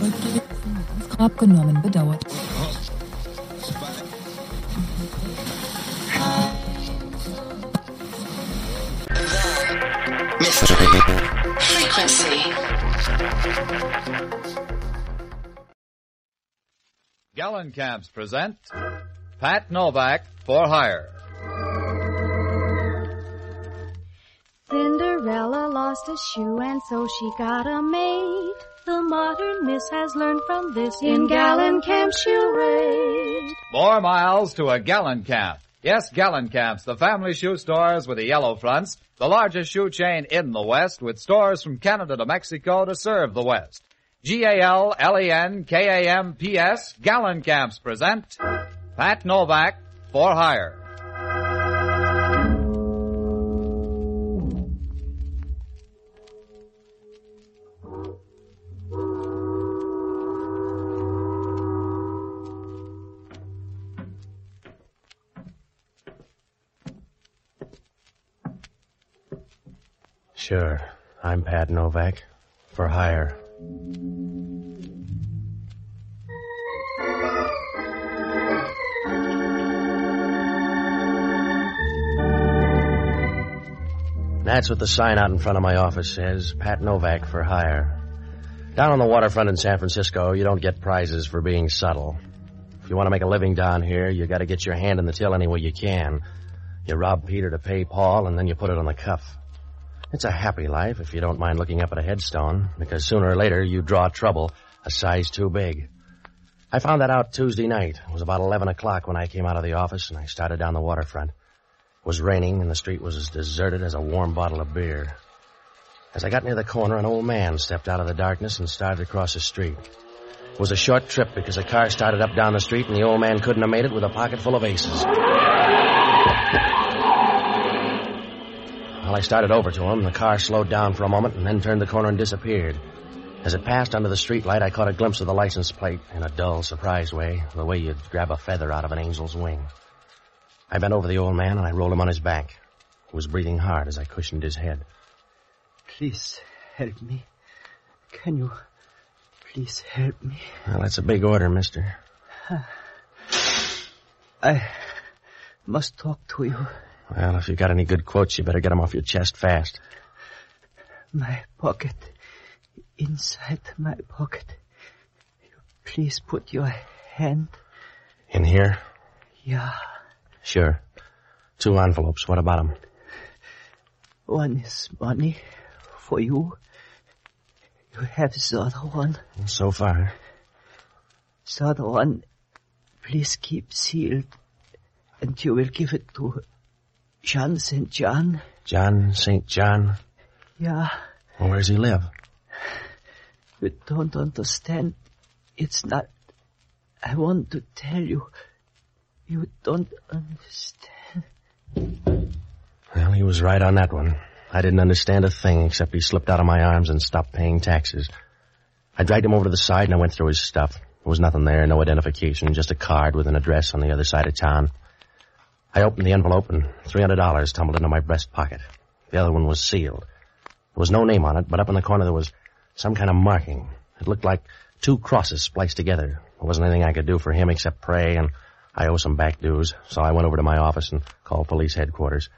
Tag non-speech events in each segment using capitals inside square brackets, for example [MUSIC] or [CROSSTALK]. wird ins Grab genommen, bedauert. Mystery. Frequency. Gallon Camps present Pat Novak for Hire. Cinderella lost a shoe and so she got a maid. The modern miss has learned from this in gallon camp she'll raid. More miles to a gallon camp. Yes, Gallon Camps, the family shoe stores with the yellow fronts, the largest shoe chain in the West, with stores from Canada to Mexico to serve the West. G A L L E N K A M P S, Gallon Camps present Pat Novak for Hire. Sure. I'm Pat Novak. For hire. That's what the sign out in front of my office says Pat Novak for hire. Down on the waterfront in San Francisco, you don't get prizes for being subtle. If you want to make a living down here, you got to get your hand in the till any way you can. You rob Peter to pay Paul, and then you put it on the cuff. It's a happy life if you don't mind looking up at a headstone, because sooner or later you draw trouble a size too big. I found that out Tuesday night. It was about 11 o'clock when I came out of the office and I started down the waterfront. It was raining and the street was as deserted as a warm bottle of beer. As I got near the corner, an old man stepped out of the darkness and started across the street. It was a short trip because a car started up down the street and the old man couldn't have made it with a pocket full of aces. Well, I started over to him. The car slowed down for a moment and then turned the corner and disappeared. As it passed under the streetlight, I caught a glimpse of the license plate in a dull, surprised way, the way you'd grab a feather out of an angel's wing. I bent over the old man and I rolled him on his back. He was breathing hard as I cushioned his head. Please help me. Can you please help me? Well, that's a big order, mister. I must talk to you. Well, if you've got any good quotes, you better get 'em off your chest fast. My pocket. Inside my pocket. Please put your hand. In here? Yeah. Sure. Two envelopes. What about 'em? One is money for you. You have the other one. So far. The other one, please keep sealed. And you will give it to Jean St. John. John, St. John. Yeah. Well, where does he live? You don't understand. It's not. I want to tell you. You don't understand. Well, he was right on that one. I didn't understand a thing except he slipped out of my arms and stopped paying taxes. I dragged him over to the side and I went through his stuff. There was nothing there, no identification, just a card with an address on the other side of town. I opened the envelope and $300 tumbled into my breast pocket. The other one was sealed. There was no name on it, but up in the corner there was some kind of marking. It looked like two crosses spliced together. There wasn't anything I could do for him except pray, and I owe some back dues, so I went over to my office and called police headquarters.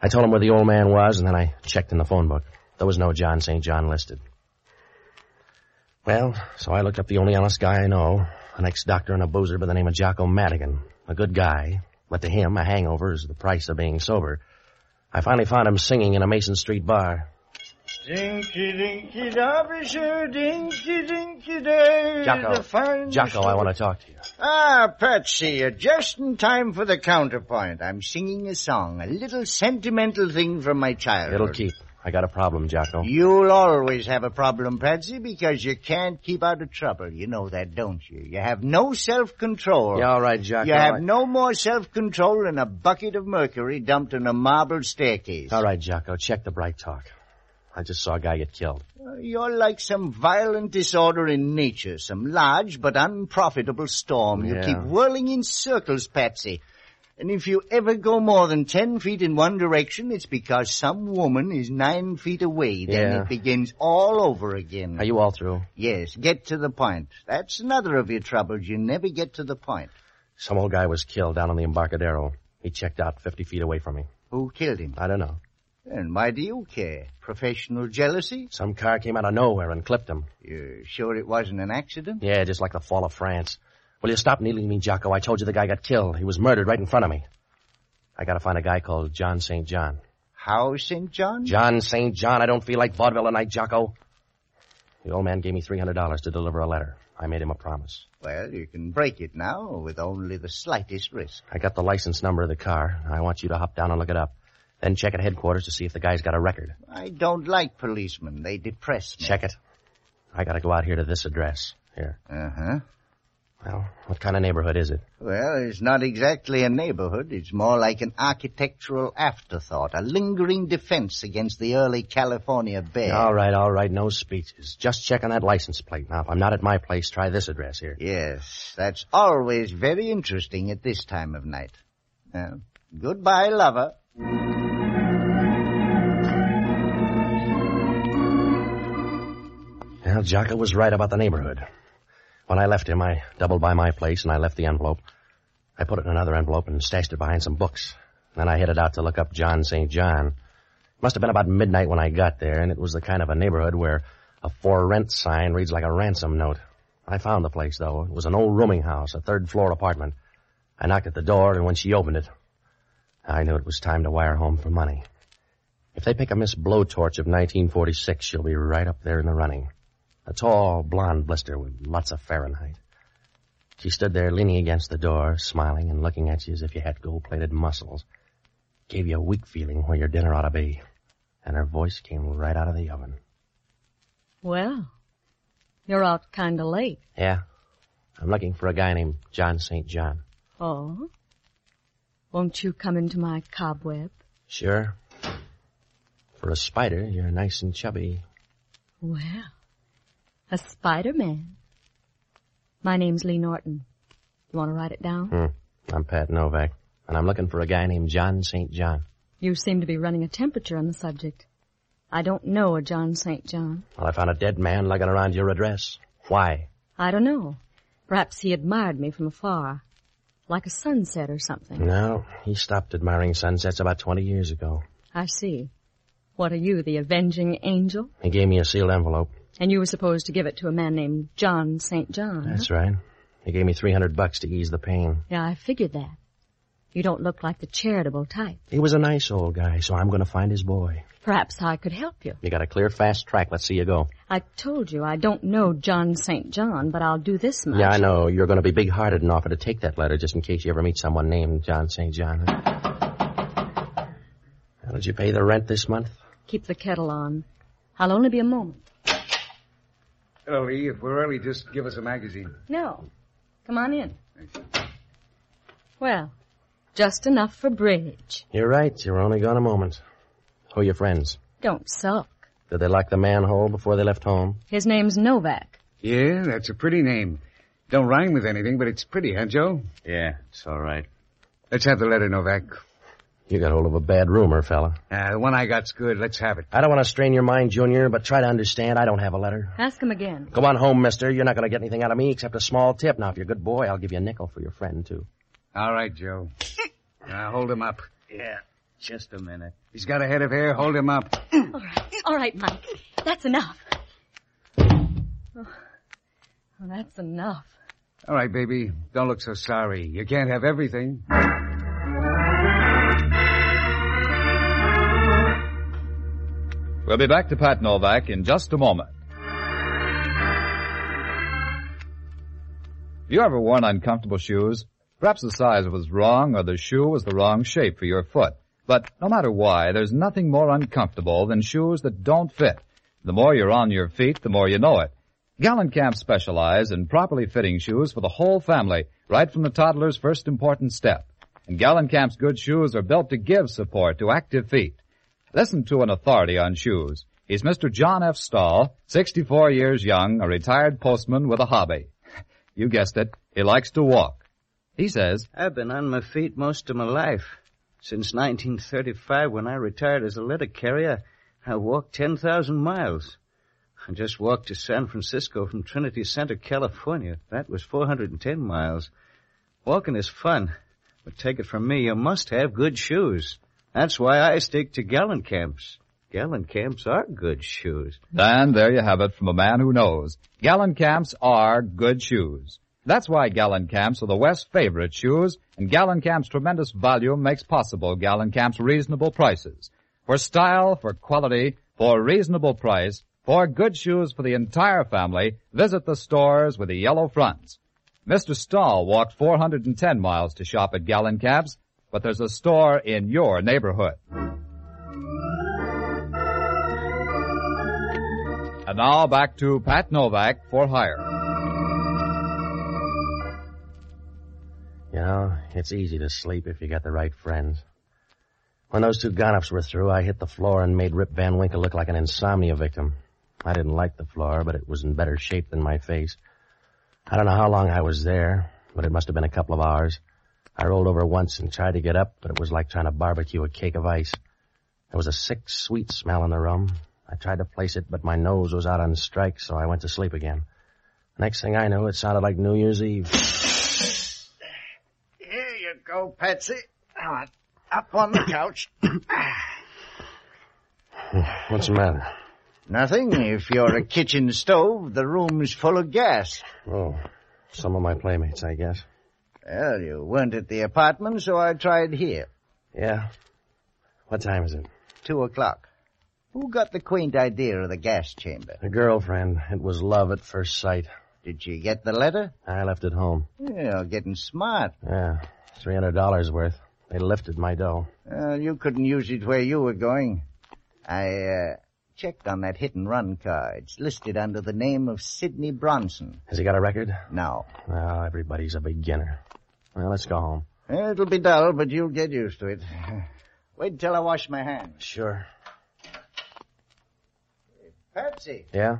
I told him where the old man was, and then I checked in the phone book. There was no John St. John listed. Well, so I looked up the only honest guy I know, an ex-doctor and a boozer by the name of Jocko Madigan. A good guy, but to him, a hangover is the price of being sober. I finally found him singing in a Mason Street bar. Dinky dinky derbyshire, dinky dinky day. Jocko. The fine Jocko, I want to talk to you. Ah, Patsy, you're just in time for the counterpoint. I'm singing a song, a little sentimental thing from my childhood. It'll keep. I got a problem, Jocko. You'll always have a problem, Patsy, because you can't keep out of trouble. You know that, don't you? You have no self-control. Yeah, all right, Jocko. You have I- no more self-control than a bucket of mercury dumped in a marble staircase. All right, Jocko, check the bright talk. I just saw a guy get killed. You're like some violent disorder in nature, some large but unprofitable storm. You Yeah. keep whirling in circles, Patsy. And if you ever go more than ten feet in one direction, it's because some woman is nine feet away. Then Yeah. it begins all over again. Are you all through? Yes, get to the point. That's another of your troubles. You never get to the point. Some old guy was killed down on the Embarcadero. He checked out 50 feet away from me. Who killed him? I don't know. And why do you care? Professional jealousy? Some car came out of nowhere and clipped him. You're sure it wasn't an accident? Yeah, just like the fall of France. Will you stop needling me, Jocko? I told you the guy got killed. He was murdered right in front of me. I gotta find a guy called John St. John. How, St. John? John St. John, I don't feel like vaudeville tonight, Jocko. The old man gave me $300 to deliver a letter. I made him a promise. Well, you can break it now with only the slightest risk. I got the license number of the car. I want you to hop down and look it up. Then check at headquarters to see if the guy's got a record. I don't like policemen. They depress me. Check it. I gotta go out here to this address. Here. Uh-huh. Well, what kind of neighborhood is it? Well, it's not exactly a neighborhood. It's more like an architectural afterthought, a lingering defense against the early California bear. All right, all right, no speeches. Just check on that license plate. Now, if I'm not at my place, try this address here. Yes, that's always very interesting at this time of night. Well, goodbye, lover. Well, Jocko was right about the neighborhood. When I left him, I doubled by my place and I left the envelope. I put it in another envelope and stashed it behind some books. Then I headed out to look up John St. John. It must have been about midnight when I got there, and it was the kind of a neighborhood where a for rent sign reads like a ransom note. I found the place, though. It was an old rooming house, a third floor apartment. I knocked at the door, and when she opened it, I knew it was time to wire home for money. If they pick a Miss Blowtorch of 1946, she'll be right up there in the running a tall, blonde blister with lots of Fahrenheit. She stood there leaning against the door, smiling and looking at you as if you had gold-plated muscles. Gave you a weak feeling where your dinner ought to be. And her voice came right out of the oven. Well, you're out kinda late. Yeah, I'm looking for a guy named John St. John. Oh? Won't you come into my cobweb? Sure. For a spider, you're nice and chubby. Well, a Spider-Man. My name's Lee Norton. You want to write it down? Hmm. I'm Pat Novak, and I'm looking for a guy named John St. John. You seem to be running a temperature on the subject. I don't know a John St. John. Well, I found a dead man lugging around your address. Why? I don't know. Perhaps he admired me from afar. Like a sunset or something. No, he stopped admiring sunsets about 20 years ago. I see. What are you, the avenging angel? He gave me a sealed envelope. And you were supposed to give it to a man named John St. John. huh? That's right. He gave me 300 bucks to ease the pain. Yeah, I figured that. You don't look like the charitable type. He was a nice old guy, so I'm going to find his boy. Perhaps I could help you. You got a clear, fast track. Let's see you go. I told you I don't know John St. John, but I'll do this much. Yeah, I know. You're going to be big-hearted and offer to take that letter just in case you ever meet someone named John St. John. How did you pay the rent this month? Keep the kettle on. I'll only be a moment. Hello, Lee. If we're early, just give us a magazine. No. Come on in. Well, just enough for bridge. You're right. You're only gone a moment. Who are your friends? Don't sulk. Did they lock the manhole before they left home? His name's Novak. Yeah, that's a pretty name. Don't rhyme with anything, but it's pretty, huh, Joe? Yeah, it's all right. Let's have the letter, Novak. You got hold of a bad rumor, fella. Uh, the one I got's good. Let's have it. I don't want to strain your mind, Junior, but try to understand. I don't have a letter. Ask him again. Go on home, mister. You're not going to get anything out of me except a small tip. Now, if you're a good boy, I'll give you a nickel for your friend, too. All right, Joe. Now hold him up. Yeah, just a minute. He's got a head of hair. Hold him up. All right. All right, Mike. That's enough. Oh, that's enough. All right, baby. Don't look so sorry. You can't have everything. We'll be back to Pat Novak in just a moment. Have you ever worn uncomfortable shoes? Perhaps the size was wrong or the shoe was the wrong shape for your foot. But no matter why, there's nothing more uncomfortable than shoes that don't fit. The more you're on your feet, the more you know it. Gallencamp specialize in properly fitting shoes for the whole family, right from the toddler's first important step. And Gallencamp's good shoes are built to give support to active feet. Listen to an authority on shoes. He's Mr. John F. Stahl, 64 years young, a retired postman with a hobby. [LAUGHS] You guessed it. He likes to walk. He says, I've been on my feet most of my life. Since 1935, when I retired as a letter carrier, I walked 10,000 miles. I just walked to San Francisco from Trinity Center, California. That was 410 miles. Walking is fun, but take it from me, you must have good shoes. That's why I stick to gallon camps. Gallon camps are good shoes. And there you have it from a man who knows. Gallon camps are good shoes. That's why gallon camps are the West's favorite shoes, and gallon camps' tremendous volume makes possible gallon camps' reasonable prices. For style, for quality, for reasonable price, for good shoes for the entire family, visit the stores with the yellow fronts. Mr. Stahl walked 410 miles to shop at Gallon Camps, but there's a store in your neighborhood. And now back to Pat Novak for hire. You know, it's easy to sleep if you got the right friends. When those two gonops were through, I hit the floor and made Rip Van Winkle look like an insomnia victim. I didn't like the floor, but it was in better shape than my face. I don't know how long I was there, but it must have been a couple of hours. I rolled over once and tried to get up, but it was like trying to barbecue a cake of ice. There was a sick, sweet smell in the room. I tried to place it, but my nose was out on strike, so I went to sleep again. Next thing I knew, it sounded like New Year's Eve. Here you go, Patsy. Now, I'm up on the couch. [COUGHS] What's the matter? Nothing. If you're a kitchen stove, the room's full of gas. Oh, some of my playmates, I guess. Well, you weren't at the apartment, so I tried here. Yeah. What time is it? Two o'clock. Who got the quaint idea of the gas chamber? A girlfriend. It was love at first sight. Did she get the letter? I left it home. You're getting smart. Yeah, three hundred dollars worth. They lifted my dough. Well, you couldn't use it where you were going. I, uh, checked on that hit and run car. It's listed under the name of Sidney Bronson. Has he got a record? No. Well, everybody's a beginner. Well, let's go home. It'll be dull, but you'll get used to it. [LAUGHS] Wait till I wash my hands. Sure. Patsy, Yeah?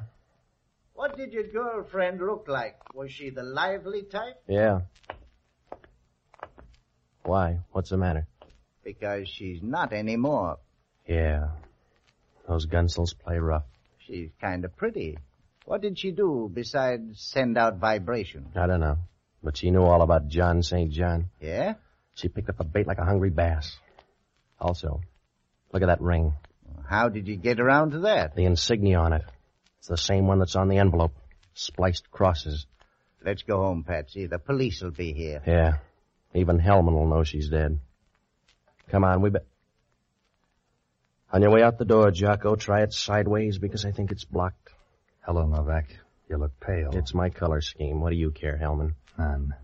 what did your girlfriend look like? Was she the lively type? Yeah. Why? What's the matter? Because she's not anymore. Yeah. Those gunsels play rough. She's kind of pretty. What did she do besides send out vibrations? I don't know. But she knew all about John St. John. Yeah? She picked up the bait like a hungry bass. Also, look at that ring. How did you get around to that? The insignia on it. It's the same one that's on the envelope. Spliced crosses. Let's go home, Patsy. The police will be here. Yeah. Even Hellman will know she's dead. Come on, we bet. On your way out the door, Jocko, try it sideways because I think it's blocked. Hello, Novak. You look pale. It's my color scheme. What do you care, Hellman? None.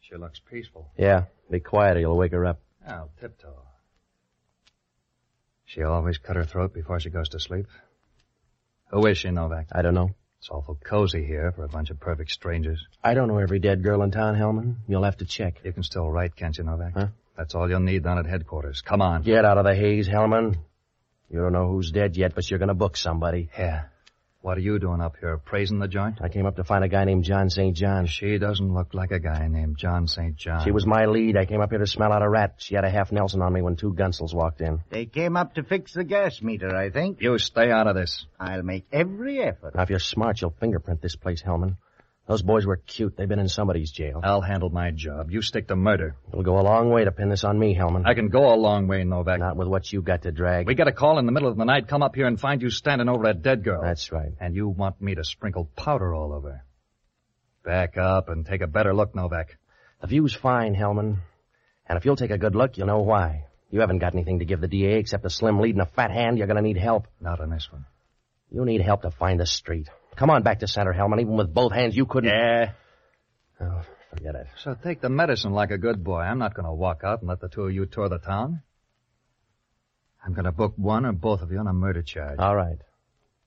She looks peaceful. Yeah. Be quiet or you'll wake her up. Now, Oh, tiptoe. She always cut her throat before she goes to sleep. Who is she, Novak? I don't know. It's awful cozy here for a bunch of perfect strangers. I don't know every dead girl in town, Hellman. You'll have to check. You can still write, can't you, Novak? Huh? That's all you'll need down at headquarters. Come on. Get out of the haze, Hellman. You don't know who's dead yet, but you're gonna book somebody. Yeah. What are you doing up here, appraising the joint? I came up to find a guy named John St. John. She doesn't look like a guy named John St. John. She was my lead. I came up here to smell out a rat. She had a half Nelson on me when two gunsels walked in. They came up to fix the gas meter, I think. You stay out of this. I'll make every effort. Now, if you're smart, you'll fingerprint this place, Hellman. Those boys were cute. They've been in somebody's jail. I'll handle my job. You stick to murder. It'll go a long way to pin this on me, Hellman. I can go a long way, Novak. Not with what you got to drag. We get a call in the middle of the night, come up here and find you standing over a dead girl. That's right. And you want me to sprinkle powder all over. Back up and take a better look, Novak. The view's fine, Hellman. And if you'll take a good look, you'll know why. You haven't got anything to give the DA except a slim lead and a fat hand. You're going to need help. Not on this one. You need help to find the street. Come on back to center, Hellman. Even with both hands, you couldn't. Yeah. Oh, forget it. So take the medicine like a good boy. I'm not going to walk out and let the two of you tour the town. I'm going to book one or both of you on a murder charge. All right.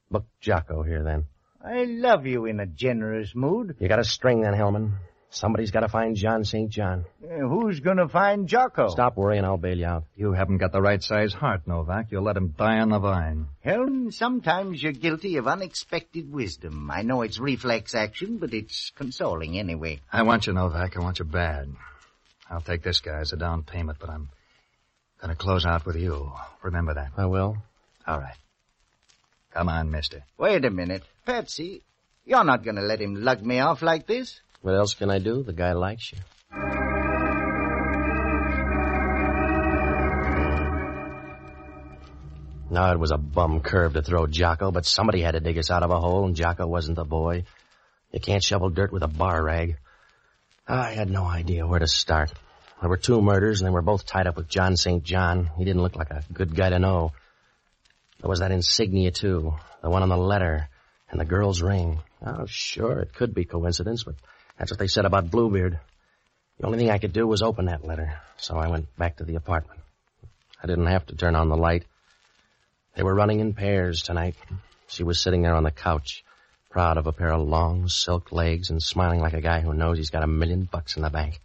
Book Jocko here, then. I love you in a generous mood. You got a string then, Hellman. Somebody's got to find John St. John. Uh, who's going to find Jocko? Stop worrying, I'll bail you out. You haven't got the right size heart, Novak. You'll let him die on the vine. Helm, sometimes you're guilty of unexpected wisdom. I know it's reflex action, but it's consoling anyway. I want you, Novak. I want you bad. I'll take this guy as a down payment, but I'm going to close out with you. Remember that. I will. All right. Come on, mister. Wait a minute. Patsy, you're not going to let him lug me off like this. What else can I do? The guy likes you. Now, it was a bum curve to throw Jocko, but somebody had to dig us out of a hole, and Jocko wasn't the boy. You can't shovel dirt with a bar rag. I had no idea where to start. There were two murders, and they were both tied up with John St. John. He didn't look like a good guy to know. There was that insignia, too. The one on the letter. And the girl's ring. Oh, sure, it could be coincidence, but that's what they said about Bluebeard. The only thing I could do was open that letter. So I went back to the apartment. I didn't have to turn on the light. They were running in pairs tonight. She was sitting there on the couch, proud of a pair of long silk legs and smiling like a guy who knows he's got a million bucks in the bank.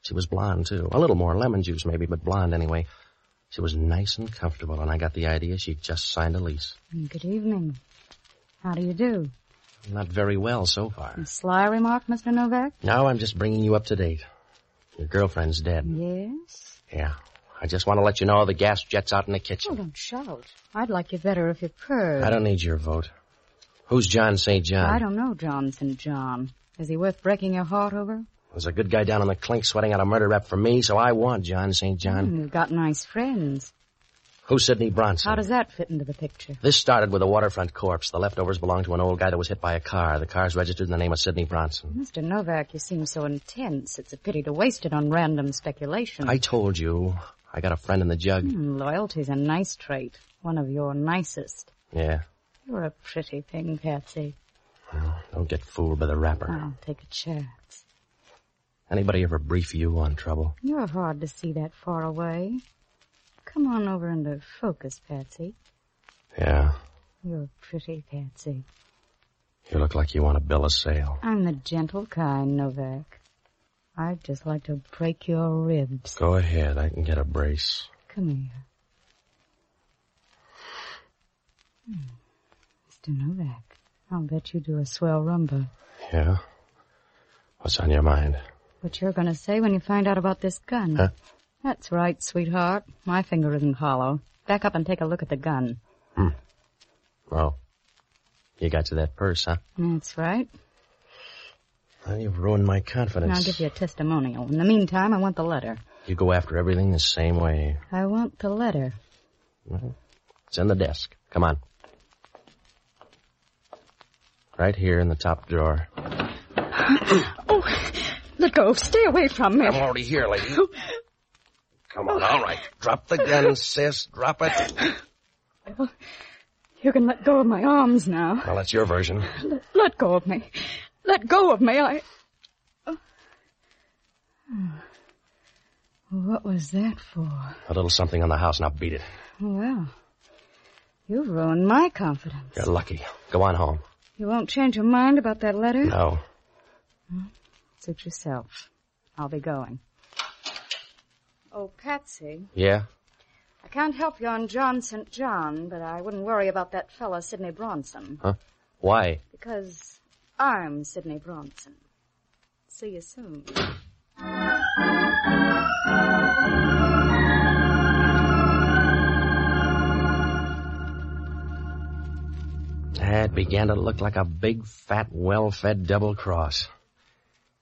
She was blonde, too. A little more lemon juice, maybe, but blonde anyway. She was nice and comfortable, and I got the idea she'd just signed a lease. Good evening. How do you do? Not very well so far. A sly remark, Mr. Novak? No, I'm just bringing you up to date. Your girlfriend's dead. Yes? Yeah. I just want to let you know the gas jet's out in the kitchen. Oh, don't shout. I'd like you better if you purred. I don't need your vote. Who's John St. John? I don't know John St. John. Is he worth breaking your heart over? There's a good guy down on the clink sweating out a murder rap for me, so I want John St. John. Mm, you've got nice friends. Who's Sidney Bronson? How does that fit into the picture? This started with a waterfront corpse. The leftovers belonged to an old guy that was hit by a car. The car's registered in the name of Sidney Bronson. Mr. Novak, you seem so intense. It's a pity to waste it on random speculation. I told you. I got a friend in the jug. Mm, loyalty's a nice trait. One of your nicest. Yeah. You're a pretty thing, Patsy. Well, don't get fooled by the rapper. I'll take a chance. Anybody ever brief you on trouble? You're hard to see that far away. Come on over into focus, Patsy. Yeah. You're pretty, Patsy. You look like you want to bill a sale. I'm the gentle kind, Novak. I'd just like to break your ribs. Go ahead. I can get a brace. Come here. Hmm. Mr. Novak, I'll bet you do a swell rumba. Yeah? What's on your mind? What you're going to say when you find out about this gun. Huh? That's right, sweetheart. My finger isn't hollow. Back up and take a look at the gun. Hmm. Oh. You got to that purse, huh? That's right. Well, you've ruined my confidence. I'll give you a testimonial. In the meantime, I want the letter. You go after everything the same way. I want the letter. Well, it's in the desk. Come on. Right here in the top drawer. oh, let go. Stay away from me. I'm already here, lady. Come on, all right. Drop the gun, sis. Drop it. Well, you can let go of my arms now. Well, that's your version. Let, let go of me. Let go of me. I. Oh. What was that for? A little something on the house. Now beat it. Well, you've ruined my confidence. You're lucky. Go on home. Oh, You won't change your mind about that letter? No. Well, suit yourself. I'll be going. Oh, Patsy. Yeah? I can't help you on John St. John, but I wouldn't worry about that fella, Sidney Bronson. Huh? Why? Because I'm Sidney Bronson. See you soon. That began to look like a big, fat, well-fed double cross.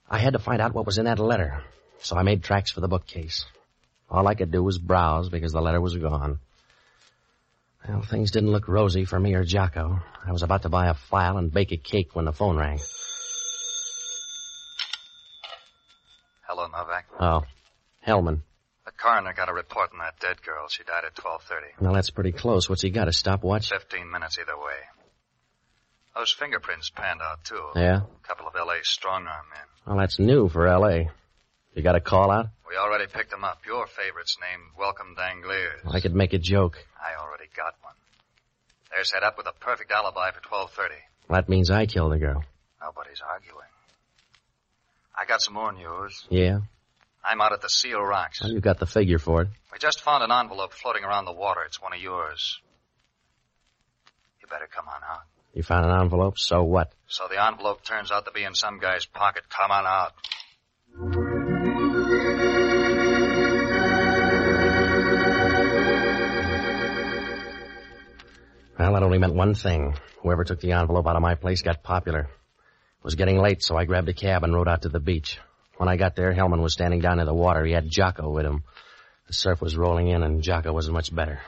I had to find out what was in that letter, so I made tracks for the bookcase. All I could do was browse because the letter was gone. Well, things didn't look rosy for me or Jocko. I was about to buy a file and bake a cake when the phone rang. Hello, Novak. Oh, Hellman. The coroner got a report on that dead girl. She died at 12.30. Well, that's pretty close. What's he got, a stopwatch? Fifteen minutes either way. Those fingerprints panned out, too. Yeah? A couple of L.A. strong arm men. Well, that's new for L.A. You got a call out? We already picked them up. Your favorites named Welcome Dangliers. I could make a joke. I already got one. They're set up with a perfect alibi for 12.30. That means I killed the girl. Nobody's arguing. I got some more news. Yeah? I'm out at the Seal Rocks. Well, you got the figure for it. We just found an envelope floating around the water. It's one of yours. You better come on out. You found an envelope, so what? So the envelope turns out to be in some guy's pocket. Come on out. Well, that only meant one thing. Whoever took the envelope out of my place got popular. It was getting late, so I grabbed a cab and rode out to the beach. When I got there, Hellman was standing down in the water. He had Jocko with him. The surf was rolling in, and Jocko wasn't much better.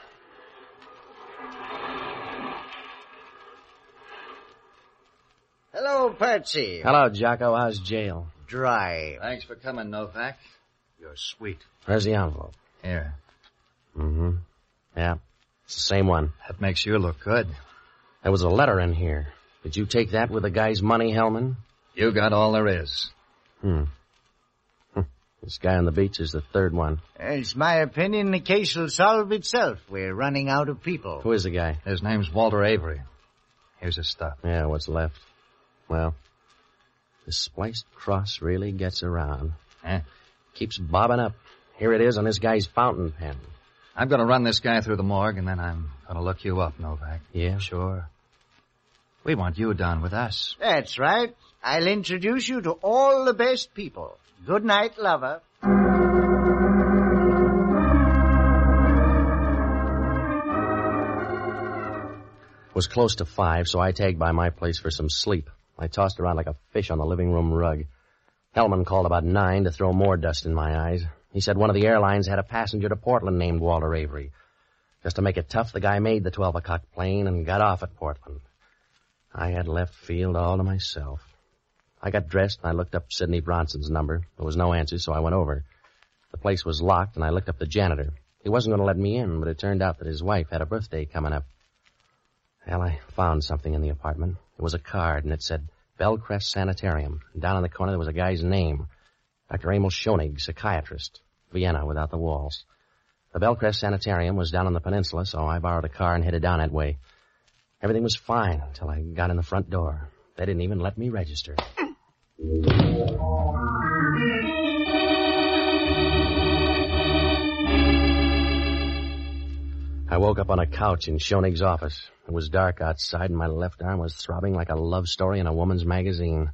Hello, Patsy. Hello, Jocko. How's jail? Dry. Thanks for coming, Novak. You're sweet. Where's the envelope? Here. Mm-hmm. Yeah. It's the same one. That makes you look good. There was a letter in here. Did you take that with the guy's money, Hellman? You got all there is. Hmm. This guy on the beach is the third one. It's my opinion the case will solve itself. We're running out of people. Who is the guy? His name's Walter Avery. Here's his stuff. Yeah, what's left. Well, this spliced cross really gets around. Eh? Keeps bobbing up. Here it is on this guy's fountain pen. I'm going to run this guy through the morgue, and then I'm going to look you up, Novak. Yeah? Sure. We want you down with us. That's right. I'll introduce you to all the best people. Good night, lover. It was close to five, so I tagged by my place for some sleep. I tossed around like a fish on the living room rug. Hellman called about nine to throw more dust in my eyes. He said one of the airlines had a passenger to Portland named Walter Avery. Just to make it tough, the guy made the 12 o'clock plane and got off at Portland. I had left field all to myself. I got dressed and I looked up Sidney Bronson's number. There was no answer, so I went over. The place was locked and I looked up the janitor. He wasn't going to let me in, but it turned out that his wife had a birthday coming up. Well, I found something in the apartment. It was a card and it said Bellcrest Sanitarium. And down in the corner there was a guy's name. Dr. Emil Schoenig, psychiatrist. Vienna without the walls. The Bellcrest Sanitarium was down on the peninsula, so I borrowed a car and headed down that way. Everything was fine until I got in the front door. They didn't even let me register. I woke up on a couch in Schonig's office. It was dark outside, and my left arm was throbbing like a love story in a woman's magazine.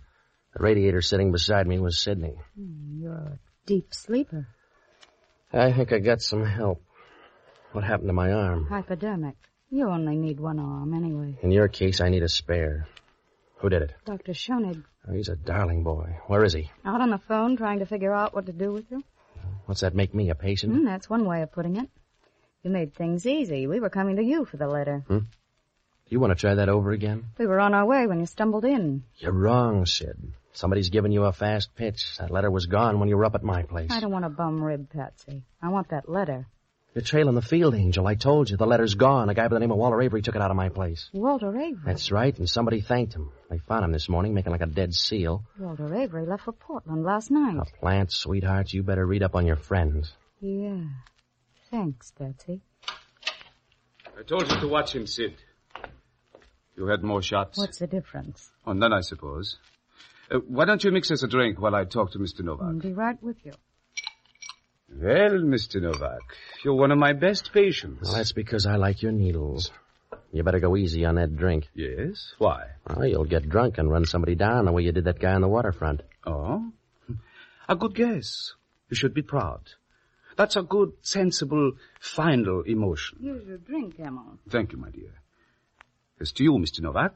The radiator sitting beside me was Sidney. Hmm, You're a deep sleeper. I think I got some help. What happened to my arm? Hypodermic. You only need one arm anyway. In your case, I need a spare. Who did it? Dr. Schoenig Oh, he's a darling boy. Where is he? out on the phone trying to figure out what to do with you. What's that make me a patient? Hmm, that's one way of putting it. You made things easy. We were coming to you for the letter. You want to try that over again? We were on our way when you stumbled in. You're wrong, Sid. Somebody's giving you a fast pitch. That letter was gone when you were up at my place. I don't want a bum rib, Patsy. I want that letter. You're trailing the field angel. I told you the letter's gone. A guy by the name of Waller Avery took it out of my place. Walter Avery. That's right, and somebody thanked him. They found him this morning making like a dead seal. Walter Avery left for Portland last night. Plant, sweetheart, you better read up on your friends. Yeah. Thanks, Patsy. I told you to watch him, Sid. You had more shots. What's the difference? Oh, none, I suppose. Uh, why don't you mix us a drink while I talk to Mr. Novak? I'll be right with you. Well, Mr. Novak, you're one of my best patients. Well, that's because I like your needles. You better go easy on that drink. Yes? Why? Well, you'll get drunk and run somebody down the way you did that guy on the waterfront. Oh? A good guess. You should be proud. That's a good, sensible, final emotion. Here's your drink, Emil. Thank you, my dear. As to you, Mr. Novak.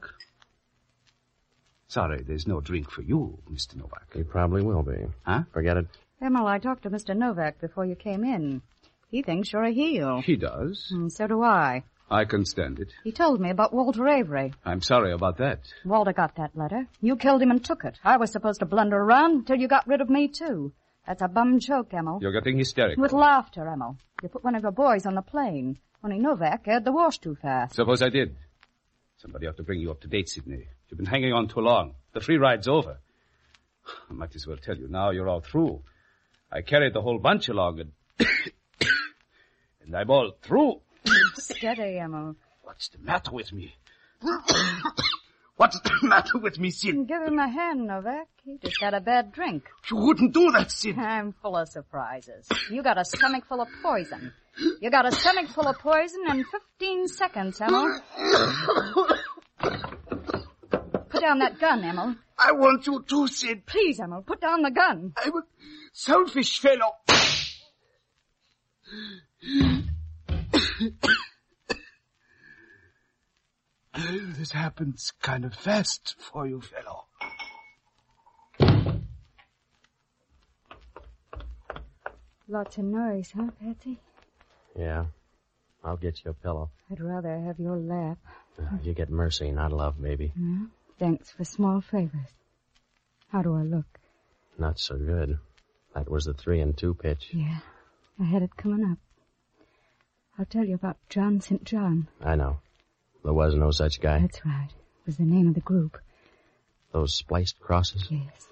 Sorry, there's no drink for you, Mr. Novak. He probably will be. Huh? Forget it. Emil, I talked to Mr. Novak before you came in. He thinks you're a heel. He does. And so do I. I can stand it. He told me about Walter Avery. I'm sorry about that. Walter got that letter. You killed him and took it. I was supposed to blunder around until you got rid of me, too. That's a bum joke, Emil. You're getting hysterical. With laughter, Emil. You put one of your boys on the plane. Only Novak aired the wash too [COUGHS] fast. Suppose I did. Somebody ought to bring you up to date, Sidney. You've been hanging on too long. The free ride's over. I might as well tell you now you're all through. I carried the whole bunch along and... [COUGHS] and I'm all through. Steady, Emil. What's the matter with me? [COUGHS] What's the [COUGHS] matter with me, Sid? Give him a hand, Novak. He just had a bad drink. You wouldn't do that, Sid. I'm full of surprises. You got a stomach full of poison. You got a stomach full of poison in 15 seconds, Emil. Put down that gun, Emil. I want you to, Sid. Please, Emil, put down the gun. I'm a selfish fellow. [COUGHS] this happens kind of fast for you, fellow. Lots of noise, huh, Patsy? Yeah. I'll get you a pillow. I'd rather have your lap. Uh, you get mercy, not love, baby. Well, thanks for small favors. How do I look? Not so good. That was the three and two pitch. Yeah. I had it coming up. I'll tell you about John St. John. I know. There was no such guy. That's right. It was the name of the group. Those spliced crosses? Yes.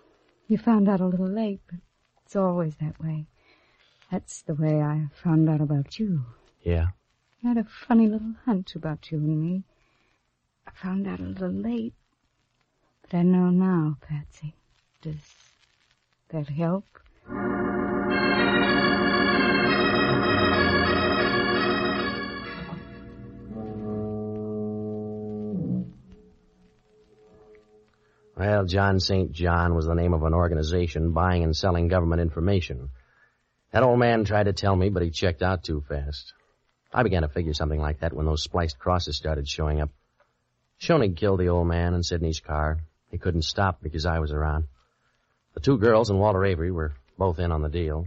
You found out a little late, but it's always that way. That's the way I found out about you. Yeah. I had a funny little hunch about you and me. I found out a little late. But I know now, Patsy. Does that help? Well, John St. John was the name of an organization buying and selling government information. That old man tried to tell me, but he checked out too fast. I began to figure something like that when those spliced crosses started showing up. Schoenig killed the old man in Sidney's car. He couldn't stop because I was around. The two girls and Walter Avery were both in on the deal.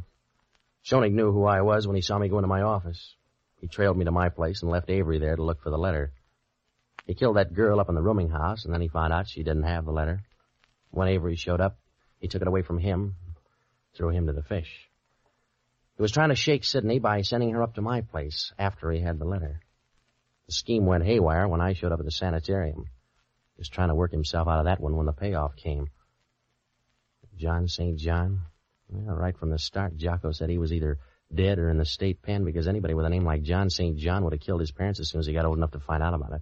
Schoenig knew who I was when he saw me go into my office. He trailed me to my place and left Avery there to look for the letter. He killed that girl up in the rooming house, and then he found out she didn't have the letter. When Avery showed up, he took it away from him, threw him to the fish. He was trying to shake Sidney by sending her up to my place after he had the letter. The scheme went haywire when I showed up at the sanitarium. He was trying to work himself out of that one when the payoff came. John St. John? Well, right from the start, Jocko said he was either dead or in the state pen because anybody with a name like John St. John would have killed his parents as soon as he got old enough to find out about it.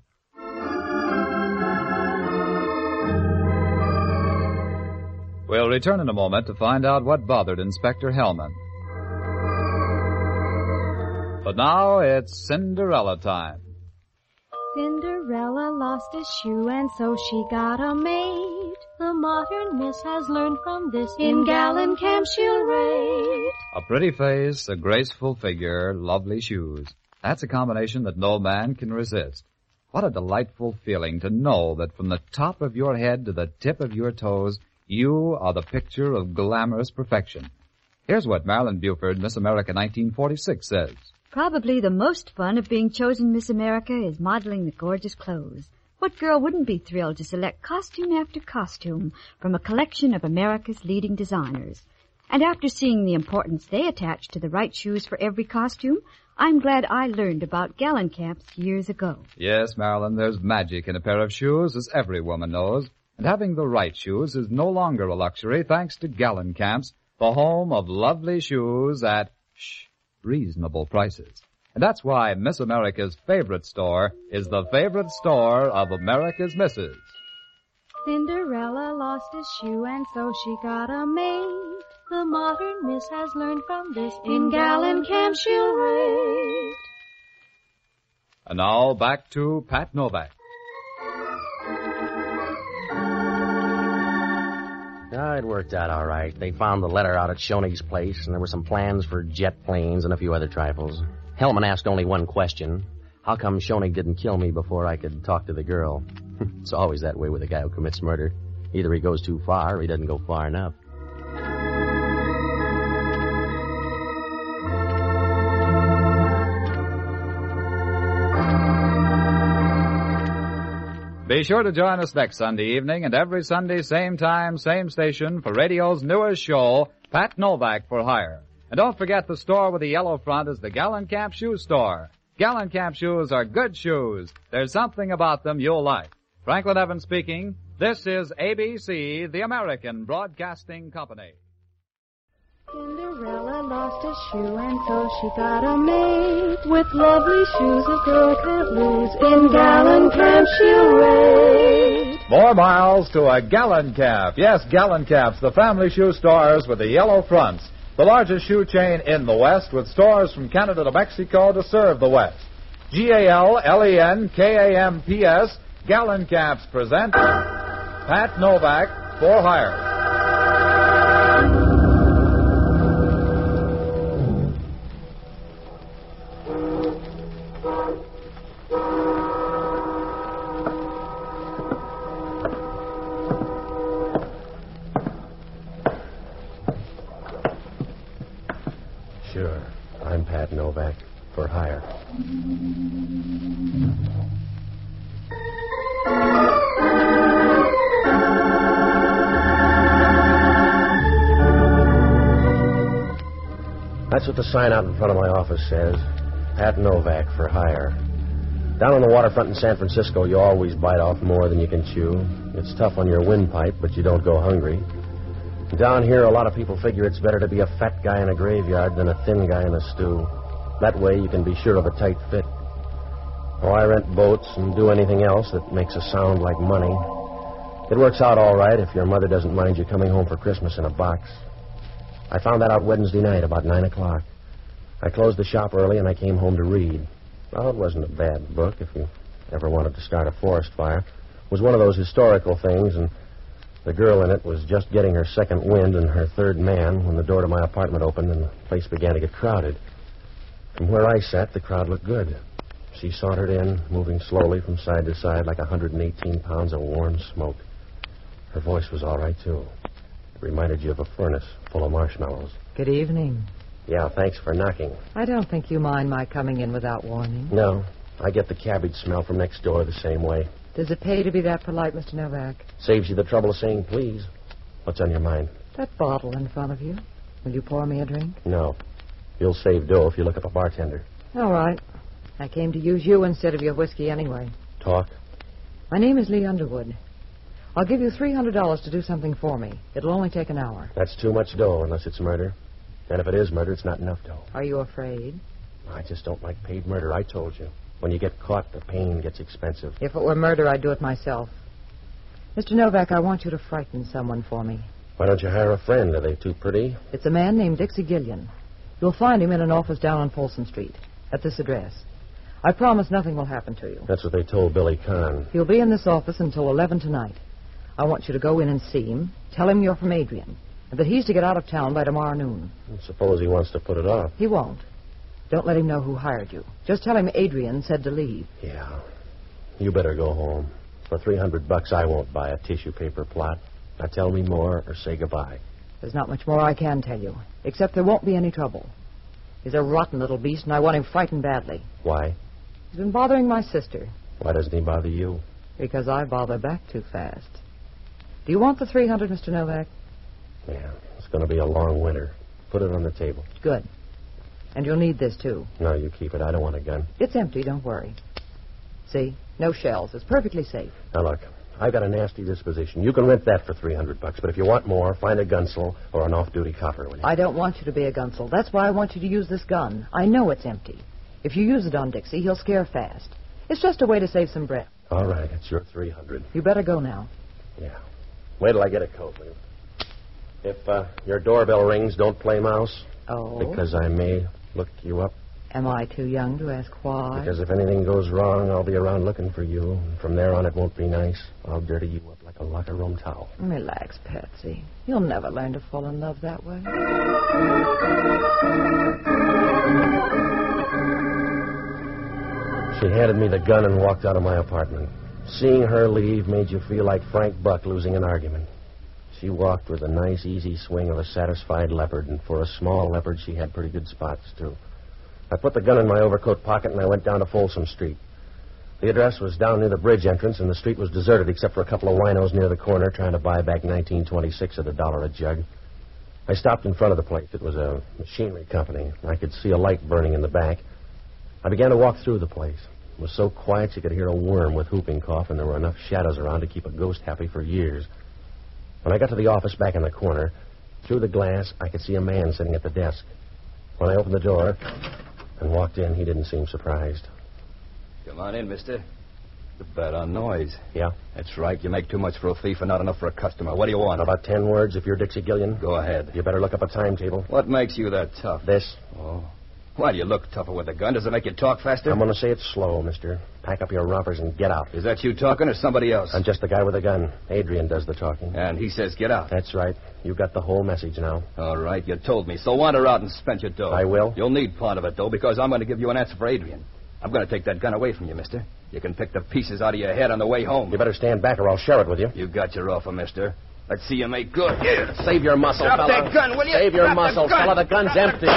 We'll return in a moment to find out what bothered Inspector Hellman. But now it's Cinderella time. Cinderella lost a shoe and so she got a maid. The modern miss has learned from this in gallon camp she'll raid. A pretty face, a graceful figure, lovely shoes. That's a combination that no man can resist. What a delightful feeling to know that from the top of your head to the tip of your toes, you are the picture of glamorous perfection. Here's what Marilyn Buford, Miss America 1946, says. Probably the most fun of being chosen Miss America is modeling the gorgeous clothes. What girl wouldn't be thrilled to select costume after costume from a collection of America's leading designers? And after seeing the importance they attach to the right shoes for every costume, I'm glad I learned about gallon caps years ago. Yes, Marilyn, there's magic in a pair of shoes, as every woman knows. And having the right shoes is no longer a luxury thanks to Gallon Camps, the home of lovely shoes at shh, reasonable prices. And that's why Miss America's favorite store is the favorite store of America's Misses. Cinderella lost a shoe and so she got a maid. The modern miss has learned from this in gallon camp she'll raid. And now back to Pat Novak. Ah, it worked out all right. They found the letter out at Schonig's place, and there were some plans for jet planes and a few other trifles. Hellman asked only one question. How come Schoenig didn't kill me before I could talk to the girl? [LAUGHS] it's always that way with a guy who commits murder. Either he goes too far or he doesn't go far enough. Be sure to join us next Sunday evening and every Sunday, same time, same station for radio's newest show, Pat Novak for hire. And don't forget the store with the yellow front is the Gallon Camp Shoe Store. Gallon Camp shoes are good shoes. There's something about them you'll like. Franklin Evans speaking. This is ABC, the American Broadcasting Company. Cinderella lost a shoe and so she got a maid with lovely shoes a girl can't lose. In gallon camp she'll wait. More miles to a gallon cap. Yes, gallon caps, the family shoe stores with the yellow fronts. The largest shoe chain in the West with stores from Canada to Mexico to serve the West. G A L L E N K A M P S, Gallon Caps present Pat Novak for hire. Sure. I'm Pat Novak, for hire. That's what the sign out in front of my office says. Pat Novak, for hire. Down on the waterfront in San Francisco, you always bite off more than you can chew. It's tough on your windpipe, but you don't go hungry. Down here, a lot of people figure it's better to be a fat guy in a graveyard than a thin guy in a stew. That way, you can be sure of a tight fit. Oh, I rent boats and do anything else that makes a sound like money. It works out all right if your mother doesn't mind you coming home for Christmas in a box. I found that out Wednesday night about 9 o'clock. I closed the shop early and I came home to read. Well, it wasn't a bad book if you ever wanted to start a forest fire. It was one of those historical things, and the girl in it was just getting her second wind and her third man when the door to my apartment opened and the place began to get crowded. From where I sat, the crowd looked good. She sauntered in, moving slowly from side to side like 118 pounds of warm smoke. Her voice was all right, too. It reminded you of a furnace full of marshmallows. Good evening. Yeah, thanks for knocking. I don't think you mind my coming in without warning. No, I get the cabbage smell from next door the same way. Does it pay to be that polite, Mr. Novak? Saves you the trouble of saying please. What's on your mind? That bottle in front of you. Will you pour me a drink? No. You'll save dough if you look up a bartender. All right. I came to use you instead of your whiskey anyway. Talk. My name is Lee Underwood. I'll give you $300 to do something for me. It'll only take an hour. That's too much dough unless it's murder. And if it is murder, it's not enough dough. Are you afraid? I just don't like paid murder. I told you. When you get caught, the pain gets expensive. If it were murder, I'd do it myself. Mr. Novak, I want you to frighten someone for me. Why don't you hire a friend? Are they too pretty? It's a man named Dixie Gillian. You'll find him in an office down on Folsom Street, at this address. I promise nothing will happen to you. That's what they told Billy Kahn. He'll be in this office until 11 tonight. I want you to go in and see him. Tell him you're from Adrian, and that he's to get out of town by tomorrow noon. Suppose he wants to put it off. He won't. Don't let him know who hired you. Just tell him Adrian said to leave. Yeah. You better go home. For 300 bucks, I won't buy a tissue paper plot. Now tell me more or say goodbye. There's not much more I can tell you, except there won't be any trouble. He's a rotten little beast, and I want him frightened badly. Why? He's been bothering my sister Why doesn't he bother you? because I bother back too fast. Do you want the 300, Mr. Novak? Yeah, it's going to be a long winter. Put it on the table. Good. And you'll need this, too. No, you keep it. I don't want a gun. It's empty, don't worry. See? No shells. It's perfectly safe. Now look, I've got a nasty disposition. You can rent that for 300 bucks, but if you want more, find a gunsel or an off-duty copper, will you? I don't want you to be a gunsel. That's why I want you to use this gun. I know it's empty. If you use it on Dixie, he'll scare fast. It's just a way to save some breath. All right, it's your 300. You better go now. Yeah. Wait till I get a coat, will you? If uh, your doorbell rings, don't play mouse. Oh. Because I may look you up. Am I too young to ask why? Because if anything goes wrong, I'll be around looking for you. And From there on, it won't be nice. I'll dirty you up like a locker room towel. Relax, Patsy. You'll never learn to fall in love that way. She handed me the gun and walked out of my apartment. Seeing her leave made you feel like Frank Buck losing an argument. She walked with the nice, easy swing of a satisfied leopard, and for a small leopard, she had pretty good spots, too. I put the gun in my overcoat pocket and I went down to Folsom Street. The address was down near the bridge entrance, and the street was deserted except for a couple of winos near the corner trying to buy back 1926 at a dollar a jug. I stopped in front of the place. It was a machinery company. I could see a light burning in the back. I began to walk through the place. It was so quiet you could hear a worm with whooping cough, and there were enough shadows around to keep a ghost happy for years. When I got to the office back in the corner, through the glass, I could see a man sitting at the desk. When I opened the door and walked in, he didn't seem surprised. Come on in, mister. The bet on noise. Yeah? That's right. You make too much for a thief and not enough for a customer. What do you want? About ten words if you're Dixie Gillian. Go ahead. You better look up a timetable. What makes you that tough? This. Oh. Why do you look tougher with a gun? Does it make you talk faster? I'm going to say it slow, mister. Pack up your rompers and get out. Is that you talking or somebody else? I'm just the guy with the gun. Adrian does the talking. And he says get out. That's right. You've got the whole message now. All right, you told me. So wander out and spend your dough. I will. You'll need part of it, though, because I'm going to give you an answer for Adrian. I'm going to take that gun away from you, mister. You can pick the pieces out of your head on the way home. You better stand back or I'll share it with you. You got your offer, mister. Let's see you make good. Yeah. Save your muscle, Drop fella. that gun, will you? Save your Drop that muscle, gun. fella. The gun's Drop empty.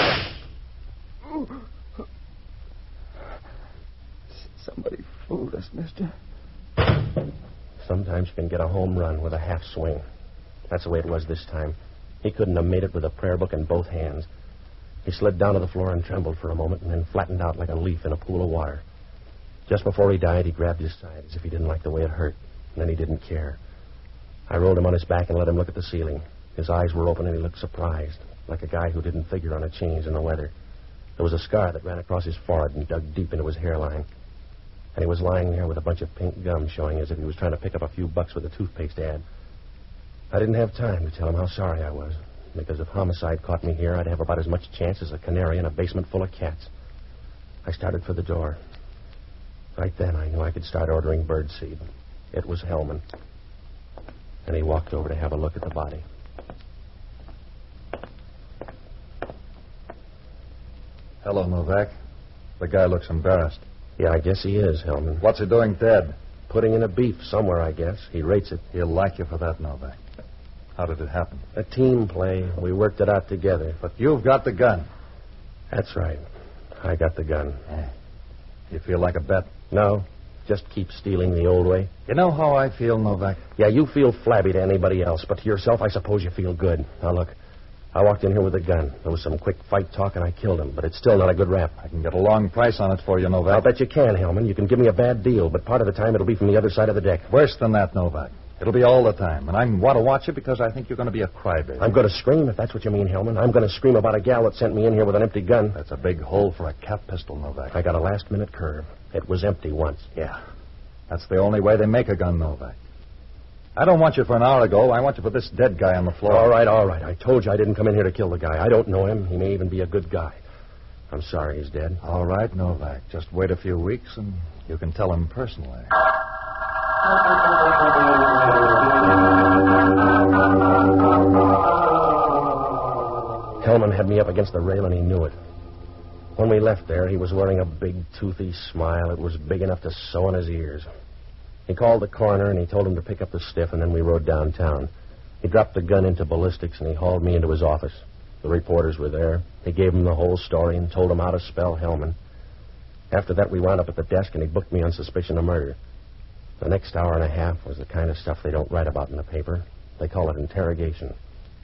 Somebody fooled us, mister. Sometimes you can get a home run with a half swing. That's the way it was this time. He couldn't have made it with a prayer book in both hands. He slid down to the floor and trembled for a moment and then flattened out like a leaf in a pool of water. Just before he died, he grabbed his side as if he didn't like the way it hurt, and then he didn't care. I rolled him on his back and let him look at the ceiling. His eyes were open and he looked surprised, like a guy who didn't figure on a change in the weather. There was a scar that ran across his forehead and dug deep into his hairline. And he was lying there with a bunch of pink gum showing as if he was trying to pick up a few bucks with a toothpaste ad. I didn't have time to tell him how sorry I was, because if homicide caught me here, I'd have about as much chance as a canary in a basement full of cats. I started for the door. Right then, I knew I could start ordering birdseed. It was Hellman. And he walked over to have a look at the body. Hello, Novak. The guy looks embarrassed. Yeah, I guess he is, Hellman. What's he doing dead? Putting in a beef somewhere, I guess. He rates it. He'll like you for that, Novak. How did it happen? A team play. We worked it out together. But you've got the gun. That's right. I got the gun. Eh. You feel like a bet. No, just keep stealing the old way. You know how I feel, Novak? Yeah, you feel flabby to anybody else, but to yourself, I suppose you feel good. Now, look, I walked in here with a gun. There was some quick fight talk, and I killed him, but it's still not a good rap. I can get a long price on it for you, Novak. I'll bet you can, Hellman. You can give me a bad deal, but part of the time it'll be from the other side of the deck. Worse than that, Novak. It'll be all the time, and I want to watch you because I think you're going to be a crybaby. I'm going to scream, if that's what you mean, Hellman. I'm going to scream about a gal that sent me in here with an empty gun. That's a big hole for a cap pistol, Novak. I got a last minute curve. It was empty once. Yeah. That's the only way they make a gun, Novak. I don't want you for an hour ago. I want you for this dead guy on the floor. All right, all right. I told you I didn't come in here to kill the guy. I don't know him. He may even be a good guy. I'm sorry he's dead. All right, Novak. Just wait a few weeks and you can tell him personally. Hellman had me up against the rail, and he knew it. When we left there, he was wearing a big, toothy smile. It was big enough to sew in his ears. He called the coroner, and he told him to pick up the stiff, and then we rode downtown. He dropped the gun into ballistics, and he hauled me into his office. The reporters were there. He gave them the whole story and told them how to spell Hellman. After that, we wound up at the desk, and he booked me on suspicion of murder. The next hour and a half was the kind of stuff they don't write about in the paper. They call it interrogation.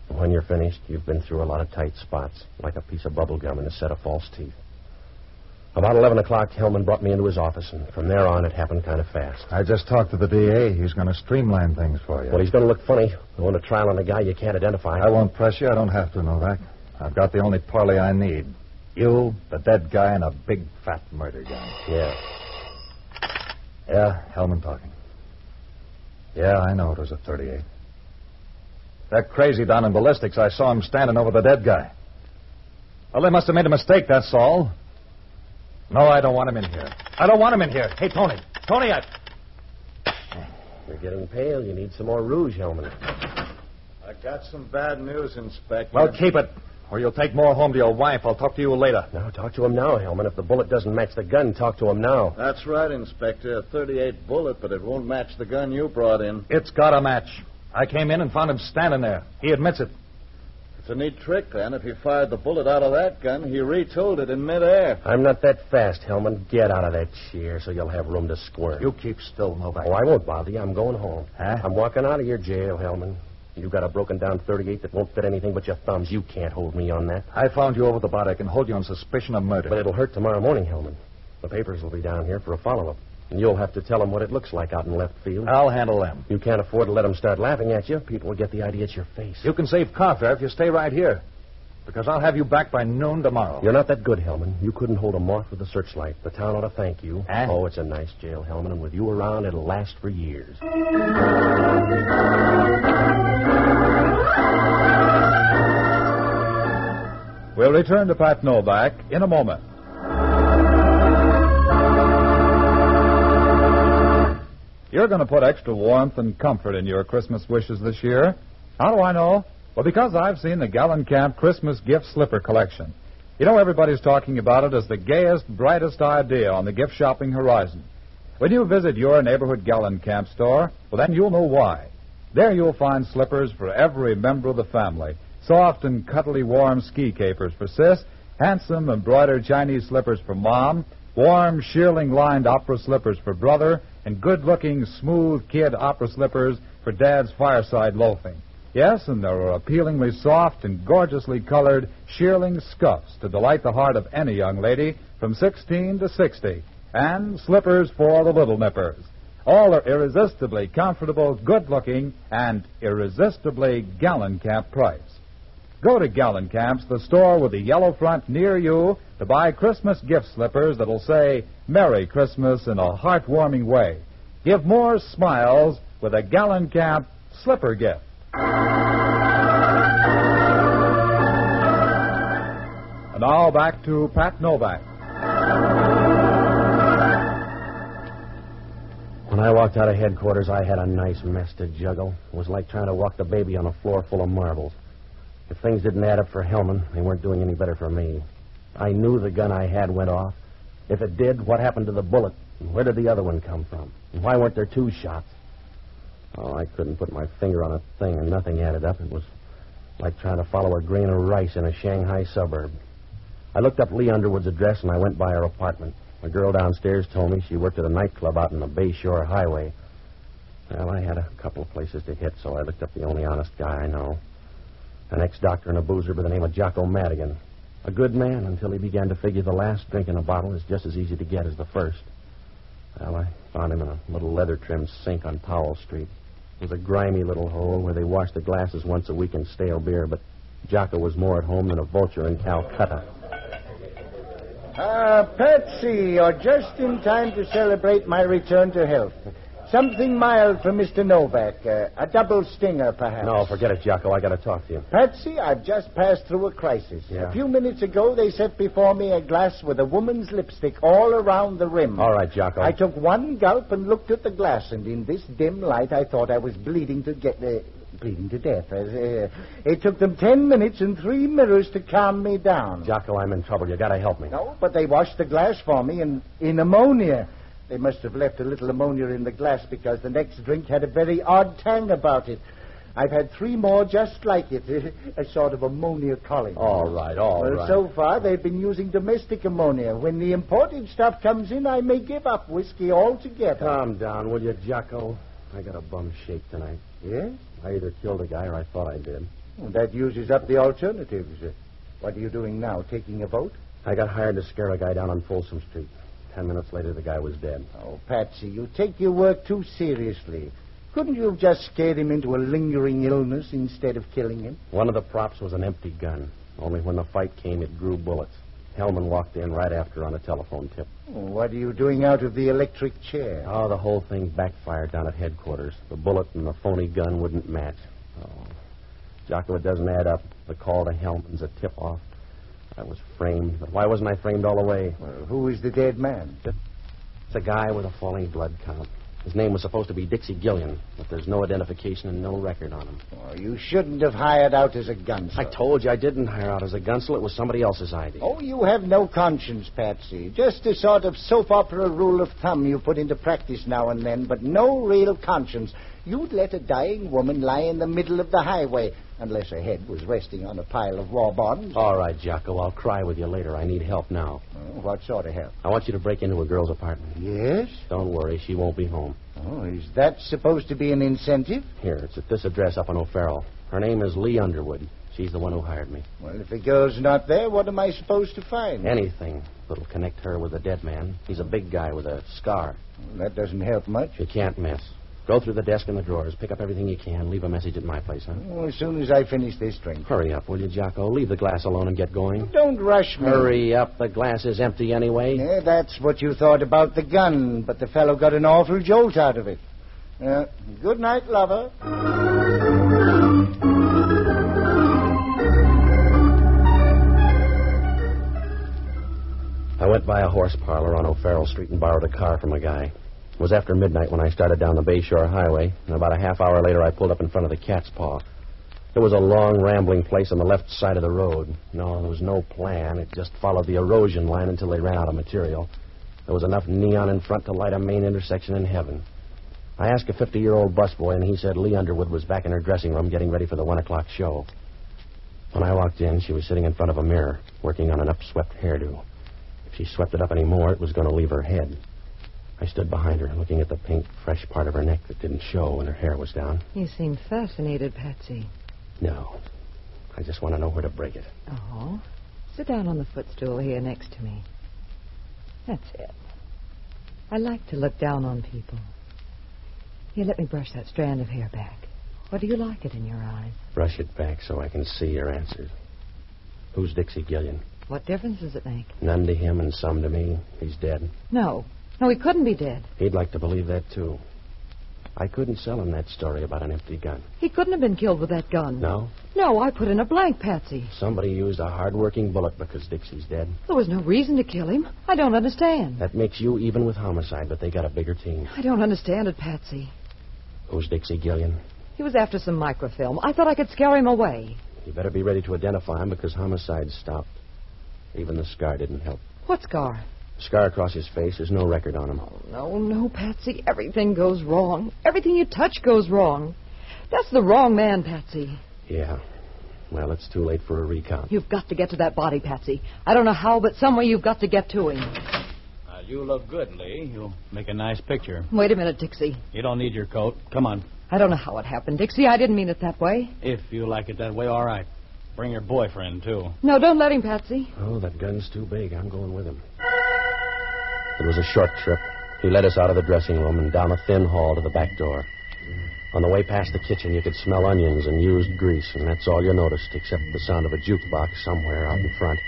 And when you're finished, you've been through a lot of tight spots, like a piece of bubble gum and a set of false teeth. About 11 o'clock, Hellman brought me into his office, and from there on, it happened kind of fast. I just talked to the DA. He's going to streamline things for you. Well, he's going to look funny going to trial on a guy you can't identify. I won't press you. I don't have to, Novak. I've got the only parley I need. You, the dead guy, and a big fat murder gun. Yeah. Yeah, Hellman talking. Yeah, I know it was a 38. That crazy down in ballistics, I saw him standing over the dead guy. Well, they must have made a mistake, that's all. No, I don't want him in here. I don't want him in here. Hey, Tony. Tony, I. You're getting pale. You need some more rouge, Hellman. I got some bad news, Inspector. Well, keep it, or you'll take more home to your wife. I'll talk to you later. Now, talk to him now, Hellman. If the bullet doesn't match the gun, talk to him now. That's right, Inspector. A 38 bullet, but it won't match the gun you brought in. It's got a match. I came in and found him standing there. He admits it. It's a neat trick, then. If he fired the bullet out of that gun, he retooled it in midair. I'm not that fast, Hellman. Get out of that chair so you'll have room to squirm. You keep still, Novak. Oh, I won't bother you. I'm going home. Huh? I'm walking out of your jail, Hellman. You got a broken down 38 that won't fit anything but your thumbs. You can't hold me on that. I found you over the body. I can hold you on suspicion of murder. But it'll hurt tomorrow morning, Hellman. The papers will be down here for a follow up. And you'll have to tell them what it looks like out in left field. I'll handle them. You can't afford to let them start laughing at you. People will get the idea it's your face. You can save carfare if you stay right here. Because I'll have you back by noon tomorrow. You're not that good, Hellman. You couldn't hold a moth with a searchlight. The town ought to thank you. Eh? Oh, it's a nice jail, Hellman, and with you around, it'll last for years. We'll return to Pat Novak in a moment. You're going to put extra warmth and comfort in your Christmas wishes this year. How do I know? Well, because I've seen the Gallon Camp Christmas gift slipper collection. You know, everybody's talking about it as the gayest, brightest idea on the gift shopping horizon. When you visit your neighborhood Gallon Camp store, well, then you'll know why. There you'll find slippers for every member of the family soft and cuddly warm ski capers for Sis, handsome embroidered Chinese slippers for Mom, warm shearling lined opera slippers for Brother, and good looking smooth kid opera slippers for Dad's fireside loafing. Yes, and there are appealingly soft and gorgeously colored shearling scuffs to delight the heart of any young lady from 16 to 60, and slippers for the little nippers. All are irresistibly comfortable, good looking, and irresistibly gallon cap price. Go to Gallon Camps, the store with the yellow front near you, to buy Christmas gift slippers that'll say Merry Christmas in a heartwarming way. Give more smiles with a Gallon Camp slipper gift. And now back to Pat Novak. When I walked out of headquarters, I had a nice mess to juggle. It was like trying to walk the baby on a floor full of marbles. If things didn't add up for Hellman, they weren't doing any better for me. I knew the gun I had went off. If it did, what happened to the bullet? And Where did the other one come from? And why weren't there two shots? Oh, I couldn't put my finger on a thing, and nothing added up. It was like trying to follow a grain of rice in a Shanghai suburb. I looked up Lee Underwood's address, and I went by her apartment. The girl downstairs told me she worked at a nightclub out in the Bayshore Highway. Well, I had a couple of places to hit, so I looked up the only honest guy I know an ex doctor and a boozer by the name of Jocko Madigan. A good man until he began to figure the last drink in a bottle is just as easy to get as the first. Well, I found him in a little leather trimmed sink on Powell Street. It was a grimy little hole where they washed the glasses once a week in stale beer, but Jocko was more at home than a vulture in Calcutta. Ah, Patsy, you're just in time to celebrate my return to health. Something mild for Mr. Novak. Uh, a double stinger, perhaps. No, oh, forget it, Jocko. I got to talk to you. Patsy, I've just passed through a crisis. Yeah. A few minutes ago, they set before me a glass with a woman's lipstick all around the rim. All right, Jocko. I took one gulp and looked at the glass, and in this dim light, I thought I was bleeding to get uh, bleeding to death. Uh, uh, it took them ten minutes and three mirrors to calm me down. Jocko, I'm in trouble. You got to help me. No, but they washed the glass for me in, in ammonia. They must have left a little ammonia in the glass because the next drink had a very odd tang about it. I've had three more just like it, [LAUGHS] a sort of ammonia calling. All right, all well, right. So far, they've been using domestic ammonia. When the imported stuff comes in, I may give up whiskey altogether. Calm down, will you, Jocko? I got a bum shake tonight. Yes? I either killed a guy or I thought I did. Oh, That uses up the alternatives. What are you doing now? Taking a vote? I got hired to scare a guy down on Folsom Street. Ten minutes later, the guy was dead. Oh, Patsy, you take your work too seriously. Couldn't you have just scared him into a lingering illness instead of killing him? One of the props was an empty gun. Only when the fight came, it grew bullets. Hellman walked in right after on a telephone tip. What are you doing out of the electric chair? Oh, the whole thing backfired down at headquarters. The bullet and the phony gun wouldn't match. Oh. Jocko, it doesn't add up. The call to Hellman's a tip off. I was framed, but why wasn't I framed all the way? Well, who is the dead man? It's a guy with a falling blood count. His name was supposed to be Dixie Gillian, but there's no identification and no record on him. Oh, you shouldn't have hired out as a gunslinger. I told you I didn't hire out as a gunsel. It was somebody else's idea. Oh, you have no conscience, Patsy. Just a sort of soap opera rule of thumb you put into practice now and then, but no real conscience. You'd let a dying woman lie in the middle of the highway unless her head was resting on a pile of war bonds. All right, Jocko. I'll cry with you later. I need help now. Oh, what sort of help? I want you to break into a girl's apartment. Yes? Don't worry. She won't be home. Oh, is that supposed to be an incentive? Here, it's at this address up on O'Farrell. Her name is Lee Underwood. She's the one who hired me. Well, if the girl's not there, what am I supposed to find? Anything that'll connect her with the dead man. He's a big guy with a scar. that doesn't help much. You can't miss. Go through the desk and the drawers. Pick up everything you can. Leave a message at my place, huh? Oh, as soon as I finish this drink. Hurry up, will you, Jocko? Leave the glass alone and get going. Don't rush me. Hurry up. The glass is empty anyway. Yeah, Eh, that's what you thought about the gun, but the fellow got an awful jolt out of it. Uh, good night, lover. I went by a horse parlor on O'Farrell Street and borrowed a car from a guy. It was after midnight when I started down the Bayshore Highway, and about a half hour later I pulled up in front of the Cat's Paw. It was a long, rambling place on the left side of the road. No, there was no plan. It just followed the erosion line until they ran out of material. There was enough neon in front to light a main intersection in heaven. I asked a 50 year old busboy, and he said Lee Underwood was back in her dressing room getting ready for the 1 o'clock show. When I walked in, she was sitting in front of a mirror, working on an upswept hairdo. If she swept it up any more, it was going to leave her head. I stood behind her, looking at the pink, fresh part of her neck that didn't show when her hair was down. You seem fascinated, Patsy. No. I just want to know where to break it. Oh. Sit down on the footstool here next to me. That's it. I like to look down on people. Here, let me brush that strand of hair back. Or do you like it in your eyes? Brush it back so I can see your answers. Who's Dixie Gillian? What difference does it make? None to him and some to me. He's dead. No. No, he couldn't be dead. He'd like to believe that, too. I couldn't sell him that story about an empty gun. He couldn't have been killed with that gun. No? No, I put in a blank, Patsy. Somebody used a hard-working bullet because Dixie's dead. There was no reason to kill him. I don't understand. That makes you even with homicide, but they got a bigger team. I don't understand it, Patsy. Who's Dixie Gillian? He was after some microfilm. I thought I could scare him away. You better be ready to identify him because homicide stopped. Even the scar didn't help. What scar? Scar across his face. There's no record on him. No, no, Patsy. Everything goes wrong. Everything you touch goes wrong. That's the wrong man, Patsy. Yeah. Well, it's too late for a recount. You've got to get to that body, Patsy. I don't know how, but some way you've got to get to him. Uh, you look good, Lee. You make a nice picture. Wait a minute, Dixie. You don't need your coat. Come on. I don't know how it happened, Dixie. I didn't mean it that way. If you like it that way, all right. Bring your boyfriend, too. No, don't let him, Patsy. Oh, that gun's too big. I'm going with him. It was a short trip. He led us out of the dressing room and down a thin hall to the back door. On the way past the kitchen, you could smell onions and used grease, and that's all you noticed, except the sound of a jukebox somewhere out in front,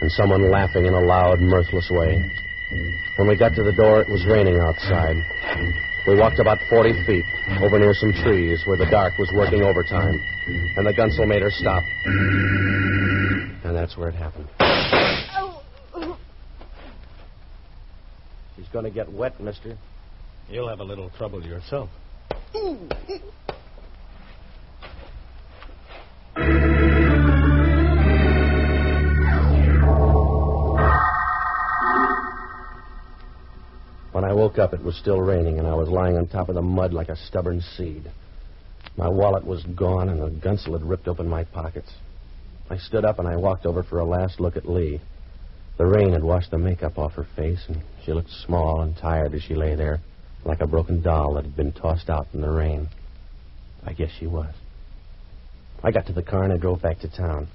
and someone laughing in a loud, mirthless way. When we got to the door, it was raining outside. We walked about 40 feet, over near some trees, where the dark was working overtime, and the gunsel made her stop. And that's where it happened. She's going to get wet, mister. You'll have a little trouble yourself. When I woke up, it was still raining, and I was lying on top of the mud like a stubborn seed. My wallet was gone, and the gunsel had ripped open my pockets. I stood up and I walked over for a last look at Lee. The rain had washed the makeup off her face, and she looked small and tired as she lay there, like a broken doll that had been tossed out in the rain. I guess she was. I got to the car and I drove back to town.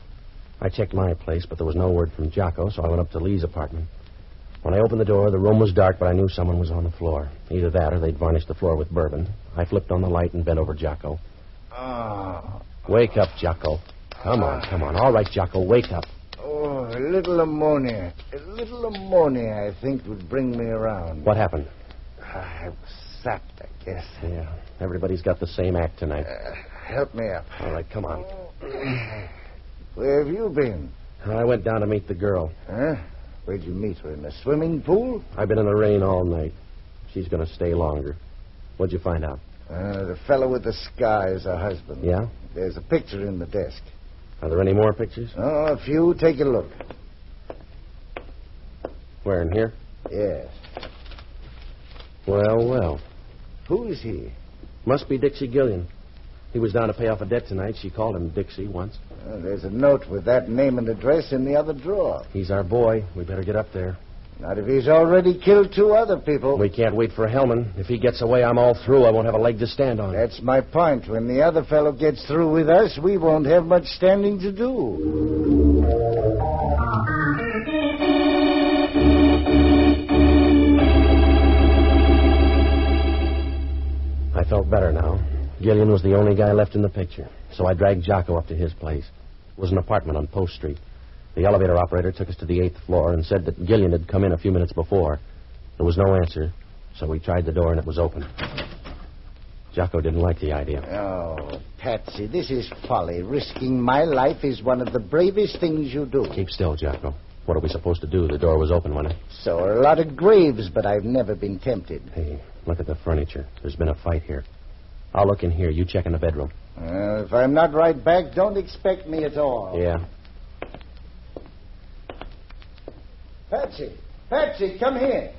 I checked my place, but there was no word from Jocko, so I went up to Lee's apartment. When I opened the door, the room was dark, but I knew someone was on the floor. Either that or they'd varnished the floor with bourbon. I flipped on the light and bent over Jocko. Ah, Wake up, Jocko. Come on, come on. All right, Jocko, wake up. oh, a little ammonia. A little ammonia, I think, would bring me around. What happened? I was sapped, I guess. Uh. Yeah, everybody's got the same act tonight. Help me up. All right, come on. Where have you been? I went down to meet the girl. Huh? Where'd you meet her? In the swimming pool? I've been in the rain all night. She's going to stay longer. What'd you find out? Uh, the fellow with the scar is her husband. Yeah? There's a picture in the desk. Are there any more pictures? Oh, if you take a look. Where, in here? Yes. Well, well. Who is he? Must be Dixie Gillian. He was down to pay off a debt tonight. She called him Dixie once. ah, Uh, there's a note with that name and address in the other drawer. He's our boy. We better get up there. Not if he's already killed two other people. We can't wait for Hellman. If he gets away, I'm all through. I won't have a leg to stand on. That's my point. When the other fellow gets through with us, we won't have much standing to do. I felt better now. Gillian was the only guy left in the picture, so I dragged Jocko up to his place. It was an apartment on Post Street. The elevator operator took us to the eighth floor and said that Gillian had come in a few minutes before. There was no answer, so we tried the door and it was open. Jocko didn't like the idea. Oh, Patsy, this is folly. Risking my life is one of the bravest things you do. Keep still, Jocko. What are we supposed to do? The door was open when I. So are a lot of graves, but I've never been tempted. Hey, look at the furniture. There's been a fight here. I'll look in here. You check in the bedroom. Uh, if I'm not right back, don't expect me at all. Yeah. Patsy, Patsy, come here.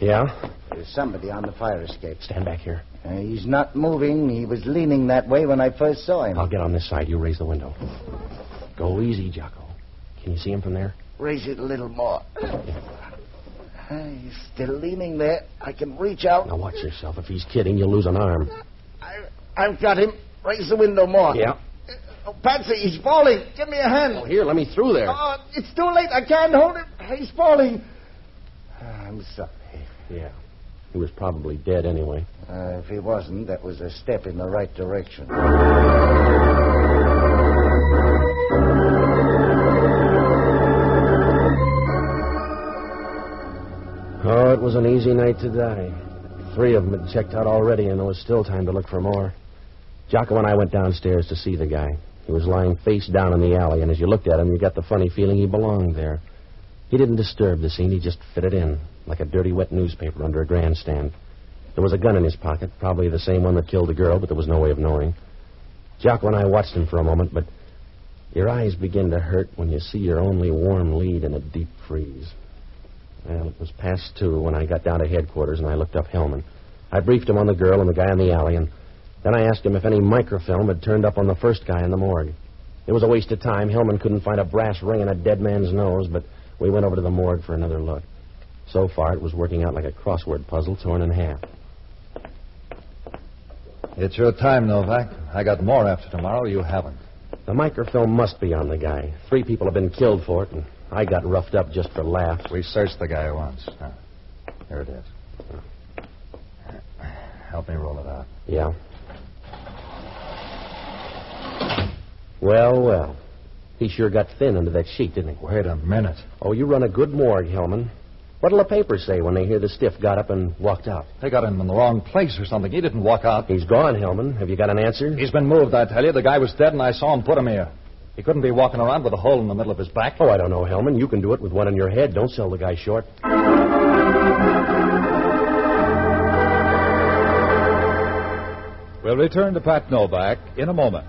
Yeah? There's somebody on the fire escape. Stand back here. Uh, he's not moving. He was leaning that way when I first saw him. I'll get on this side. You raise the window. Go easy, Jocko. Can you see him from there? Raise it a little more. Uh, He's still leaning there. I can reach out. Now watch yourself. If he's kidding, you'll lose an arm. I've got him. Raise the window more. Yeah. Oh, Patsy, he's falling. Give me a hand. Oh, here, let me through there. Oh, it's too late. I can't hold him. He's falling. I'm sorry. Yeah. He was probably dead anyway. Uh, if he wasn't, that was a step in the right direction. Oh, it was an easy night to die. Three of them had checked out already, and there was still time to look for more. Jocko and I went downstairs to see the guy. He was lying face down in the alley, and as you looked at him, you got the funny feeling he belonged there. He didn't disturb the scene, he just fitted in, like a dirty, wet newspaper under a grandstand. There was a gun in his pocket, probably the same one that killed the girl, but there was no way of knowing. Jocko and I watched him for a moment, but your eyes begin to hurt when you see your only warm lead in a deep freeze. Well, it was past two when I got down to headquarters and I looked up Hellman. I briefed him on the girl and the guy in the alley, and then I asked him if any microfilm had turned up on the first guy in the morgue. It was a waste of time. Hellman couldn't find a brass ring in a dead man's nose, but we went over to the morgue for another look. So far, it was working out like a crossword puzzle torn in half. It's your time, Novak. I got more after tomorrow. You haven't. The microfilm must be on the guy. Three people have been killed for it, and I got roughed up just for laughs. We searched the guy once. Huh. Here it is. Help me roll it out. Yeah. Well, well. He sure got thin under that sheet, didn't he? Wait a minute. Oh, you run a good morgue, Hellman. What'll the papers say when they hear the stiff got up and walked out? They got him in the wrong place or something. He didn't walk out. He's gone, Hellman. Have you got an answer? He's been moved, I tell you. The guy was dead, and I saw him put him here. He couldn't be walking around with a hole in the middle of his back. Oh, I don't know, Hellman. You can do it with one in your head. Don't sell the guy short. We'll return to Pat Novak in a moment.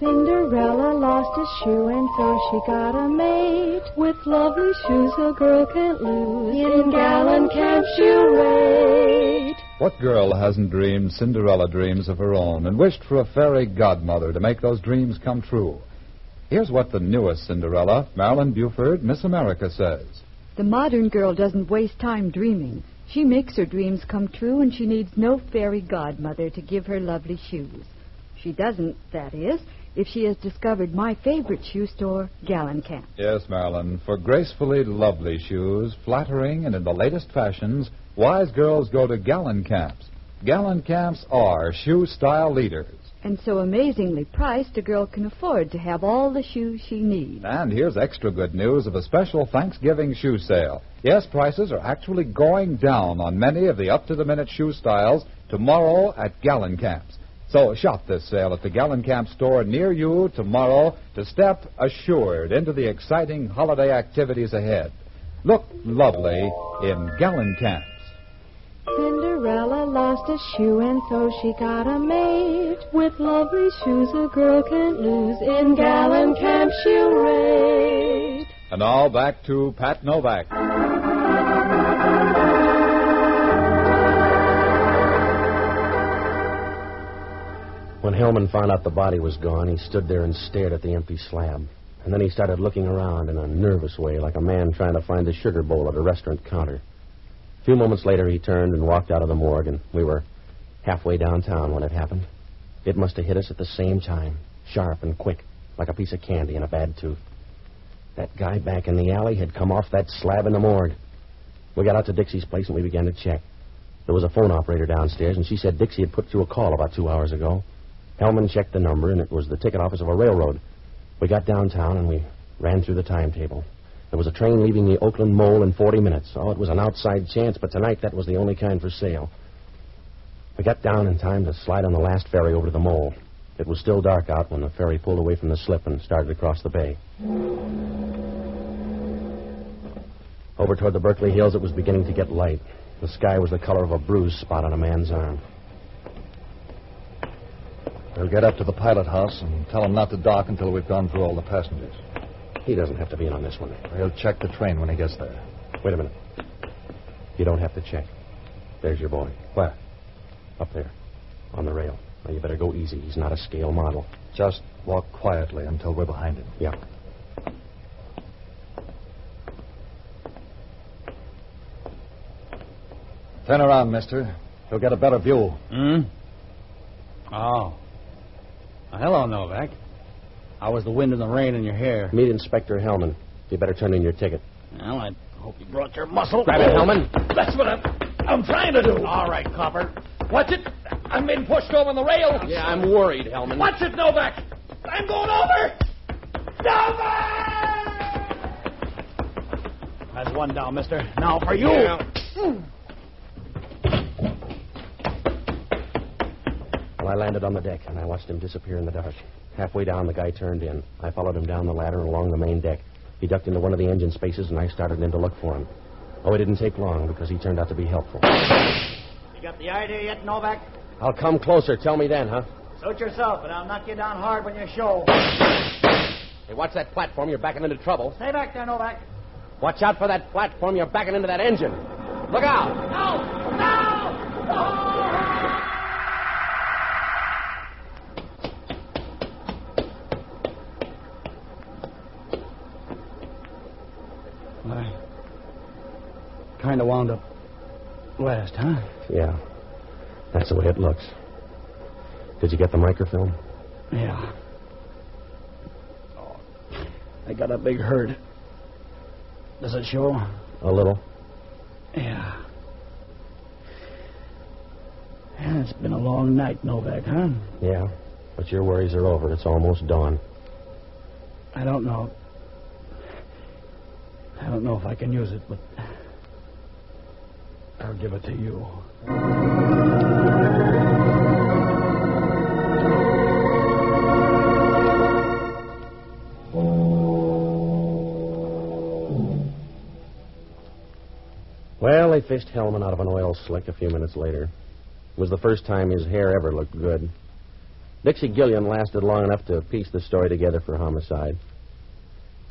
Cinderella lost a shoe and so she got a maid. With lovely shoes a girl can't lose. In Gallon Camp she'll wait. What girl hasn't dreamed Cinderella dreams of her own and wished for a fairy godmother to make those dreams come true? Here's what the newest Cinderella, Marilyn Buford, Miss America, says. The modern girl doesn't waste time dreaming. She makes her dreams come true, and she needs no fairy godmother to give her lovely shoes. She doesn't, that is, if she has discovered my favorite shoe store, Gallencamp. Yes, Marilyn, for gracefully lovely shoes, flattering and in the latest fashions, wise girls go to gallon camps. Gallon camps are shoe style leaders. And so amazingly priced, a girl can afford to have all the shoes she needs. And here's extra good news of a special Thanksgiving shoe sale. Yes, prices are actually going down on many of the up to the minute shoe styles tomorrow at gallon camps. So shop this sale at the Gallon Camp store near you tomorrow to step assured into the exciting holiday activities ahead. Look lovely in Gallon Camps. Cinderella lost a shoe and so she got a maid. With lovely shoes a girl can't lose. In Gallon Camp she'll raid. And now back to Pat Novak. When Hillman found out the body was gone, he stood there and stared at the empty slab. And then he started looking around in a nervous way, like a man trying to find a sugar bowl at a restaurant counter. A few moments later, he turned and walked out of the morgue, and we were halfway downtown when it happened. It must have hit us at the same time, sharp and quick, like a piece of candy in a bad tooth. That guy back in the alley had come off that slab in the morgue. We got out to Dixie's place and we began to check. There was a phone operator downstairs, and she said Dixie had put through a call about two hours ago. Hellman checked the number, and it was the ticket office of a railroad. We got downtown and we ran through the timetable. There was a train leaving the Oakland Mole in 40 minutes. Oh, it was an outside chance, but tonight that was the only kind for sale. We got down in time to slide on the last ferry over to the mole. It was still dark out when the ferry pulled away from the slip and started across the bay. Over toward the Berkeley Hills, it was beginning to get light. The sky was the color of a bruise spot on a man's arm. We'll get up to the pilot house and tell him not to dock until we've gone through all the passengers. He doesn't have to be in on this one. He'll check the train when he gets there. Wait a minute. You don't have to check. There's your boy. Where? Up there. On the rail. Now, you better go easy. He's not a scale model. Just walk quietly until we're behind him. Yeah. Turn around, mister. You'll get a better view. Hmm? Oh. Well, hello, Novak. How was the wind and the rain in your hair? Meet Inspector Hellman. You better turn in your ticket. Well, I hope you brought your muscle. Grab it, Hellman. That's what I'm, I'm trying to do. All right, copper. What's it? I'm being pushed over the rail. Yeah, I'm worried, Hellman. What's it, Novak? I'm going over. Novak! That's one down, mister. Now for you. Yeah. Well, I landed on the deck, and I watched him disappear in the dark. Halfway down, the guy turned in. I followed him down the ladder and along the main deck. He ducked into one of the engine spaces, and I started in to look for him. Oh, it didn't take long because he turned out to be helpful. You got the idea yet, Novak? I'll come closer. Tell me then, huh? Suit yourself, and I'll knock you down hard when you show. Hey, watch that platform. You're backing into trouble. Stay back there, Novak. Watch out for that platform. You're backing into that engine. Look out. No! No! I kind of wound up last, huh? Yeah. That's the way it looks. Did you get the microfilm? Yeah. Oh, I got a big hurt. Does it show? A little. Yeah. Yeah, It's been a long night, Novak, huh? Yeah. But your worries are over. It's almost dawn. I don't know. I don't know if I can use it, but I'll give it to you. Well, they fished Hellman out of an oil slick a few minutes later. It was the first time his hair ever looked good. Dixie Gilliam lasted long enough to piece the story together for homicide.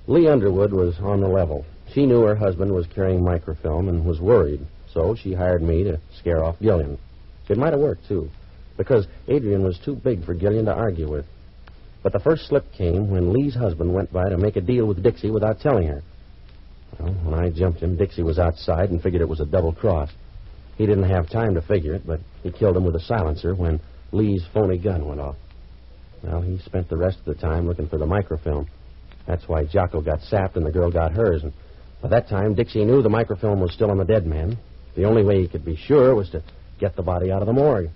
Lee Underwood was on the level. She knew her husband was carrying microfilm and was worried, so she hired me to scare off Gillian. It might have worked, too, because Adrian was too big for Gillian to argue with. But the first slip came when Lee's husband went by to make a deal with Dixie without telling her. Well, when I jumped him, Dixie was outside and figured it was a double cross. He didn't have time to figure it, but he killed him with a silencer when Lee's phony gun went off. Well, he spent the rest of the time looking for the microfilm. That's why Jocko got sapped and the girl got hers. And by that time, Dixie knew the microfilm was still on the dead man. The only way he could be sure was to get the body out of the morgue.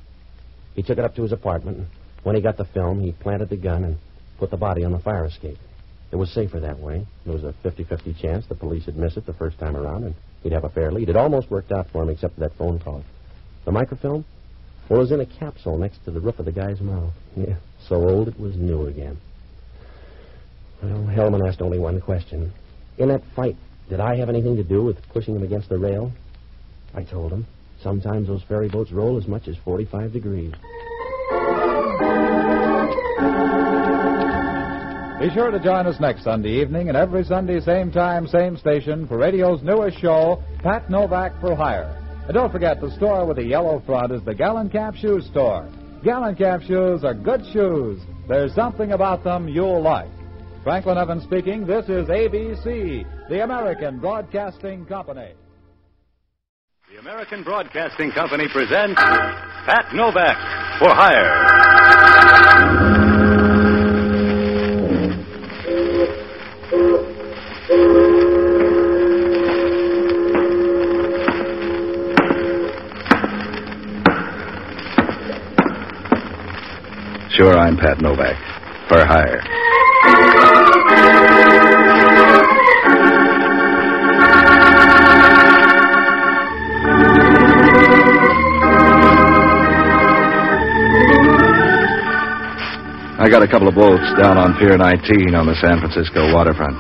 He took it up to his apartment. And when he got the film, he planted the gun and put the body on the fire escape. It was safer that way. There was a 50 50 chance the police would miss it the first time around, and he'd have a fair lead. It almost worked out for him, except for that phone call. The microfilm? Well, it was in a capsule next to the roof of the guy's mouth. Yeah, so old it was new again. Well, Hellman asked only one question. In that fight, did I have anything to do with pushing him against the rail? I told him. Sometimes those ferry boats roll as much as 45 degrees. Be sure to join us next Sunday evening and every Sunday, same time, same station, for radio's newest show, Pat Novak for Hire. And don't forget, the store with the yellow front is the Gallon Cap Shoe Store. Gallencamp shoes are good shoes. There's something about them you'll like. Franklin Evans speaking. This is ABC, the American Broadcasting Company. The American Broadcasting Company presents Pat Novak for Hire. Sure, I'm Pat Novak for Hire. I got a couple of boats down on Pier 19 on the San Francisco waterfront.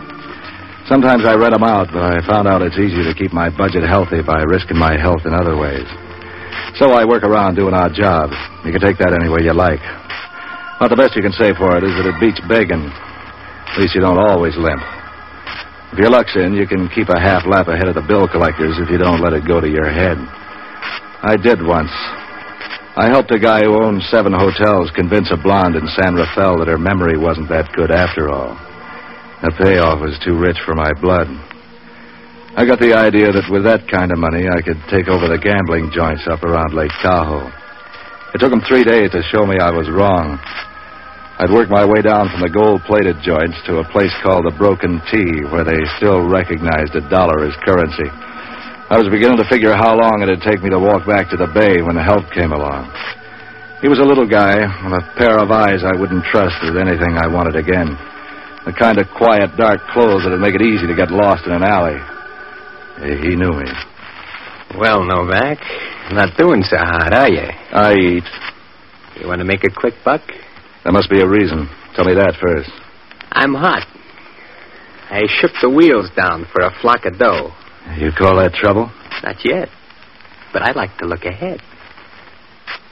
Sometimes I rent 'em out, but I found out it's easier to keep my budget healthy by risking my health in other ways. So I work around doing odd jobs. You can take that any way you like. About the best you can say for it is that it beats begging. At least you don't always limp. If your luck's in, you can keep a half lap ahead of the bill collectors if you don't let it go to your head. I did once. I helped a guy who owned seven hotels convince a blonde in San Rafael that her memory wasn't that good after all. The payoff was too rich for my blood. I got the idea that with that kind of money, I could take over the gambling joints up around Lake Tahoe. It took 'em three days to show me I was wrong. I'd worked my way down from the gold plated joints to a place called the Broken Tea, where they still recognized a dollar as currency. I was beginning to figure how long it'd take me to walk back to the bay when the help came along. He was a little guy with a pair of eyes I wouldn't trust with anything I wanted again. The kind of quiet, dark clothes that'd make it easy to get lost in an alley. He knew me. Well, Novak, not doing so hot, are you? I eat. You want to make a quick buck? There must be a reason. Tell me that first. I'm hot. I shipped the wheels down for a flock of dough. You call that trouble? Not yet. But I like to look ahead.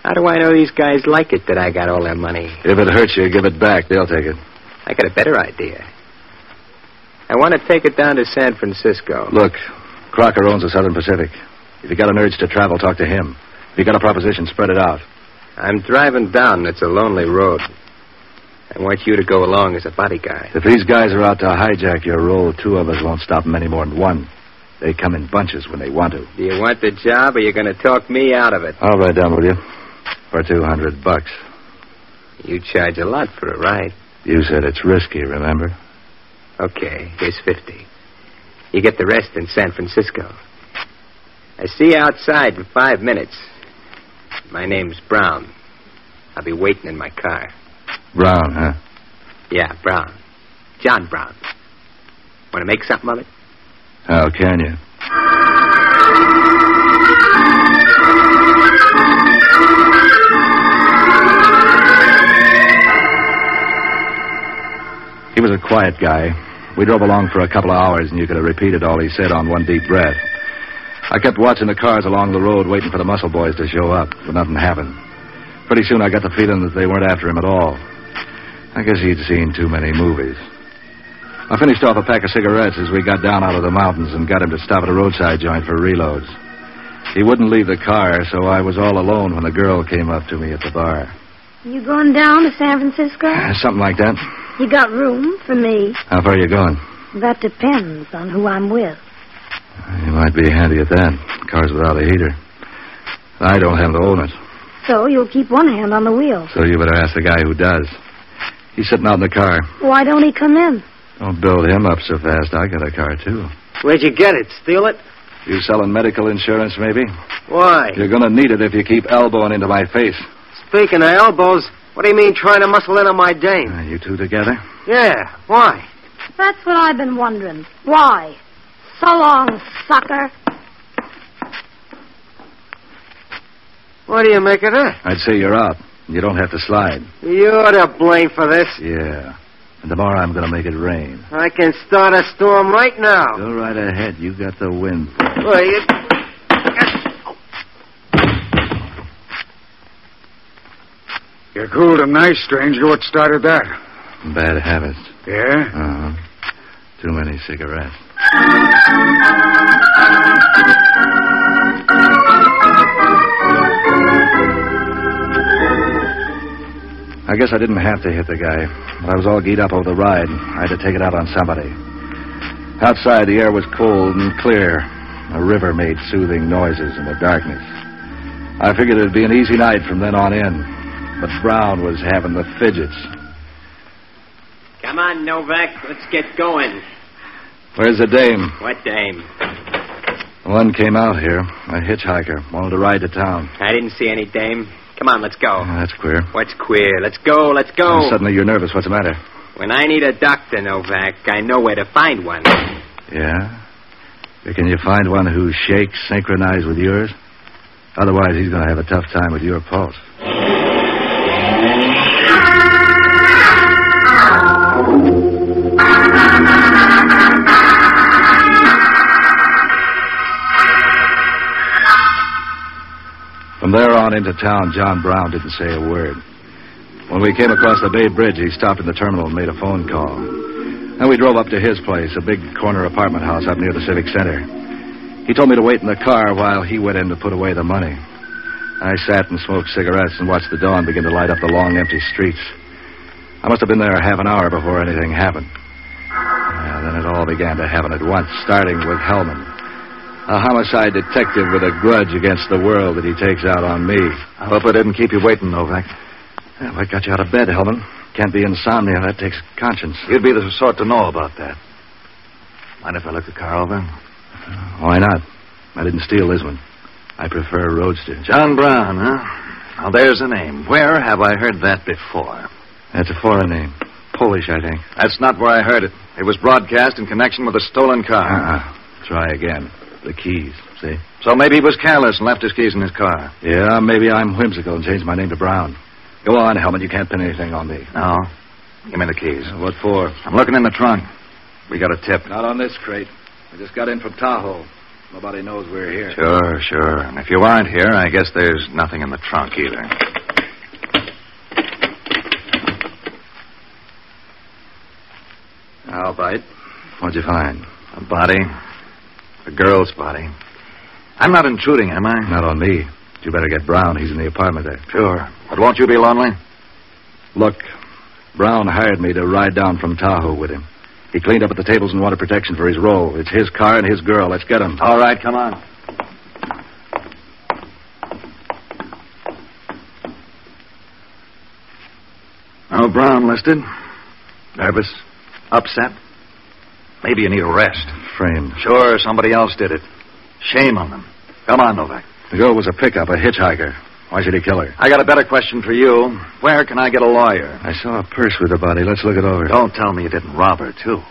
How do I know these guys like it that I got all their money? If it hurts you, give it back. They'll take it. I got a better idea. I want to take it down to San Francisco. Look, Crocker owns the Southern Pacific. If you got an urge to travel, talk to him. If you got a proposition, spread it out. I'm driving down. It's a lonely road. I want you to go along as a bodyguard. If these guys are out to hijack your road, two of us won't stop them any more than one. They come in bunches when they want to. Do you want the job, or you going to talk me out of it? I'll ride down with you for two hundred bucks. You charge a lot for a ride. You said it's risky, remember? Okay, here's fifty. You get the rest in San Francisco. I see you outside in five minutes. My name's Brown. I'll be waiting in my car. Brown, huh? Yeah, Brown. John Brown. Want to make something of it? How can you? He was a quiet guy. We drove along for a couple of hours, and you could have repeated all he said on one deep breath. I kept watching the cars along the road, waiting for the muscle boys to show up, but nothing happened. Pretty soon I got the feeling that they weren't after him at all. I guess he'd seen too many movies. I finished off a pack of cigarettes as we got down out of the mountains and got him to stop at a roadside joint for reloads. He wouldn't leave the car, so I was all alone when the girl came up to me at the bar. Uh, You going down to San Francisco? Something like that. You got room for me? How far are you going? That depends on who I'm with. You might be handy at that. Car's without a heater. I don't have to own it, So you'll keep one hand on the wheel. so you better ask the guy who does. He's sitting out in the car. Why don't he come in? Don't build him up so fast. I got a car, too. Where'd you get it? Steal it? You selling medical insurance, maybe? Why? You're going to need it if you keep elbowing into my face. Speaking of elbows, what do you mean trying to muscle in on my dame? Are you two together? Yeah, why? That's what I've been wondering. Why? So long, sucker. What do you make of that? I'd say you're out. You don't have to slide. You're to blame for this. Yeah. And tomorrow I'm going to make it rain. I can start a storm right now. Go right ahead. You got the wind. Well, you... You're cool and nice, stranger. What started that? Bad habits. Yeah? Uh huh. Too many cigarettes. I guess I didn't have to hit the guy, but I was all geared up over the ride. I had to take it out on somebody. Outside, the air was cold and clear. The river made soothing noises in the darkness. I figured it'd be an easy night from then on in, but Brown was having the fidgets. Come on, Novak. Let's get going. Where's the dame? What dame? One came out here, a hitchhiker, wanted to ride to town. I didn't see any dame. Come on, let's go. Oh, that's queer. What's queer? Let's go, let's go. And suddenly you're nervous. What's the matter? When I need a doctor, Novak, I know where to find one. Yeah? But can you find one who shakes synchronized with yours? Otherwise, he's going to have a tough time with your pulse. From there on into town, John Brown didn't say a word. When we came across the Bay Bridge, he stopped in the terminal and made a phone call. Then we drove up to his place, a big corner apartment house up near the Civic Center. He told me to wait in the car while he went in to put away the money. I sat and smoked cigarettes and watched the dawn begin to light up the long, empty streets. I must have been there half an hour before anything happened. And then it all began to happen at once, starting with Hellman. A homicide detective with a grudge against the world that he takes out on me. I hope I didn't keep you waiting, Novak. Yeah, what got you out of bed, Hellman? Can't be insomnia. That takes conscience. You'd be the sort to know about that. Mind if I look the car over? Why not? I didn't steal this one. I prefer roadster. John Brown, huh? Now, there's a name. Where have I heard that before? That's a foreign name. Polish, I think. That's not where I heard it. It was broadcast in connection with a stolen car. Uh-uh. Try again the keys, see? So maybe he was careless and left his keys in his car. Yeah, maybe I'm whimsical and changed my name to Brown. Go on, Helmut. You can't pin anything on me. No. Give me the keys. Uh, what for? I'm looking in the trunk. We got a tip. Not on this crate. I just got in from Tahoe. Nobody knows we're here. Sure, sure. And if you aren't here, I guess there's nothing in the trunk either. I'll bite. What'd you find? A body, a girl's body. I'm not intruding, am I? Not on me. You better get Brown. He's in the apartment there. Sure. But won't you be lonely? Look, Brown hired me to ride down from Tahoe with him. He cleaned up at the tables and wanted protection for his role. It's his car and his girl. Let's get him. All right, come on. No Brown listed. Nervous? Upset? Maybe you need a rest. Framed. Sure, somebody else did it. Shame on them. Come on, Novak. The girl was a pickup, a hitchhiker. Why should he kill her? I got a better question for you. Where can I get a lawyer? I saw a purse with the body. Let's look it over. Don't tell me you didn't rob her, too.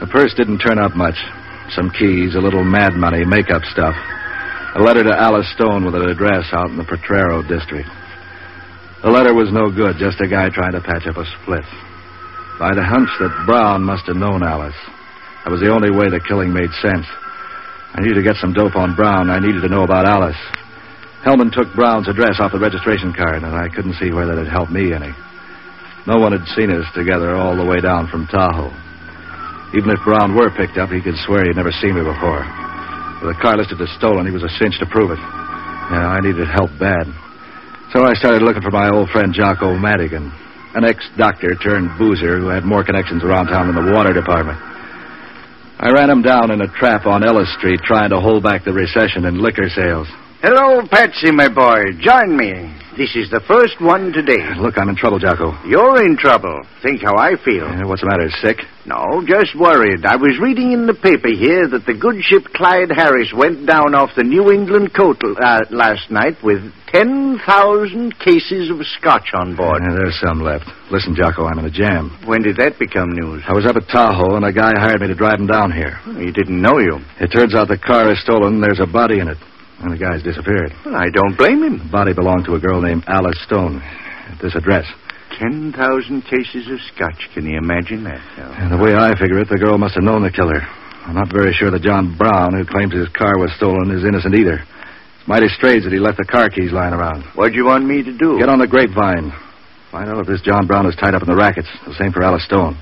The purse didn't turn up much. Some keys, a little mad money, make-up stuff. A letter to Alice Stone with an address out in the Potrero district. The letter was no good, just a guy trying to patch up a split. By the hunch that Brown must have known Alice. That was the only way the killing made sense. I needed to get some dope on Brown. I needed to know about Alice. Hellman took Brown's address off the registration card, and I couldn't see whether it helped me any. No one had seen us together all the way down from Tahoe. Even if Brown were picked up, he could swear he'd never seen me before. With the car listed as stolen, he was a cinch to prove it. Yeah, I needed help bad. So I started looking for my old friend Jocko Madigan, an ex-doctor turned boozer who had more connections around town than the water department. I ran him down in a trap on Ellis Street trying to hold back the recession in liquor sales. Hello, Patsy, my boy. Join me. This is the first one today. Look, I'm in trouble, Jocko. You're in trouble. Think how I feel. Yeah, what's the matter? Sick? No, just worried. I was reading in the paper here that the good ship Clyde Harris went down off the New England coast uh, last night with 10,000 cases of scotch on board. Yeah, there's some left. Listen, Jocko, I'm in a jam. When did that become news? I was up at Tahoe, and a guy hired me to drive him down here. Well, he didn't know you. It turns out the car is stolen, there's a body in it. And the guy's disappeared. Well, I don't blame him. The body belonged to a girl named Alice Stone at this address. 10,000 cases of scotch. Can you imagine that? Though? And the way I figure it, the girl must have known the killer. I'm not very sure that John Brown, who claims his car was stolen, is innocent either. It's mighty strange that he left the car keys lying around. What'd you want me to do? Get on the grapevine. Find out if this John Brown is tied up in the rackets. The same for Alice Stone.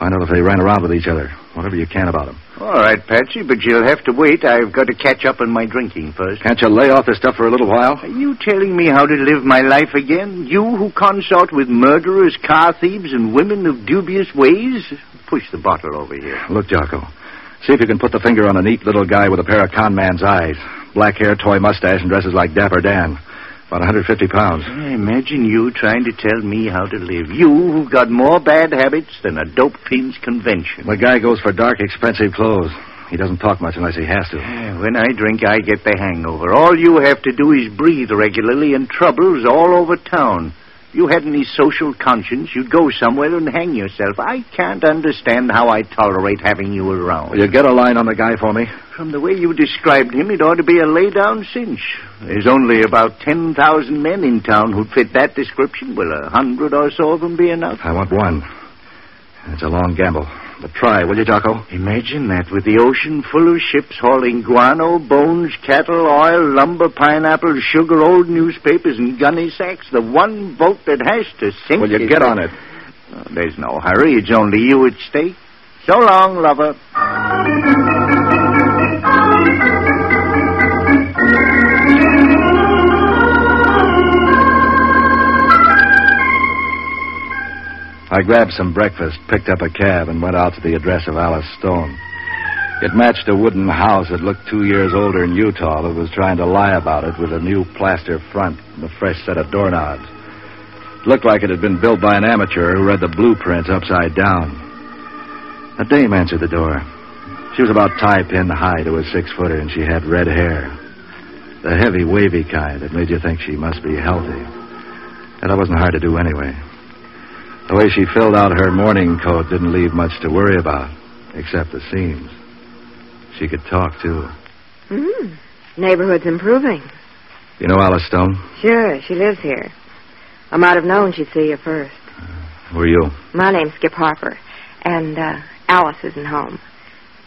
Find out if they ran around with each other. Whatever you can about them. All right, Patsy, but you'll have to wait. I've got to catch up on my drinking first. Can't you lay off this stuff for a little while? Are you telling me how to live my life again? You who consort with murderers, car thieves, and women of dubious ways? Push the bottle over here. Look, Jocko. See if you can put the finger on a neat little guy with a pair of con man's eyes. Black hair, toy mustache, and dresses like Dapper Dan. About 150 pounds. I imagine you trying to tell me how to live. You who've got more bad habits than a dope fiend's convention. The guy goes for dark, expensive clothes. He doesn't talk much unless he has to. Yeah, when I drink, I get the hangover. All you have to do is breathe regularly, and trouble's all over town. If you had any social conscience, you'd go somewhere and hang yourself. I can't understand how I tolerate having you around. Will you get a line on the guy for me? From the way you described him, it ought to be a lay down cinch. There's only about 10,000 men in town who'd fit that description. Will a hundred or so of them be enough? I want one. It's a long gamble. But try, will you, Jocko? Imagine that, with the ocean full of ships hauling guano, bones, cattle, oil, lumber, pineapple, sugar, old newspapers, and gunny sacks. The one boat that has to sink. Will you get on it? Oh, there's no hurry. It's only you at stake. So long, lover. I grabbed some breakfast, picked up a cab, and went out to the address of Alice Stone. It matched a wooden house that looked two years older in Utah that was trying to lie about it with a new plaster front and a fresh set of doorknobs. It looked like it had been built by an amateur who read the blueprints upside down. A dame answered the door. She was about tie pin high to a six footer, and she had red hair. The heavy, wavy kind that made you think she must be healthy. And that wasn't hard to do anyway. The way she filled out her morning coat didn't leave much to worry about, except the seams. She could talk, too. Hmm. Neighborhood's improving. You know Alice Stone? Sure, she lives here. I might have known she'd see you first. Who are you? My name's Skip Harper, and uh, Alice isn't home.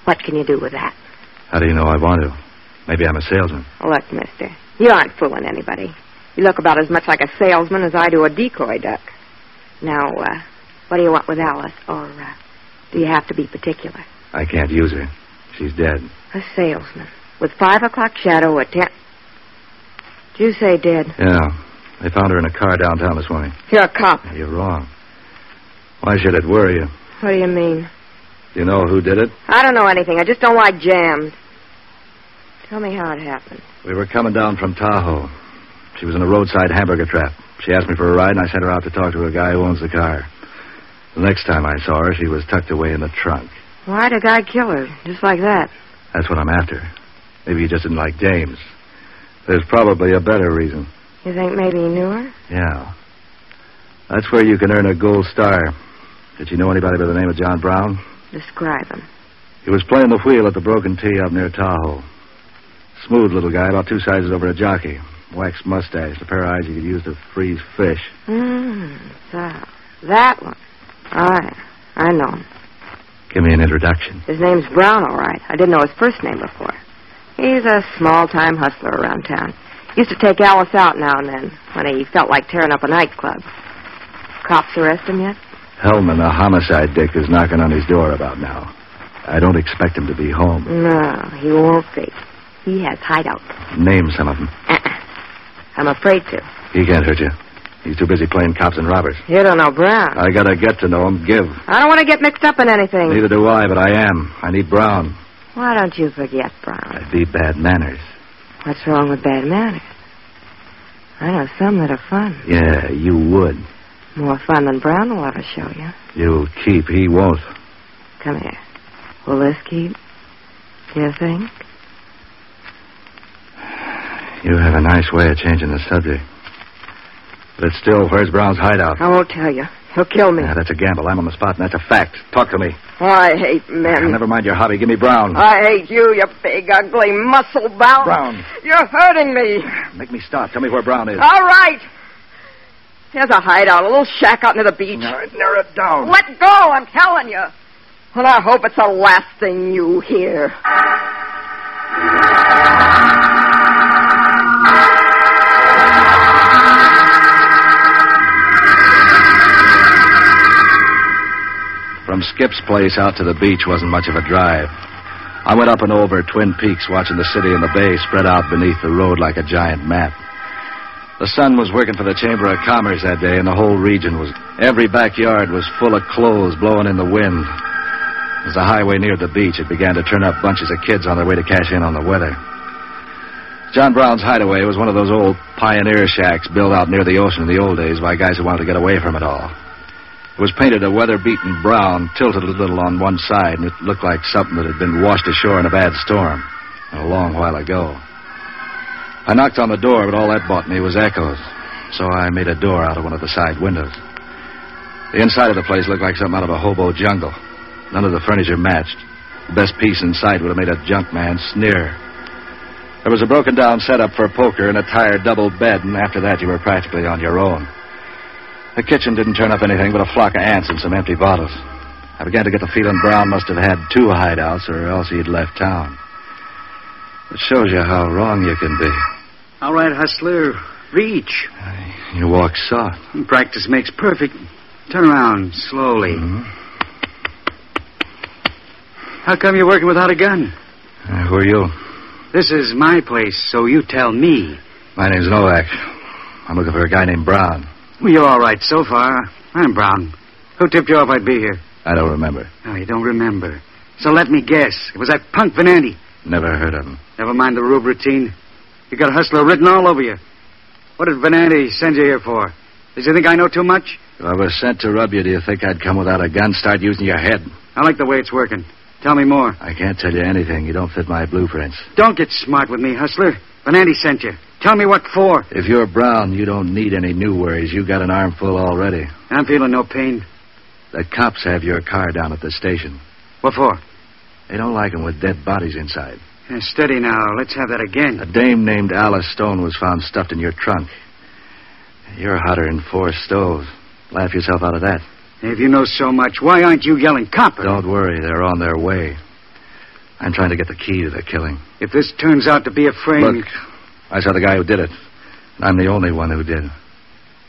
What can you do with that? How do you know I want to? Maybe I'm a salesman. Look, mister, you aren't fooling anybody. You look about as much like a salesman as I do a decoy duck. Now, uh, what do you want with Alice, or uh, do you have to be particular? I can't use her. She's dead. A salesman with five o'clock shadow at ten. Did you say dead? Yeah. They found her in a car downtown this morning. You're a cop. Yeah, you're wrong. Why should it worry you? What do you mean? Do you know who did it? I don't know anything. I just don't like jams. Tell me how it happened. We were coming down from Tahoe. She was in a roadside hamburger trap. She asked me for a ride, and I sent her out to talk to a guy who owns the car. The next time I saw her, she was tucked away in the trunk. Why'd a guy kill her, just like that? That's what I'm after. Maybe he just didn't like James. There's probably a better reason. You think maybe he knew her? Yeah. That's where you can earn a gold star. Did you know anybody by the name of John Brown? Describe him. He was playing the wheel at the Broken Tee up near Tahoe. Smooth little guy, about two sizes over a jockey wax mustache, the pair of eyes you could use to freeze fish. Mm, so that one. All right, I know him. Give me an introduction. His name's Brown, all right. I didn't know his first name before. He's a small-time hustler around town. Used to take Alice out now and then when he felt like tearing up a nightclub. Cops arrest him yet? Hellman, a homicide dick, is knocking on his door about now. I don't expect him to be home. No, he won't be. He has hideouts. Name some of them. Uh-uh. I'm afraid to. He can't hurt you. He's too busy playing cops and robbers. You don't know Brown. I gotta get to know him. Give. I don't want to get mixed up in anything. Neither do I, but I am. I need Brown. Why don't you forget Brown? I'd be bad manners. What's wrong with bad manners? I know some that are fun. Yeah, you would. More fun than Brown will ever show you. You'll keep. He won't. Come here. Will this keep? Do you think? You have a nice way of changing the subject. But it's still, where's Brown's hideout? I won't tell you. He'll kill me. Yeah, that's a gamble. I'm on the spot, and that's a fact. Talk to me. Oh, I hate men. Yeah, never mind your hobby. Give me Brown. I hate you, you big, ugly, muscle-bound. Brown. You're hurting me. Make me stop. Tell me where Brown is. All right. There's a hideout, a little shack out near the beach. Narrow it, narrow it down. Let go, I'm telling you. Well, I hope it's the last thing you hear. From from Skip's place out to the beach wasn't much of a drive. I went up and over Twin Peaks, watching the city and the bay spread out beneath the road like a giant map. The sun was working for the Chamber of Commerce that day, and the whole region was. Every backyard was full of clothes blowing in the wind. As the highway neared the beach, it began to turn up bunches of kids on their way to cash in on the weather. John Brown's hideaway was one of those old pioneer shacks built out near the ocean in the old days by guys who wanted to get away from it all. It was painted a weather beaten brown, tilted a little on one side, and it looked like something that had been washed ashore in a bad storm a long while ago. I knocked on the door, but all that bought me was echoes, so I made a door out of one of the side windows. The inside of the place looked like something out of a hobo jungle. None of the furniture matched. The best piece inside would have made a junk man sneer. There was a broken down setup for poker and a tired double bed, and after that you were practically on your own. The kitchen didn't turn up anything but a flock of ants and some empty bottles. I began to get the feeling Brown must have had two hideouts or else he'd left town. It shows you how wrong you can be. All right, hustler. Reach. You walk soft. Practice makes perfect. Turn around slowly. Mm-hmm. How come you're working without a gun? Uh, who are you? This is my place, so you tell me. My name's Novak. I'm looking for a guy named Brown. Well, you're all right so far. I'm Brown. Who tipped you off I'd be here? I don't remember. Oh, you don't remember. So let me guess. It was that punk Vananti. Never heard of him. Never mind the rube routine. You got hustler written all over you. What did Vananti send you here for? Does he think I know too much? If I was sent to rub you, do you think I'd come without a gun, start using your head? I like the way it's working. Tell me more. I can't tell you anything. You don't fit my blueprints. Don't get smart with me, hustler. Vananti sent you. Tell me what for. If you're Brown, you don't need any new worries. You got an armful already. I'm feeling no pain. The cops have your car down at the station. What for? They don't like 'em with dead bodies inside. Yeah, steady now. Let's have that again. A dame named Alice Stone was found stuffed in your trunk. You're hotter four stoves. Laugh yourself out of that. If you know so much, why aren't you yelling copper? Don't worry, they're on their way. I'm trying to get the key to the killing. If this turns out to be a frame. Look, I saw the guy who did it, and I'm the only one who did.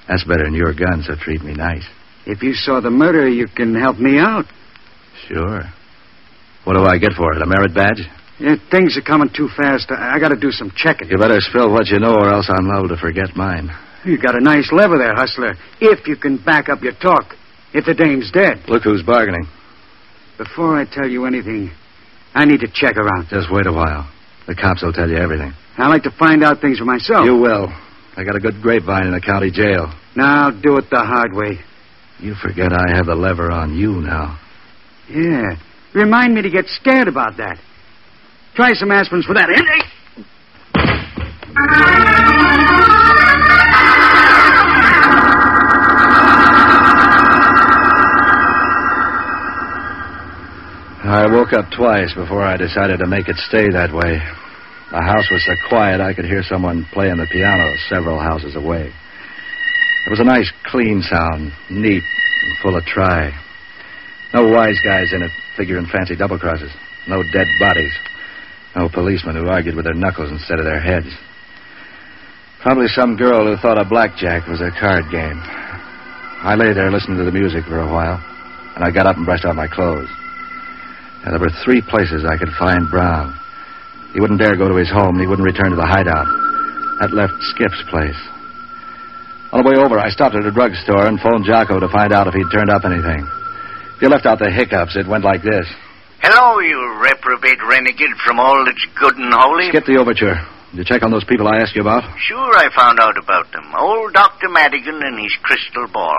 That's better than your gun, so treat me nice. If you saw the murder, you can help me out. Sure. What do I get for it? A merit badge? Yeah, Eh, things are coming too fast. I, I got to do some checking. You better spill what you know, or else I'm liable to forget mine. You got a nice lever there, hustler. If you can back up your talk. If the dame's dead. Look who's bargaining. Before I tell you anything, I need to check her out. Just wait a while. The cops will tell you everything. I like to find out things for myself. You will. I got a good grapevine in the county jail. Now do it the hard way. You forget I have the lever on you now. Yeah. Remind me to get scared about that. Try some aspirins for that. eh? I woke up twice before I decided to make it stay that way. The house was so quiet I could hear someone playing the piano several houses away. It was a nice, clean sound, neat and full of try. No wise guys in it figuring fancy double crosses. No dead bodies. No policemen who argued with their knuckles instead of their heads. Probably some girl who thought a blackjack was a card game. I lay there listening to the music for a while, and I got up and brushed off my clothes. Now, there were three places I could find Brown. He wouldn't dare go to his home, and he wouldn't return to the hideout. That left Skip's place. On the way over, I stopped at a drugstore and phoned Jocko to find out if he'd turned up anything. If you left out the hiccups, it went like this. Hello, you reprobate renegade from all that's good and holy. Skip the overture. Did you check on those people I asked you about? Sure, I found out about them. Old Dr. Madigan and his crystal ball.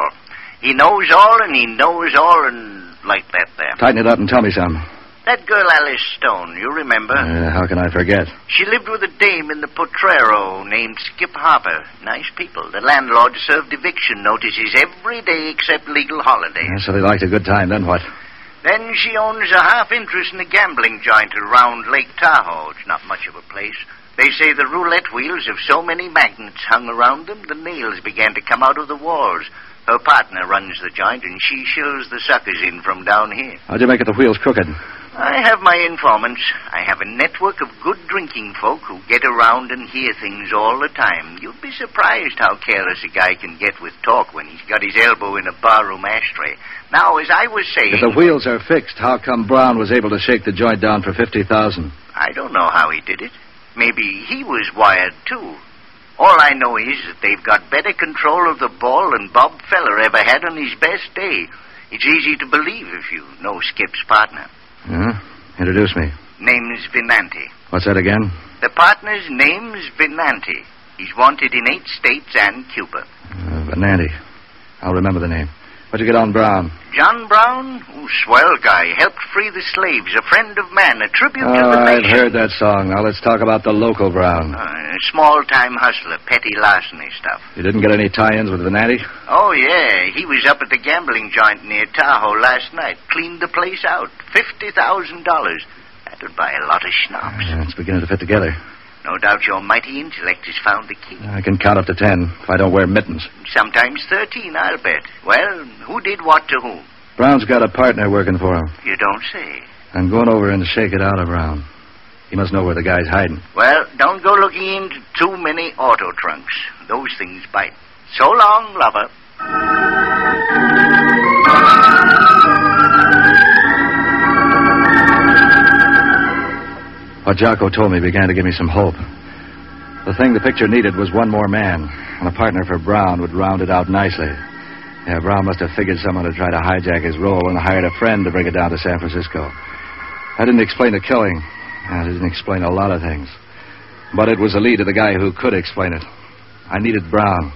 He knows all and he knows all and like that there. Tighten it up and tell me some. That girl Alice Stone, you remember? Uh, how can I forget? She lived with a dame in the Potrero named Skip Harper. Nice people. The landlord served eviction notices every day except legal holidays. Yeah, so they liked a good time, then what? Then she owns a half interest in a gambling joint around Lake Tahoe. It's not much of a place. They say the roulette wheels have so many magnets hung around them, the nails began to come out of the walls. Her partner runs the joint, and she shills the suckers in from down here. How'd you make it the wheels crooked? I have my informants. I have a network of good drinking folk who get around and hear things all the time. You'd be surprised how careless a guy can get with talk when he's got his elbow in a barroom ashtray. Now, as I was saying. If the wheels are fixed, how come Brown was able to shake the joint down for 50000 I don't know how he did it. Maybe he was wired, too. All I know is that they've got better control of the ball than Bob Feller ever had on his best day. It's easy to believe if you know Skip's partner. Yeah? Introduce me. Name's Vinanti. What's that again? The partner's name's Vinanti. He's wanted in eight states and Cuba. Uh, Vananti. I'll remember the name. What'd you get on Brown? John Brown, oh, swell guy, helped free the slaves, a friend of man, a tribute to Oh, the I've nation. heard that song. Now let's talk about the local Brown. Uh, small-time hustler, petty larceny stuff. You didn't get any tie-ins with Vananti? Oh, yeah. He was up at the gambling joint near Tahoe last night. Cleaned the place out. $50,000. That'd buy a lot of schnapps. Yeah, it's beginning to fit together. No doubt your mighty intellect has found the key. I can count up to ten if I don't wear mittens. Sometimes 13, I'll bet. Well, who did what to whom? Brown's got a partner working for him. You don't say. I'm going over and shake it out of Brown. He must know where the guy's hiding. Well, don't go looking into too many auto trunks. Those things bite. So long, lover. What Jocko told me began to give me some hope. The thing the picture needed was one more man, and a partner for Brown would round it out nicely. Yeah, Brown must have figured someone had tried to hijack his role and hired a friend to bring it down to San Francisco. That didn't explain the killing. That didn't explain a lot of things. But it was a lead to the guy who could explain it. I needed Brown.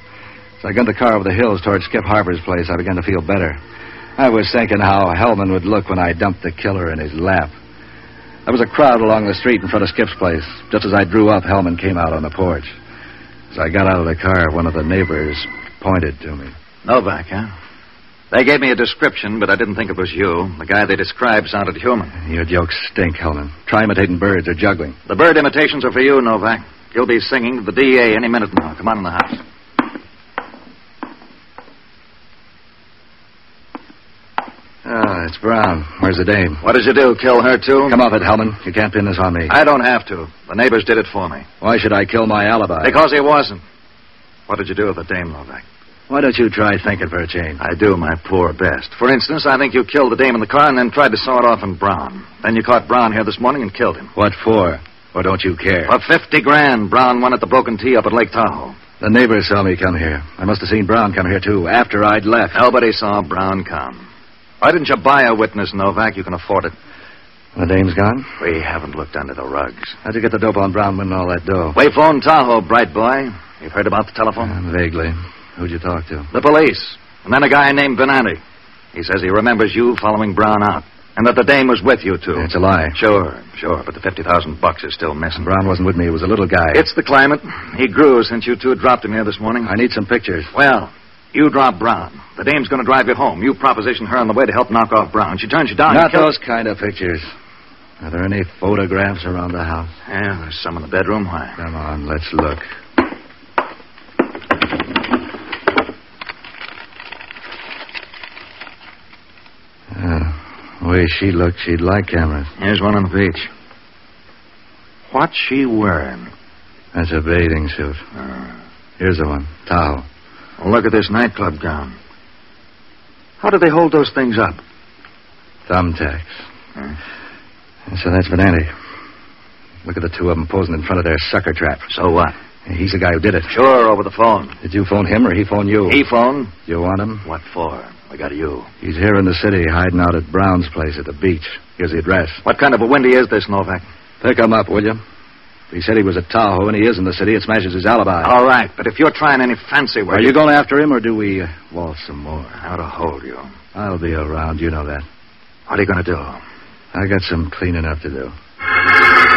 So I gunned the car over the hills toward Skip Harper's place. I began to feel better. I was thinking how Hellman would look when I dumped the killer in his lap. There was a crowd along the street in front of Skip's place. Just as I drew up, Hellman came out on the porch. As I got out of the car, one of the neighbors pointed to me. Novak, huh? They gave me a description, but I didn't think it was you. The guy they described sounded human. Your jokes stink, Hellman. Try imitating birds or juggling. The bird imitations are for you, Novak. You'll be singing to the DA any minute now. Come on in the house. Ah, it's Brown. Where's the dame? What did you do? Kill her, too? Come off it, Hellman. You can't pin this on me. I don't have to. The neighbors did it for me. Why should I kill my alibi? Because he wasn't. What did you do with the dame, Novak? Why don't you try thinking for a change? I do my poor best. For instance, I think you killed the dame in the car and then tried to saw it off in Brown. Then you caught Brown here this morning and killed him. What for? Or don't you care? For 50 grand, Brown won at the broken tee up at Lake Tahoe. The neighbors saw me come here. I must have seen Brown come here, too, after I'd left. Nobody saw Brown come. Why didn't you buy a witness, Novak? You can afford it. The dame's gone? We haven't looked under the rugs. How'd you get the dope on Brown winning all that dough? We phoned Tahoe, bright boy. You've heard about the telephone? Uh, vaguely. Who'd you talk to? The police. And then a guy named Benanti. He says he remembers you following Brown out. And that the dame was with you, too. It's a lie. Sure, sure, but the 50,000 bucks is still missing. Brown wasn't with me. He was a little guy. It's the climate. He grew since you two dropped him here this morning. I need some pictures. Well, you drop Brown. The dame's going to drive you home. You proposition her on the way to help knock off Brown. She turns you down. Not you kill- those kind of pictures. Are there any photographs around the house? Yeah, there's some in the bedroom. Why? Come on, let's look. Uh, the way she looked, she'd like cameras. Here's one on the beach. What's she wearing? That's a bathing suit. Here's the one, Tahoe. Well, look at this nightclub gown. How do they hold those things up? Thumbtacks. Hmm. So that's Benanti. Look at the two of them posing in front of their sucker trap. So what? He's the guy who did it. Sure, over the phone. Did you phone him or he phone you? He phone. You want him? What for? I got you. He's here in the city, hiding out at Brown's place at the beach. Here's the address. What kind of a windy is this, Novak? Pick him up, will you? He said he was at Tahoe, and he is in the city. It smashes his alibi. All right, but if you're trying any fancy work, Are you going after him, or do we uh, waltz some more? How to hold you? I'll be around. You know that. What are you going to do? I got some cleaning up to do.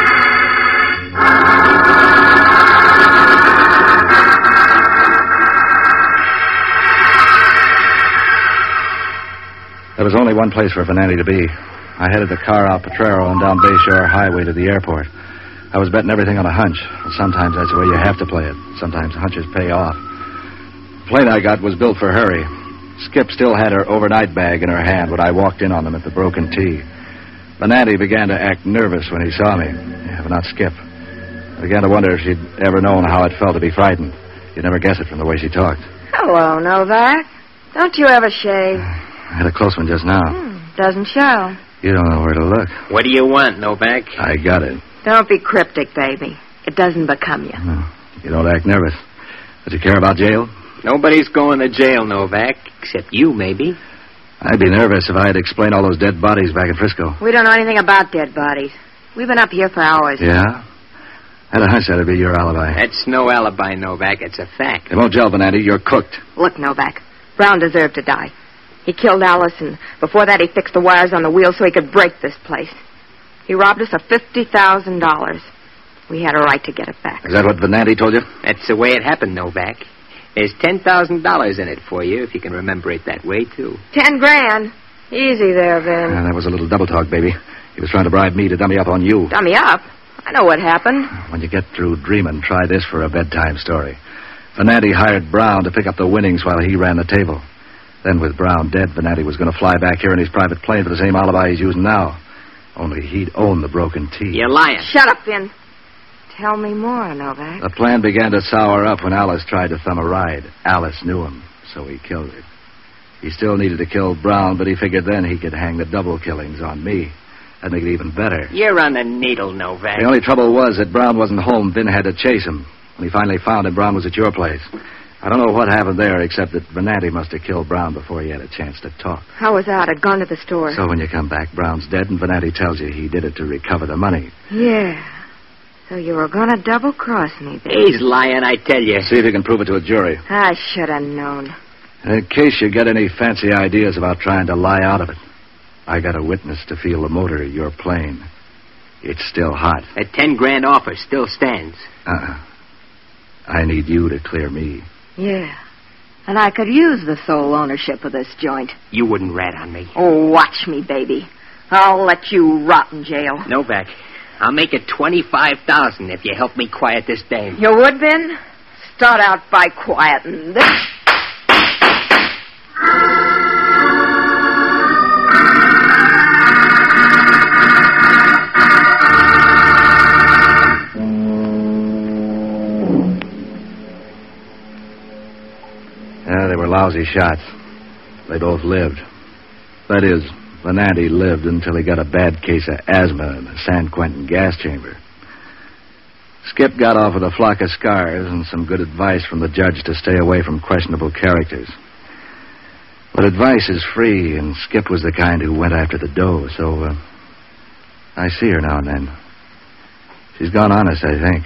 There was only one place for Vananti to be. I headed the car out Potrero and down Bayshore Highway to the airport. I was betting everything on a hunch. Sometimes that's the way you have to play it. Sometimes hunches pay off. The plane I got was built for hurry. Skip still had her overnight bag in her hand when I walked in on them at the broken tee. Benanti began to act nervous when he saw me, yeah, but not Skip. I began to wonder if she'd ever known how it felt to be frightened. You'd never guess it from the way she talked. Hello, Novak. Don't you ever shave? I had a close one just now. Doesn't show. You don't know where to look. What do you want, Novak? I got it. Don't be cryptic, baby. It doesn't become you. You don't act nervous. But you care about jail? Nobody's going to jail, Novak, except you, maybe. I'd be nervous if I had to explain all those dead bodies back in Frisco. We don't know anything about dead bodies. We've been up here for hours. Yeah? I had a hunch that'd be your alibi. That's no alibi, Novak. It's a fact. It won't gel, Benanti. You're cooked. Look, Novak. Brown deserved to die. He killed Allison. Before that, he fixed the wires on the wheel so he could break this place. He robbed us of $50,000. We had a right to get it back. Is that what Benanti told you? That's the way it happened, Novak. There's $10,000 in it for you, if you can remember it that way, too. Ten grand. Easy there, Vin. Ah, that was a little double talk, baby. He was trying to bribe me to dummy up on you. Dummy up. I know what happened. When you get through dreaming, try this for a bedtime story. Venanti hired Brown to pick up the winnings while he ran the table. Then, with Brown dead, Venanti was going to fly back here in his private plane for the same alibi he's using now. Only he'd own the broken teeth. You're lying. Shut up, Vin. Tell me more, Novak. The plan began to sour up when Alice tried to thumb a ride. Alice knew him, so he killed her. He still needed to kill Brown, but he figured then he could hang the double killings on me. That'd make it even better. You're on the needle, Novak. The only trouble was that Brown wasn't home. Vin had to chase him. When he finally found him, Brown was at your place. I don't know what happened there, except that Venanti must have killed Brown before he had a chance to talk. I was out. I'd gone to the store. So when you come back, Brown's dead, and Venanti tells you he did it to recover the money. Yeah. So you were going to double cross me, baby. He's lying, I tell you. See if you can prove it to a jury. I should have known. In case you get any fancy ideas about trying to lie out of it, I got a witness to feel the motor of your plane. It's still hot. That ten grand offer still stands. Uh-uh. I need you to clear me. Yeah. And I could use the sole ownership of this joint. You wouldn't rat on me. Oh, watch me, baby. I'll let you rot in jail. Novak, I'll make it twenty-five thousand if you help me quiet this dame. You would, Ben? Start out by quieting this. Yeah, they were lousy shots. They both lived. That is, Venanti lived until he got a bad case of asthma in the San Quentin gas chamber. Skip got off with a flock of scars and some good advice from the judge to stay away from questionable characters. But advice is free, and Skip was the kind who went after the dough, so uh, I see her now and then. She's gone honest, I think.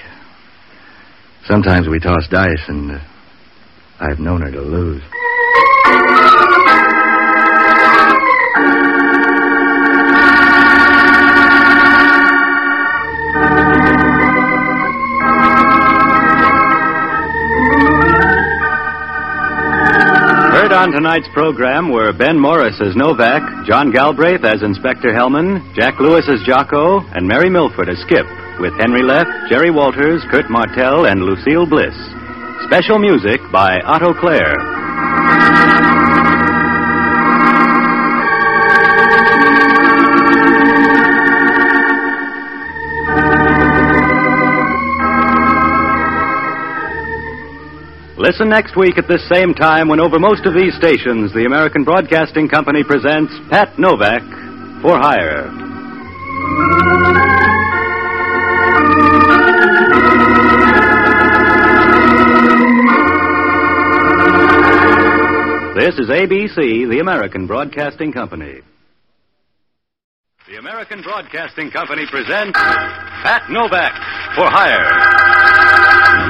Sometimes we toss dice, and uh, I've known her to lose. Heard on tonight's program were Ben Morris as Novak, John Galbraith as Inspector Hellman, Jack Lewis as Jocko, and Mary Milford as Skip, with Henry Leff, Jerry Walters, Kurt Martell, and Lucille Bliss. Special music by Otto Clare. Listen next week at this same time when, over most of these stations, the American Broadcasting Company presents Pat Novak for Hire. This is ABC, the American Broadcasting Company. The American Broadcasting Company presents Pat Novak for Hire.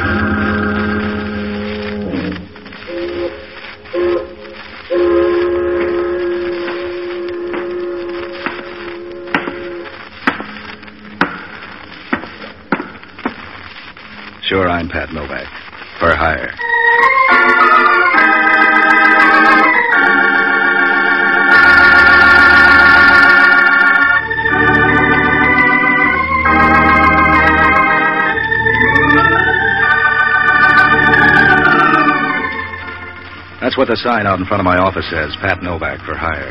Sure, I'm Pat Novak. For hire. That's what the sign out in front of my office says Pat Novak for hire.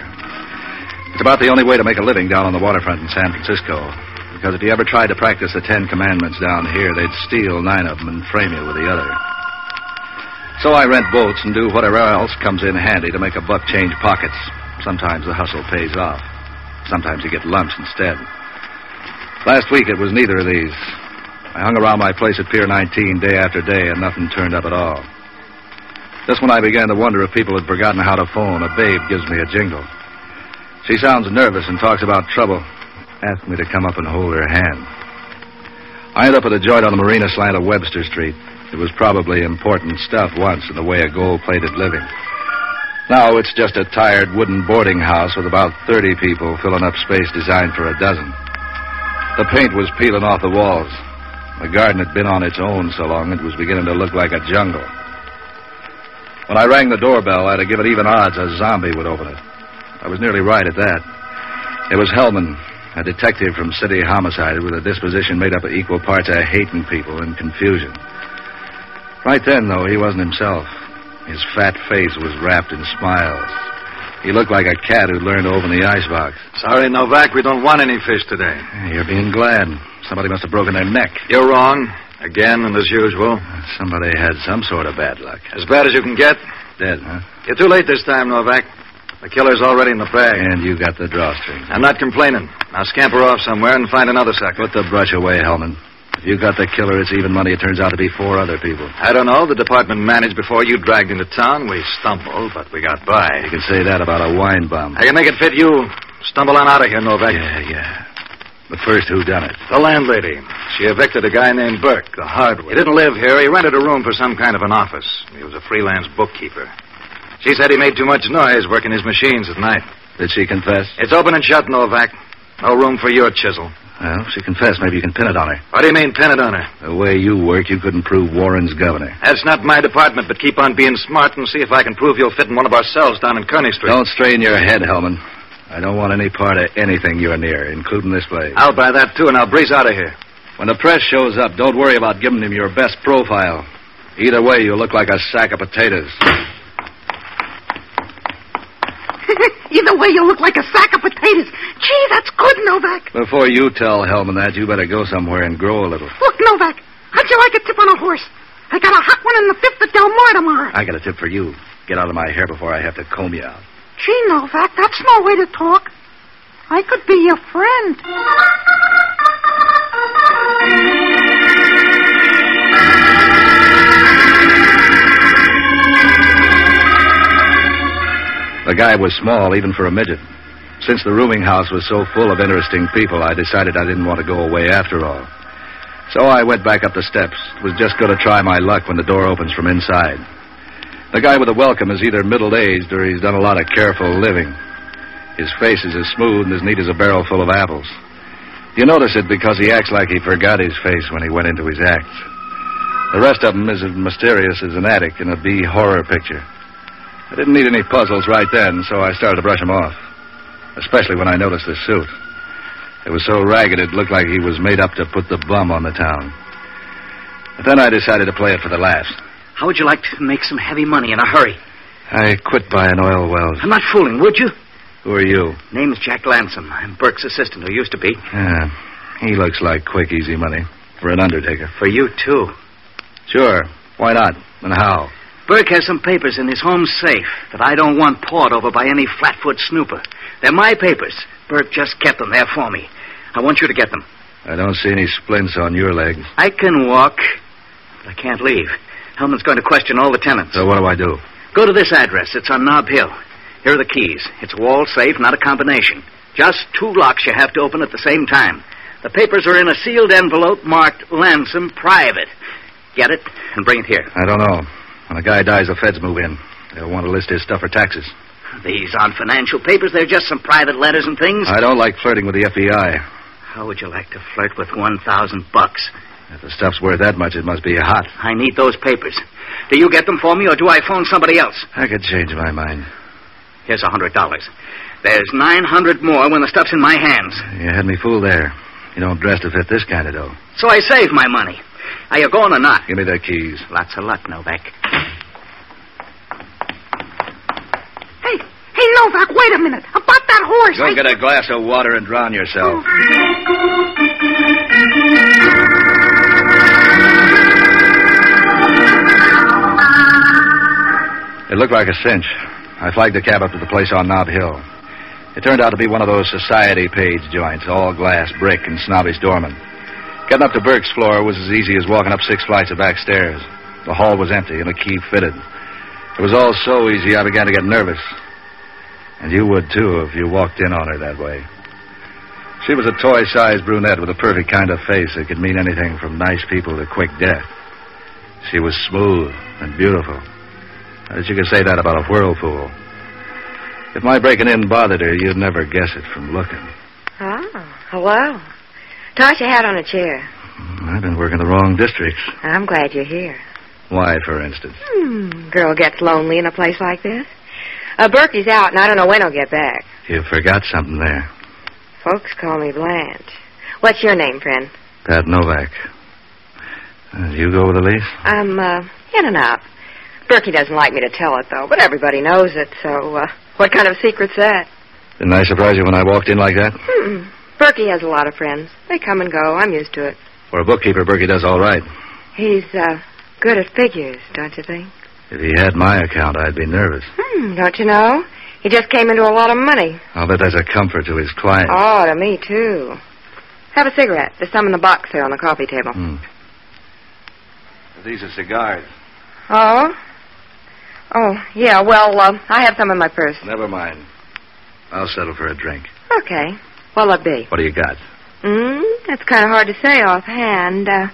It's about the only way to make a living down on the waterfront in San Francisco. Because if you ever tried to practice the Ten Commandments down here, they'd steal nine of them and frame you with the other. So I rent boats and do whatever else comes in handy to make a buck change pockets. Sometimes the hustle pays off. Sometimes you get lumps instead. Last week it was neither of these. I hung around my place at Pier 19 day after day and nothing turned up at all. Just when I began to wonder if people had forgotten how to phone, a babe gives me a jingle. She sounds nervous and talks about trouble. Asked me to come up and hold her hand. I ended up at a joint on the marina slant of Webster Street. It was probably important stuff once in the way of gold plated living. Now it's just a tired wooden boarding house with about 30 people filling up space designed for a dozen. The paint was peeling off the walls. The garden had been on its own so long it was beginning to look like a jungle. When I rang the doorbell, I'd have given even odds a zombie would open it. I was nearly right at that. It was Hellman, a detective from City Homicide with a disposition made up of equal parts of hating people and confusion. Right then, though, he wasn't himself. His fat face was wrapped in smiles. He looked like a cat who'd learned to open the icebox. Sorry, Novak, we don't want any fish today. You're being glad. Somebody must have broken their neck. You're wrong. Again, and as usual. Somebody had some sort of bad luck. As bad as you can get. Dead, huh? You're too late this time, Novak. The killer's already in the bag. And you got the drawstring. I'm not complaining. Now scamper off somewhere and find another sucker. Put the brush away, Hellman. If you got the killer, it's even money. It turns out to be four other people. I don't know. The department managed before you dragged into town. We stumbled, but we got by. You can say that about a wine bomb. I can make it fit you. Stumble on out of here, Novak. Yeah, yeah. But first, who done it? The landlady. She evicted a guy named Burke, the hardware. He didn't live here. He rented a room for some kind of an office. He was a freelance bookkeeper. She said he made too much noise working his machines at night. Did she confess? It's open and shut, Novak. No room for your chisel. Well, she confessed. Maybe you can pin it on her. What do you mean, pin it on her? The way you work, you couldn't prove Warren's governor. That's not my department, but keep on being smart and see if I can prove you'll fit in one of ourselves down in Kearney Street. Don't strain your head, Hellman. I don't want any part of anything you're near, including this place. I'll buy that, too, and I'll breeze out of here. When the press shows up, don't worry about giving them your best profile. Either way, you'll look like a sack of potatoes. Either way, you'll look like a sack of potatoes. Gee, that's good, Novak. Before you tell Hellman that, you better go somewhere and grow a little. Look, Novak, how'd you like a tip on a horse? I got a hot one in the fifth at Del Mar tomorrow. I got a tip for you. Get out of my hair before I have to comb you out. Gee, Novak, that's no way to talk. I could be your friend. The guy was small, even for a midget. Since the rooming house was so full of interesting people, I decided I didn't want to go away after all. So I went back up the steps. Was just going to try my luck when the door opens from inside. The guy with the welcome is either middle aged or he's done a lot of careful living. His face is as smooth and as neat as a barrel full of apples. You notice it because he acts like he forgot his face when he went into his act. The rest of him is as mysterious as an attic in a B horror picture. I didn't need any puzzles right then, so I started to brush him off. Especially when I noticed the suit. It was so ragged it looked like he was made up to put the bum on the town. But then I decided to play it for the last. How would you like to make some heavy money in a hurry? I quit buying oil wells. I'm not fooling, would you? Who are you? Name's Jack Lansom. I'm Burke's assistant, who used to be. Yeah. He looks like quick, easy money. For an undertaker. For you, too. Sure. Why not? And how? Burke has some papers in his home safe that I don't want pawed over by any flatfoot snooper. They're my papers. Burke just kept them there for me. I want you to get them. I don't see any splints on your leg. I can walk, but I can't leave. Hellman's going to question all the tenants. So what do I do? Go to this address. It's on Nob Hill. Here are the keys. It's a wall safe, not a combination. Just two locks you have to open at the same time. The papers are in a sealed envelope marked Lansom Private. Get it and bring it here. I don't know. When a guy dies, the feds move in. They'll want to list his stuff for taxes. These aren't financial papers. They're just some private letters and things. I don't like flirting with the FBI. How would you like to flirt with 1,000 bucks? If the stuff's worth that much, it must be hot. I need those papers. Do you get them for me, or do I phone somebody else? I could change my mind. Here's a $100. There's 900 more when the stuff's in my hands. You had me fooled there. You don't dress to fit this kind of dough. So I save my money. Are you going or not? Give me the keys. Lots of luck, Novak. Hey, hey Novak, wait a minute. About that horse. Go I- get a glass of water and drown yourself. It looked like a cinch. I flagged a cab up to the place on Knob Hill. It turned out to be one of those society page joints, all glass, brick, and snobbish doorman. Getting up to Burke's floor was as easy as walking up six flights of back stairs. The hall was empty and the key fitted. It was all so easy I began to get nervous. And you would too if you walked in on her that way. She was a toy sized brunette with a perfect kind of face that could mean anything from nice people to quick death. She was smooth and beautiful. I guess you could say that about a whirlpool. If my breaking in bothered her, you'd never guess it from looking. Oh, hello. Toss your hat on a chair. I've been working the wrong districts. I'm glad you're here. Why, for instance? Hmm, girl gets lonely in a place like this. Uh, Berkey's out, and I don't know when he'll get back. You forgot something there. Folks call me Blanche. What's your name, friend? Pat Novak. Uh, you go with the lease? I'm, uh, in and out. Berkey doesn't like me to tell it, though, but everybody knows it, so, uh, what kind of secret's that? Didn't I surprise you when I walked in like that? Hmm. Berkey has a lot of friends. They come and go. I'm used to it. For a bookkeeper, Berkey does all right. He's, uh, good at figures, don't you think? If he had my account, I'd be nervous. Hmm, don't you know? He just came into a lot of money. I'll bet that's a comfort to his client. Oh, to me, too. Have a cigarette. There's some in the box there on the coffee table. These are cigars. Oh? Oh, yeah, well, uh, I have some in my purse. Never mind. I'll settle for a drink. Okay. What'll it be? What do you got? Mm, that's kind of hard to say offhand. Uh,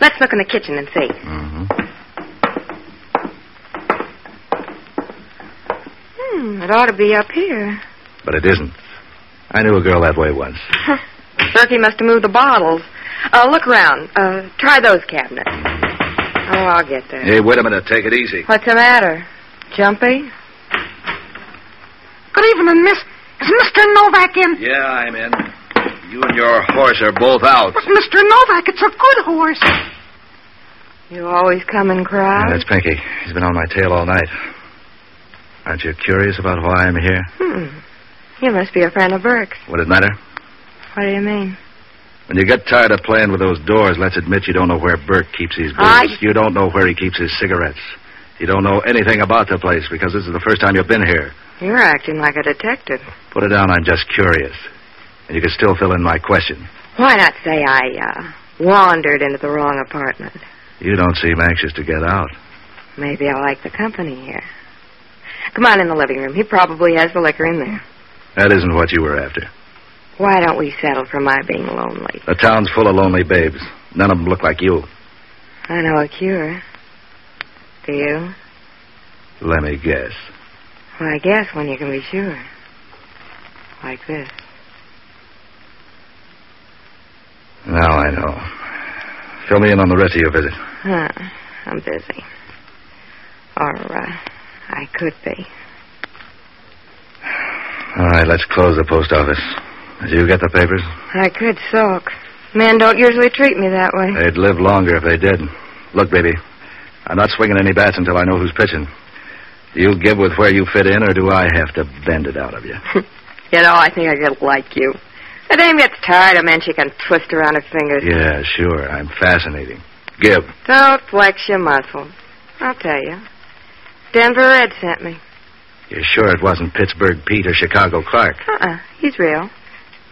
let's look in the kitchen and see. Hmm, it ought to be up here. But it isn't. I knew a girl that way once. Berkey must have moved the bottles. Uh, look around. Uh, try those cabinets. Oh, I'll get there. Hey, wait a minute. Take it easy. What's the matter? Jumpy? Good evening, miss. Is Mr. Novak in? Yeah, I'm in. You and your horse are both out. But Mr. Novak, it's a good horse. You always come and cry? Yeah, that's Pinky. He's been on my tail all night. Aren't you curious about why I'm here? Hmm. You must be a friend of Burke's. Would it matter? What do you mean? When you get tired of playing with those doors, let's admit you don't know where Burke keeps his booze. I- You don't know where he keeps his cigarettes. You don't know anything about the place because this is the first time you've been here. You're acting like a detective. Put it down. I'm just curious. And you can still fill in my question. Why not say I, uh, wandered into the wrong apartment? You don't seem anxious to get out. Maybe I like the company here. Come on in the living room. He probably has the liquor in there. That isn't what you were after. Why don't we settle for my being lonely? The town's full of lonely babes. None of them look like you. I know a cure. Do you? Let me guess. Well, I guess when you can be sure. Like this. Now I know. Fill me in on the rest of your visit. Huh. I'm busy. Or, uh, I could be. All right, let's close the post office. Did you get the papers? I could sulk. Men don't usually treat me that way. They'd live longer if they did. Look, baby, I'm not swinging any bats until I know who's pitching. You give with where you fit in, or do I have to bend it out of you? You know, I think I could like you. The dame gets tired of men she can twist around her fingers. yeah, sure. I'm fascinating. Give. Don't flex your muscles. I'll tell you. Denver Red sent me. You're sure it wasn't Pittsburgh Pete or Chicago Clark? Uh-uh. He's real.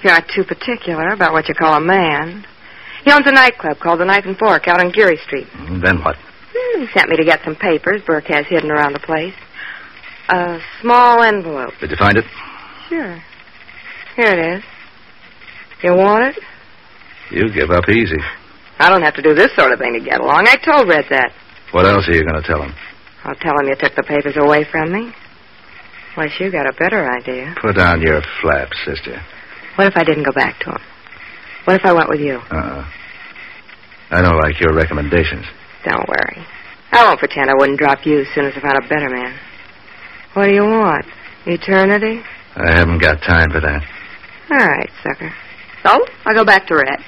You aren't too particular about what you call a man. He owns a nightclub called the Knife and Fork out on Geary Street. Mm, Then what? Hmm, He sent me to get some papers Burke has hidden around the place. A small envelope. Did you find it? Sure. Here it is. You want it? You give up easy. I don't have to do this sort of thing to get along. I told Red that. What else are you going to tell him? I'll tell him you took the papers away from me. Unless you got a better idea. Put on your flap, sister. What if I didn't go back to him? What if I went with you? Uh-uh. I don't like your recommendations. Don't worry. I won't pretend I wouldn't drop you as soon as I found a better man. What do you want? Eternity? I haven't got time for that. All right, sucker. So, Oh, I go back to Red.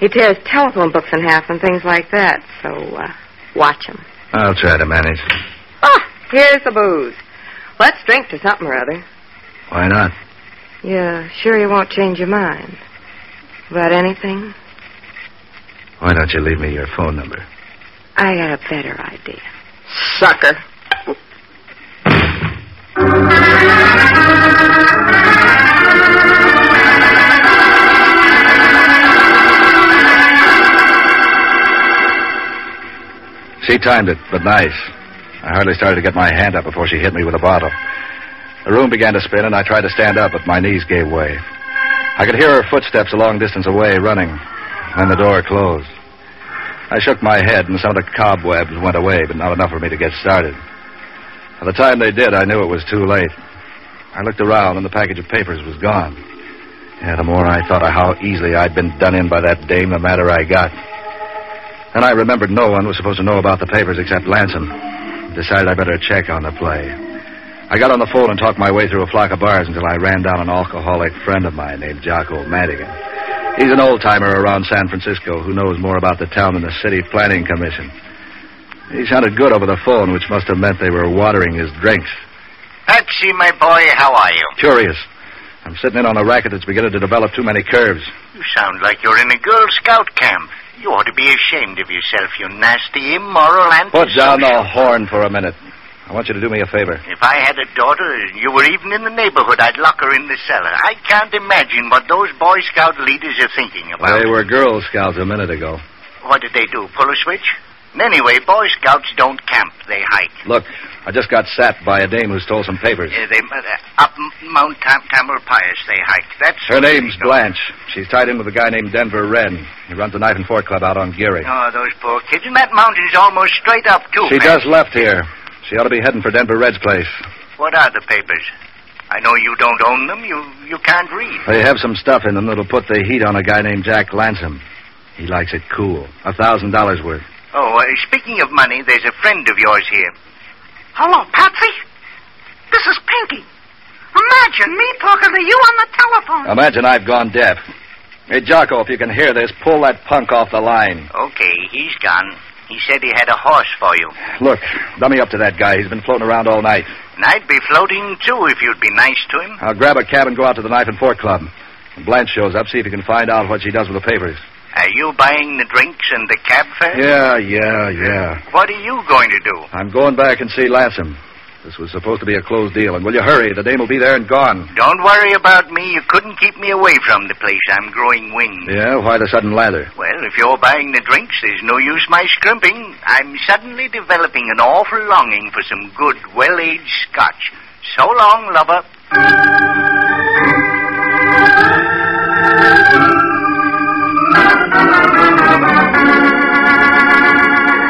He tears telephone books in half and things like that, so uh, watch him. I'll try to manage. Ah, here's the booze. Let's drink to something or other. Why not? Yeah, sure you won't change your mind. About anything? Why don't you leave me your phone number? I got a better idea. Sucker. She timed it, but nice. I hardly started to get my hand up before she hit me with a bottle. The room began to spin, and I tried to stand up, but my knees gave way. I could hear her footsteps a long distance away, running. Then the door closed. I shook my head, and some of the cobwebs went away, but not enough for me to get started. By the time they did, I knew it was too late. I looked around, and the package of papers was gone. Yeah, the more I thought of how easily I'd been done in by that dame, the madder I got. Then I remembered no one was supposed to know about the papers except Lansom. Decided I better check on the play. I got on the phone and talked my way through a flock of bars until I ran down an alcoholic friend of mine named Jocko Madigan. He's an old timer around San Francisco who knows more about the town than the city planning commission. He sounded good over the phone, which must have meant they were watering his drinks. Patsy, my boy, how are you? Curious. I'm sitting in on a racket that's beginning to develop too many curves. You sound like you're in a Girl Scout camp. You ought to be ashamed of yourself, you nasty, immoral, and. Put down the horn for a minute. I want you to do me a favor. If I had a daughter and you were even in the neighborhood, I'd lock her in the cellar. I can't imagine what those Boy Scout leaders are thinking about. They were Girl Scouts a minute ago. What did they do? Pull a switch? And Anyway, Boy Scouts don't camp, they hike. Look, I just got sat by a dame who stole some papers. Uh, they uh, up M- Mount Tam- Tamalpais they hike. That's Her name's Blanche. She's tied in with a guy named Denver Wren. He runs a knife and fork club out on Geary. oh those poor kids. And that mountain's almost straight up too. She Pat. just left here. She ought to be heading for Denver Red's place. What are the papers? I know you don't own them. You you can't read. They have some stuff in them that'll put the heat on a guy named Jack Lansom. He likes it cool. A thousand dollars worth. Oh, uh, speaking of money, there's a friend of yours here. Hello, Patsy. This is Pinky. Imagine me talking to you on the telephone. Imagine I've gone deaf. Hey, Jocko, if you can hear this, pull that punk off the line. Okay, he's gone. He said he had a horse for you. Look, dummy up to that guy. He's been floating around all night. And I'd be floating too if you'd be nice to him. I'll grab a cab and go out to the knife and fork club. When Blanche shows up, see if you can find out what she does with the papers. Are you buying the drinks and the cab fare? Yeah, yeah, yeah. What are you going to do? I'm going back and see Lassam. This was supposed to be a closed deal, and will you hurry? The dame will be there and gone. Don't worry about me. You couldn't keep me away from the place. I'm growing wings. Yeah, why the sudden lather? Well, if you're buying the drinks, there's no use my scrimping. I'm suddenly developing an awful longing for some good, well-aged scotch. So long, lover.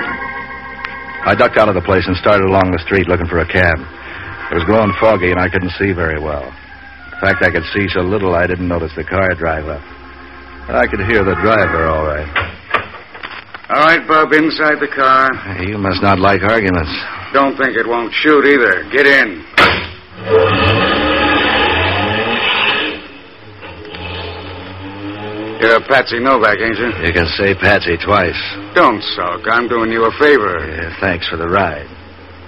I ducked out of the place and started along the street looking for a cab. It was growing foggy, and I couldn't see very well. In fact, I could see so little I didn't notice the car drive up. But I could hear the driver all right. All right, Bub, inside the car. Hey, You must not like arguments. Don't think it won't shoot either. Get in. You're a Patsy Novak, ain't you? You can say Patsy twice. Don't sulk. I'm doing you a favor. Yeah, thanks for the ride.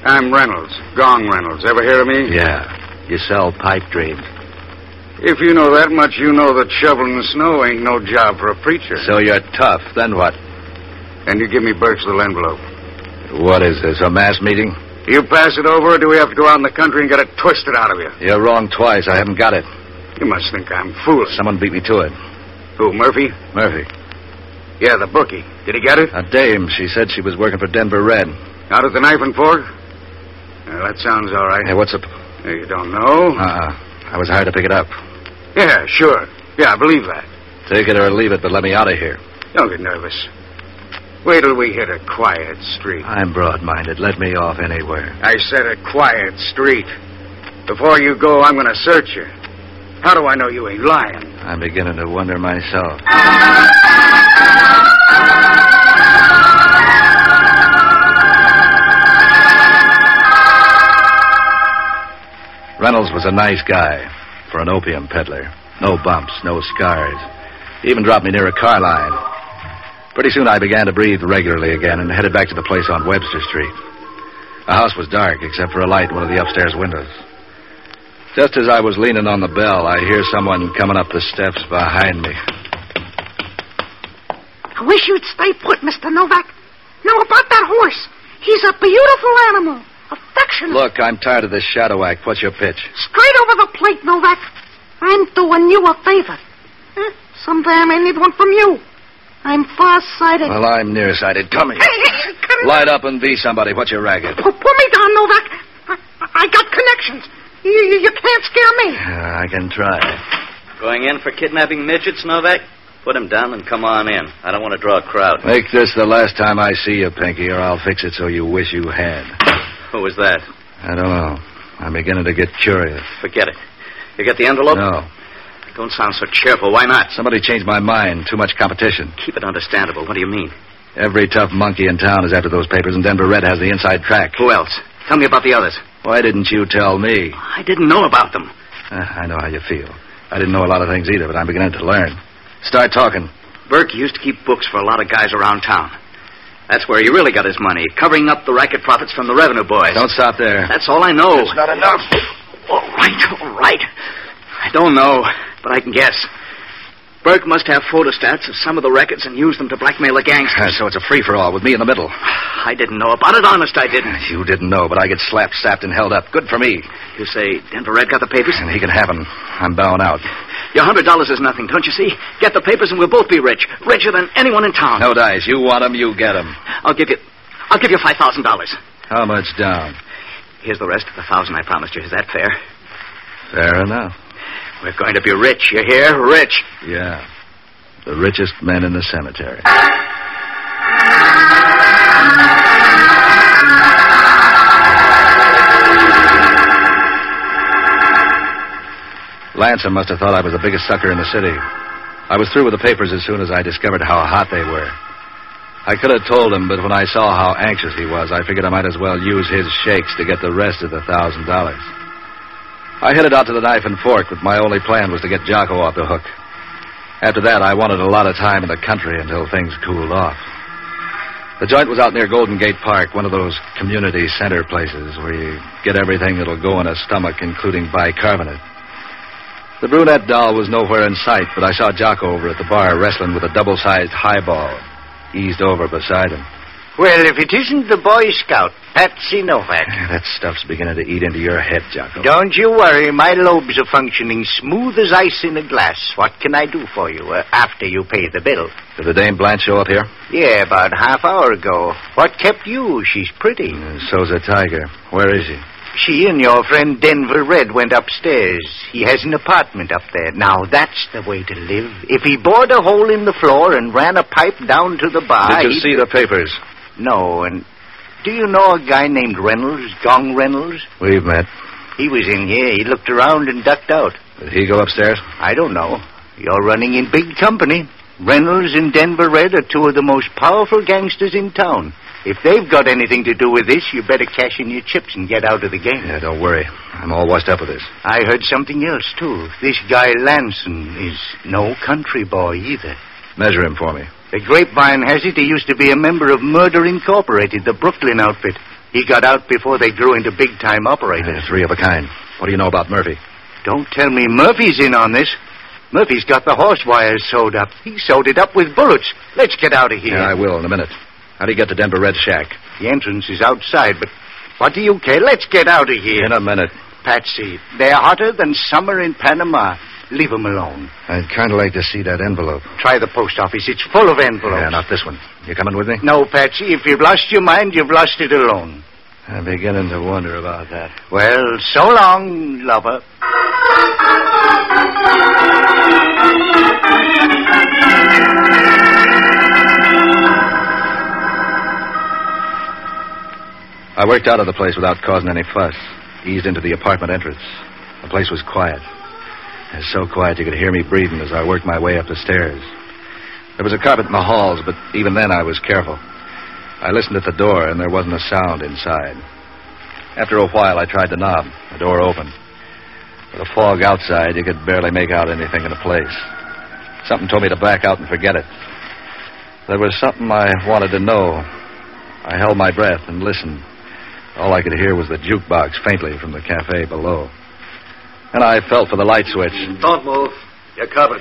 I'm Reynolds, Gong Reynolds. Ever hear of me? Yeah, you sell pipe dreams. If you know that much, you know that shoveling the snow ain't no job for a preacher. So you're tough. Then what? And you give me Burke's little envelope. What is this, a mass meeting? Do you pass it over, or do we have to go out in the country and get it twisted out of you? You're wrong twice. I haven't got it. You must think I'm foolish. Someone beat me to it. Who, Murphy? Murphy. Yeah, the bookie. Did he get it? A dame. She said she was working for Denver Red. Out at the knife and fork? Yeah, that sounds all right. Hey, what's up? Yeah, You don't know? Uh-uh. I was hired to pick it up. Yeah, sure. Yeah, I believe that. Take it or leave it, but let me out of here. Don't get nervous. Wait till we hit a quiet street. I'm broad-minded. Let me off anywhere. I said a quiet street. Before you go, I'm going to search you. How do I know you ain't lying? I'm beginning to wonder myself. Reynolds was a nice guy for an opium peddler. No bumps, no scars. He even dropped me near a car line. Pretty soon I began to breathe regularly again and headed back to the place on Webster Street. The house was dark except for a light in one of the upstairs windows. Just as I was leaning on the bell, I hear someone coming up the steps behind me. I wish you'd stay put, Mr. Novak. Now, about that horse. He's a beautiful animal. Affectionate. Look, I'm tired of this shadow act. What's your pitch? Straight over the plate, Novak. I'm doing you a favor. Eh, someday I may need one from you. I'm farsighted. Well, I'm nearsighted. Come here. Hey, hey, hey, come Light up and be somebody. What's your racket? Pu- Pull me down, Novak. I, I got connections. You, you, you can't scare me. I can try. Going in for kidnapping midgets, Novak? Put him down and come on in. I don't want to draw a crowd. Make this the last time I see you, Pinky, or I'll fix it so you wish you had. Who was that? I don't know. I'm beginning to get curious. Forget it. You got the envelope? No. Don't sound so cheerful. Why not? Somebody changed my mind. Too much competition. Keep it understandable. What do you mean? Every tough monkey in town is after those papers, and Denver Red has the inside track. Who else? Tell me about the others. Why didn't you tell me? I didn't know about them. Uh, I know how you feel. I didn't know a lot of things either, but I'm beginning to learn. Start talking. Burke used to keep books for a lot of guys around town. That's where he really got his money, covering up the racket profits from the revenue boys. Don't stop there. That's all I know. That's not enough. All right, all right. I don't know, but I can guess. Burke must have photostats of some of the records and use them to blackmail the Uh, gangsters. so it's a free for all with me in the middle. I didn't know about it. Honest, I didn't. You didn't know, but I get slapped, sapped, and held up. Good for me. You say Denver Red got the papers? And he can have 'em. I'm bowing out. Your hundred dollars is nothing, don't you see? Get the papers and we'll both be rich. Richer than anyone in town. No dice. You want 'em, you get 'em. I'll give you I'll give you five thousand dollars. How much down? Here's the rest of the thousand I promised you. Is that fair? Fair enough. We're going to be rich, you hear? Rich. Yeah. The richest men in the cemetery. Lansom must have thought I was the biggest sucker in the city. I was through with the papers as soon as I discovered how hot they were. I could have told him, but when I saw how anxious he was, I figured I might as well use his shakes to get the rest of the thousand dollars. I headed out to the knife and fork, but my only plan was to get Jocko off the hook. After that, I wanted a lot of time in the country until things cooled off. The joint was out near Golden Gate Park, one of those community center places where you get everything that'll go in a stomach, including bicarbonate. The brunette doll was nowhere in sight, but I saw Jocko over at the bar wrestling with a double sized highball, eased over beside him. Well, if it isn't the Boy Scout, Patsy [LAUGHS] Novak. That stuff's beginning to eat into your head, Jocko. Don't you worry, my lobes are functioning smooth as ice in a glass. What can I do for you uh, after you pay the bill? Did the Dame Blanche show up here? Yeah, about half hour ago. What kept you? She's pretty. So's a tiger. Where is he? She and your friend Denver Red went upstairs. He has an apartment up there. Now, that's the way to live. If he bored a hole in the floor and ran a pipe down to the bar. Did you he'd- see the papers? No, and do you know a guy named Reynolds, Gong Reynolds? We've met. He was in here. He looked around and ducked out. Did he go upstairs? I don't know. You're running in big company. Reynolds and Denver Red are two of the most powerful gangsters in town. If they've got anything to do with this, you better cash in your chips and get out of the game. Yeah, don't worry. I'm all washed up with this. I heard something else, too. This guy Lanson is no country boy either. Measure him for me. The grapevine has it he used to be a member of Murder Incorporated, the Brooklyn outfit. He got out before they grew into big time operators. Uh, Three of a kind. What do you know about Murphy? Don't tell me Murphy's in on this. Murphy's got the horse wires sewed up. He sewed it up with bullets. Let's get out of here. Yeah, I will in a minute. How do you get to Denver Red Shack? The entrance is outside, but what do you care? Let's get out of here. In a minute. Patsy, they're hotter than summer in Panama. Leave them alone. I'd kind of like to see that envelope. Try the post office. It's full of envelopes. Yeah, not this one. You coming with me? No, Patsy, if you've lost your mind, you've lost it alone. I'm beginning to wonder about that. Well, so long, lover. I worked out of the place without causing any fuss. Eased into the apartment entrance. The place was quiet. It was so quiet you could hear me breathing as I worked my way up the stairs. There was a carpet in the halls, but even then I was careful. I listened at the door, and there wasn't a sound inside. After a while, I tried the knob. The door opened. With the fog outside, you could barely make out anything in the place. Something told me to back out and forget it. There was something I wanted to know. I held my breath and listened. All I could hear was the jukebox faintly from the cafe below. and I fell for the light switch. Don't move. You're covered.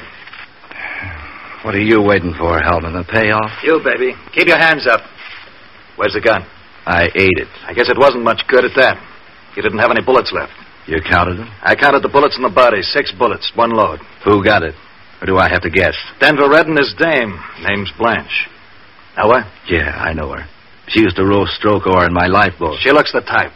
What are you waiting for, Hellman? The payoff? You, baby. Keep your hands up. Where's the gun? I ate it. I guess it wasn't much good at that. You didn't have any bullets left. You counted them? I counted the bullets in the body. Six bullets, one load. Who got it? Or do I have to guess? Denver Red and his dame. Name's Blanche. Know her? Yeah, I know her. She used to roast stroke oar in my lifeboat. She looks the type.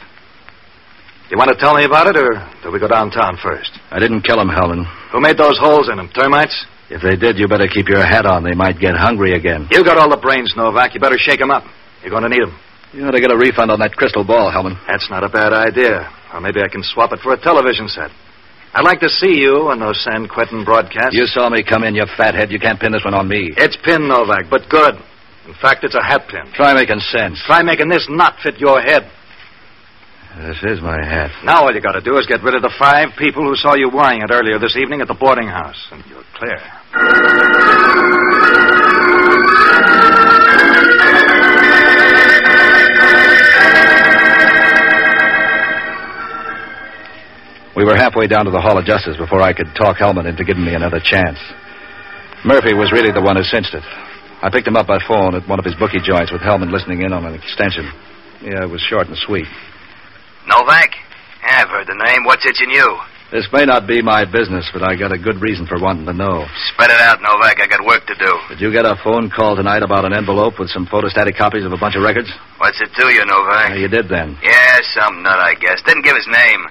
You want to tell me about it, or do we go downtown first? I didn't kill him, Helen. Who made those holes in him? Termites? If they did, you better keep your hat on. They might get hungry again. You got all the brains, Novak. You better shake 'em up. You're going to need 'em. You ought to get a refund on that crystal ball, Helen. That's not a bad idea. Or maybe I can swap it for a television set. I'd like to see you on those San Quentin broadcasts. You saw me come in, you fathead. You can't pin this one on me. It's pin, Novak, but good. In fact, it's a hat pin. Try making sense. Try making this knot fit your head. This is my hat. Now all you got to do is get rid of the five people who saw you wearing it earlier this evening at the boarding house, and you're clear. We were halfway down to the Hall of Justice before I could talk Hellman into giving me another chance. Murphy was really the one who cinched it. I picked him up by phone at one of his bookie joints with Hellman listening in on an extension. Yeah, it was short and sweet. Novak? Yeah, I've heard the name. What's itching you? This may not be my business, but I got a good reason for wanting to know. Spread it out, Novak. I got work to do. Did you get a phone call tonight about an envelope with some photostatic copies of a bunch of records? What's it to you, Novak? Yeah, you did then. Yeah, some nut, I guess. Didn't give his name.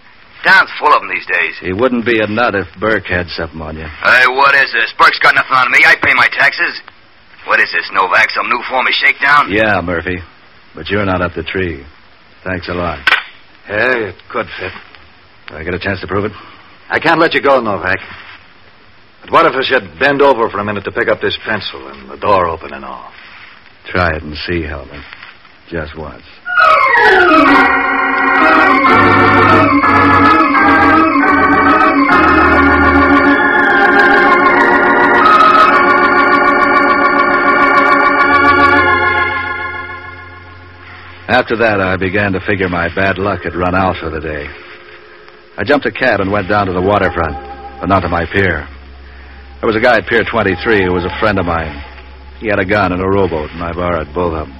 Town's full of them these days. He wouldn't be a nut if Burke had something on you. Uh-huh. Hey, what is this? Burke's got nothing on me. I pay my taxes. What is this, Novak? Some new form of shakedown? Yeah, Murphy. But you're not up the tree. Thanks a lot. Yeah, it could fit. Did I get a chance to prove it? I can't let you go, Novak. But what if I should bend over for a minute to pick up this pencil and the door open and all? Try it and see, Hellman. Just once. After that, I began to figure my bad luck had run out for the day. I jumped a cab and went down to the waterfront, but not to my pier. There was a guy at Pier 23 who was a friend of mine. He had a gun and a rowboat, and I borrowed both of them.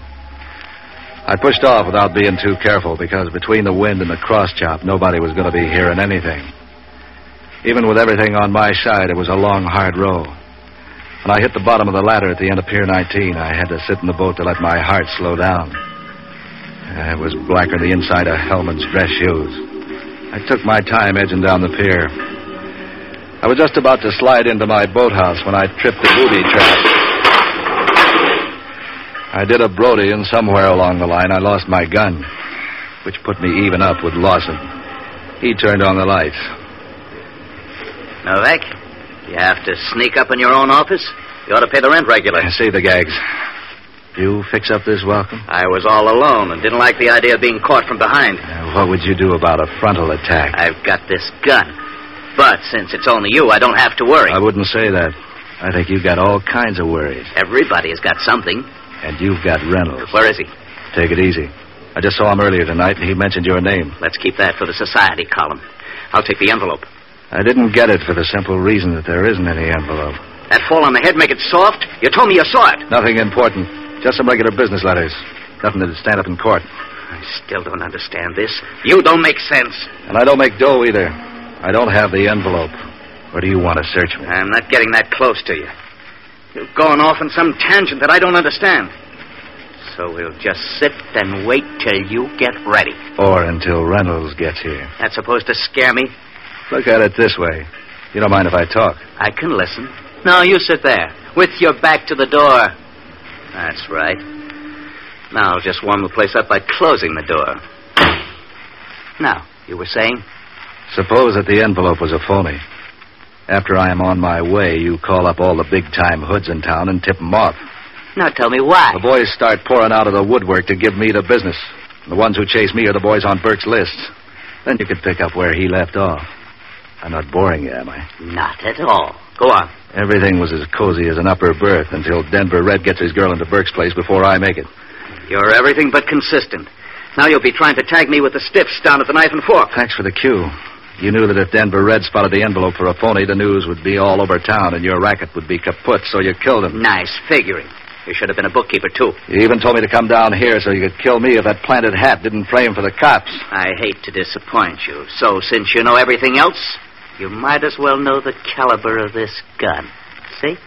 I pushed off without being too careful because between the wind and the cross chop, nobody was going to be hearing anything. Even with everything on my side, it was a long, hard row. When I hit the bottom of the ladder at the end of Pier 19, I had to sit in the boat to let my heart slow down. Uh, It was blacker than the inside of Hellman's dress shoes. I took my time edging down the pier. I was just about to slide into my boathouse when I tripped the booby trap. I did a Brody, and somewhere along the line I lost my gun, which put me even up with Lawson. He turned on the lights. Novak, you have to sneak up in your own office. You ought to pay the rent regular. See the gags. You fix up this welcome? I was all alone and didn't like the idea of being caught from behind. What would you do about a frontal attack? I've got this gun. But since it's only you, I don't have to worry. I wouldn't say that. I think you've got all kinds of worries. Everybody has got something. And you've got Reynolds. Where is he? Take it easy. I just saw him earlier tonight, and he mentioned your name. Let's keep that for the society column. I'll take the envelope. I didn't get it for the simple reason that there isn't any envelope. That fall on the head make it soft? You told me you saw it. Nothing important. Just some regular business letters. Nothing that'd stand up in court. I still don't understand this. You don't make sense. And I don't make dough either. I don't have the envelope. Where do you want to search me? I'm not getting that close to you. You've gone off on some tangent that I don't understand. So we'll just sit and wait till you get ready. Or until Reynolds gets here. That's supposed to scare me? Look at it this way. You don't mind if I talk. I can listen. No, you sit there, with your back to the door. That's right. Now I'll just warm the place up by closing the door. Now, you were saying? Suppose that the envelope was a phony. After I am on my way, you call up all the big time hoods in town and tip 'em off. Now tell me why. The boys start pouring out of the woodwork to give me the business. The ones who chase me are the boys on Burke's list. Then you can pick up where he left off. I'm not boring you, am I? Not at all. Go on. Everything was as cozy as an upper berth until Denver Red gets his girl into Burke's place before I make it. You're everything but consistent. Now you'll be trying to tag me with the stiffs down at the knife and fork. Thanks for the cue. You knew that if Denver Red spotted the envelope for a phony, the news would be all over town and your racket would be kaput, so you killed him. Nice figuring. You should have been a bookkeeper, too. You even told me to come down here so you could kill me if that planted hat didn't frame for the cops. I hate to disappoint you. So, since you know everything else, you might as well know the caliber of this gun. See?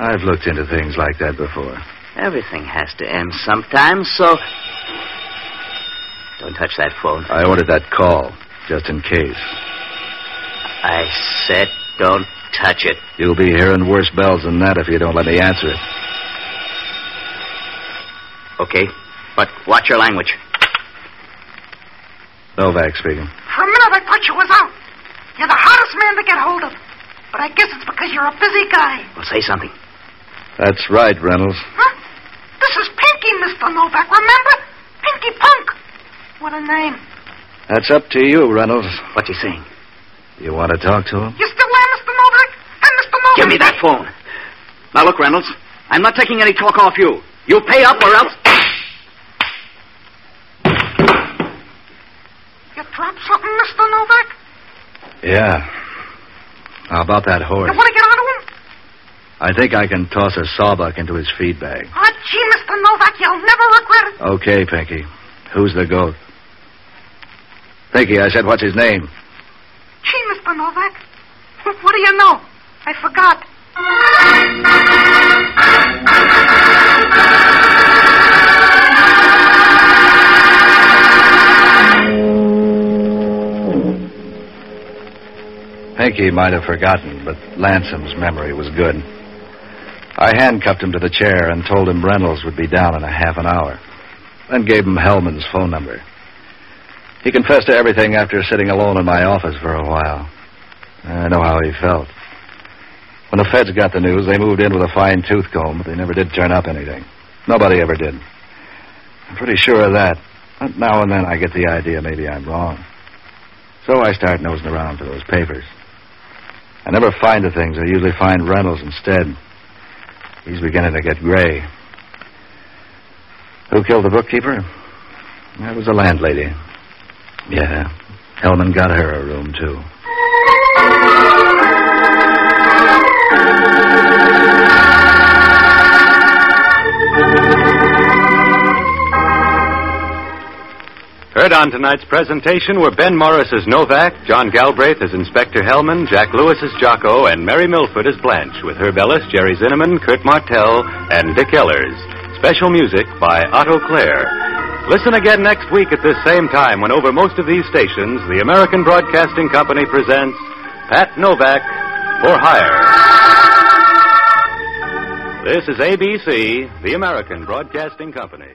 I've looked into things like that before. Everything has to end sometime, so. Don't touch that phone. I ordered that call, just in case. I said don't touch it. You'll be hearing worse bells than that if you don't let me answer it. Okay, but watch your language. Novak speaking. For a minute, I thought you was out. You're the hardest man to get hold of. But I guess it's because you're a busy guy. Well, say something. That's right, Reynolds. Huh? This is Pinky, Mr. Novak, remember? Pinky Punk. What a name. That's up to you, Reynolds. What's he saying? You want to talk to him? You still there, Mr. Novak? And Mr. Novak? Give me that phone. Now, look, Reynolds, I'm not taking any talk off you. You pay up or else. You dropped something, Mr. Novak? Yeah. How about that horse? You want to get onto him? I think I can toss a sawbuck into his feed bag. Oh, gee, Mr. Novak, you'll never regret it. Okay, Pinky. Who's the goat? Pinky, I said, what's his name? Gee, Mr. Novak. [LAUGHS] What do you know? I forgot. Pinky might have forgotten, but Lansome's memory was good. I handcuffed him to the chair and told him Reynolds would be down in a half an hour, then gave him Hellman's phone number. He confessed to everything after sitting alone in my office for a while. I know how he felt. When the feds got the news, they moved in with a fine tooth comb, but they never did turn up anything. Nobody ever did. I'm pretty sure of that. But now and then I get the idea maybe I'm wrong. So I start nosing around for those papers. I never find the things. I usually find Reynolds instead. He's beginning to get gray. Who killed the bookkeeper? That was the landlady. Yeah. Hellman got her a room, too. Heard on tonight's presentation were Ben Morris as Novak, John Galbraith as Inspector Hellman, Jack Lewis as Jocko, and Mary Milford as Blanche, with Herb Ellis, Jerry Zinneman, Kurt Martell, and Dick Ehlers. Special music by Otto Clare. Listen again next week at this same time when over most of these stations, the American Broadcasting Company presents Pat Novak for Hire. This is ABC, the American Broadcasting Company.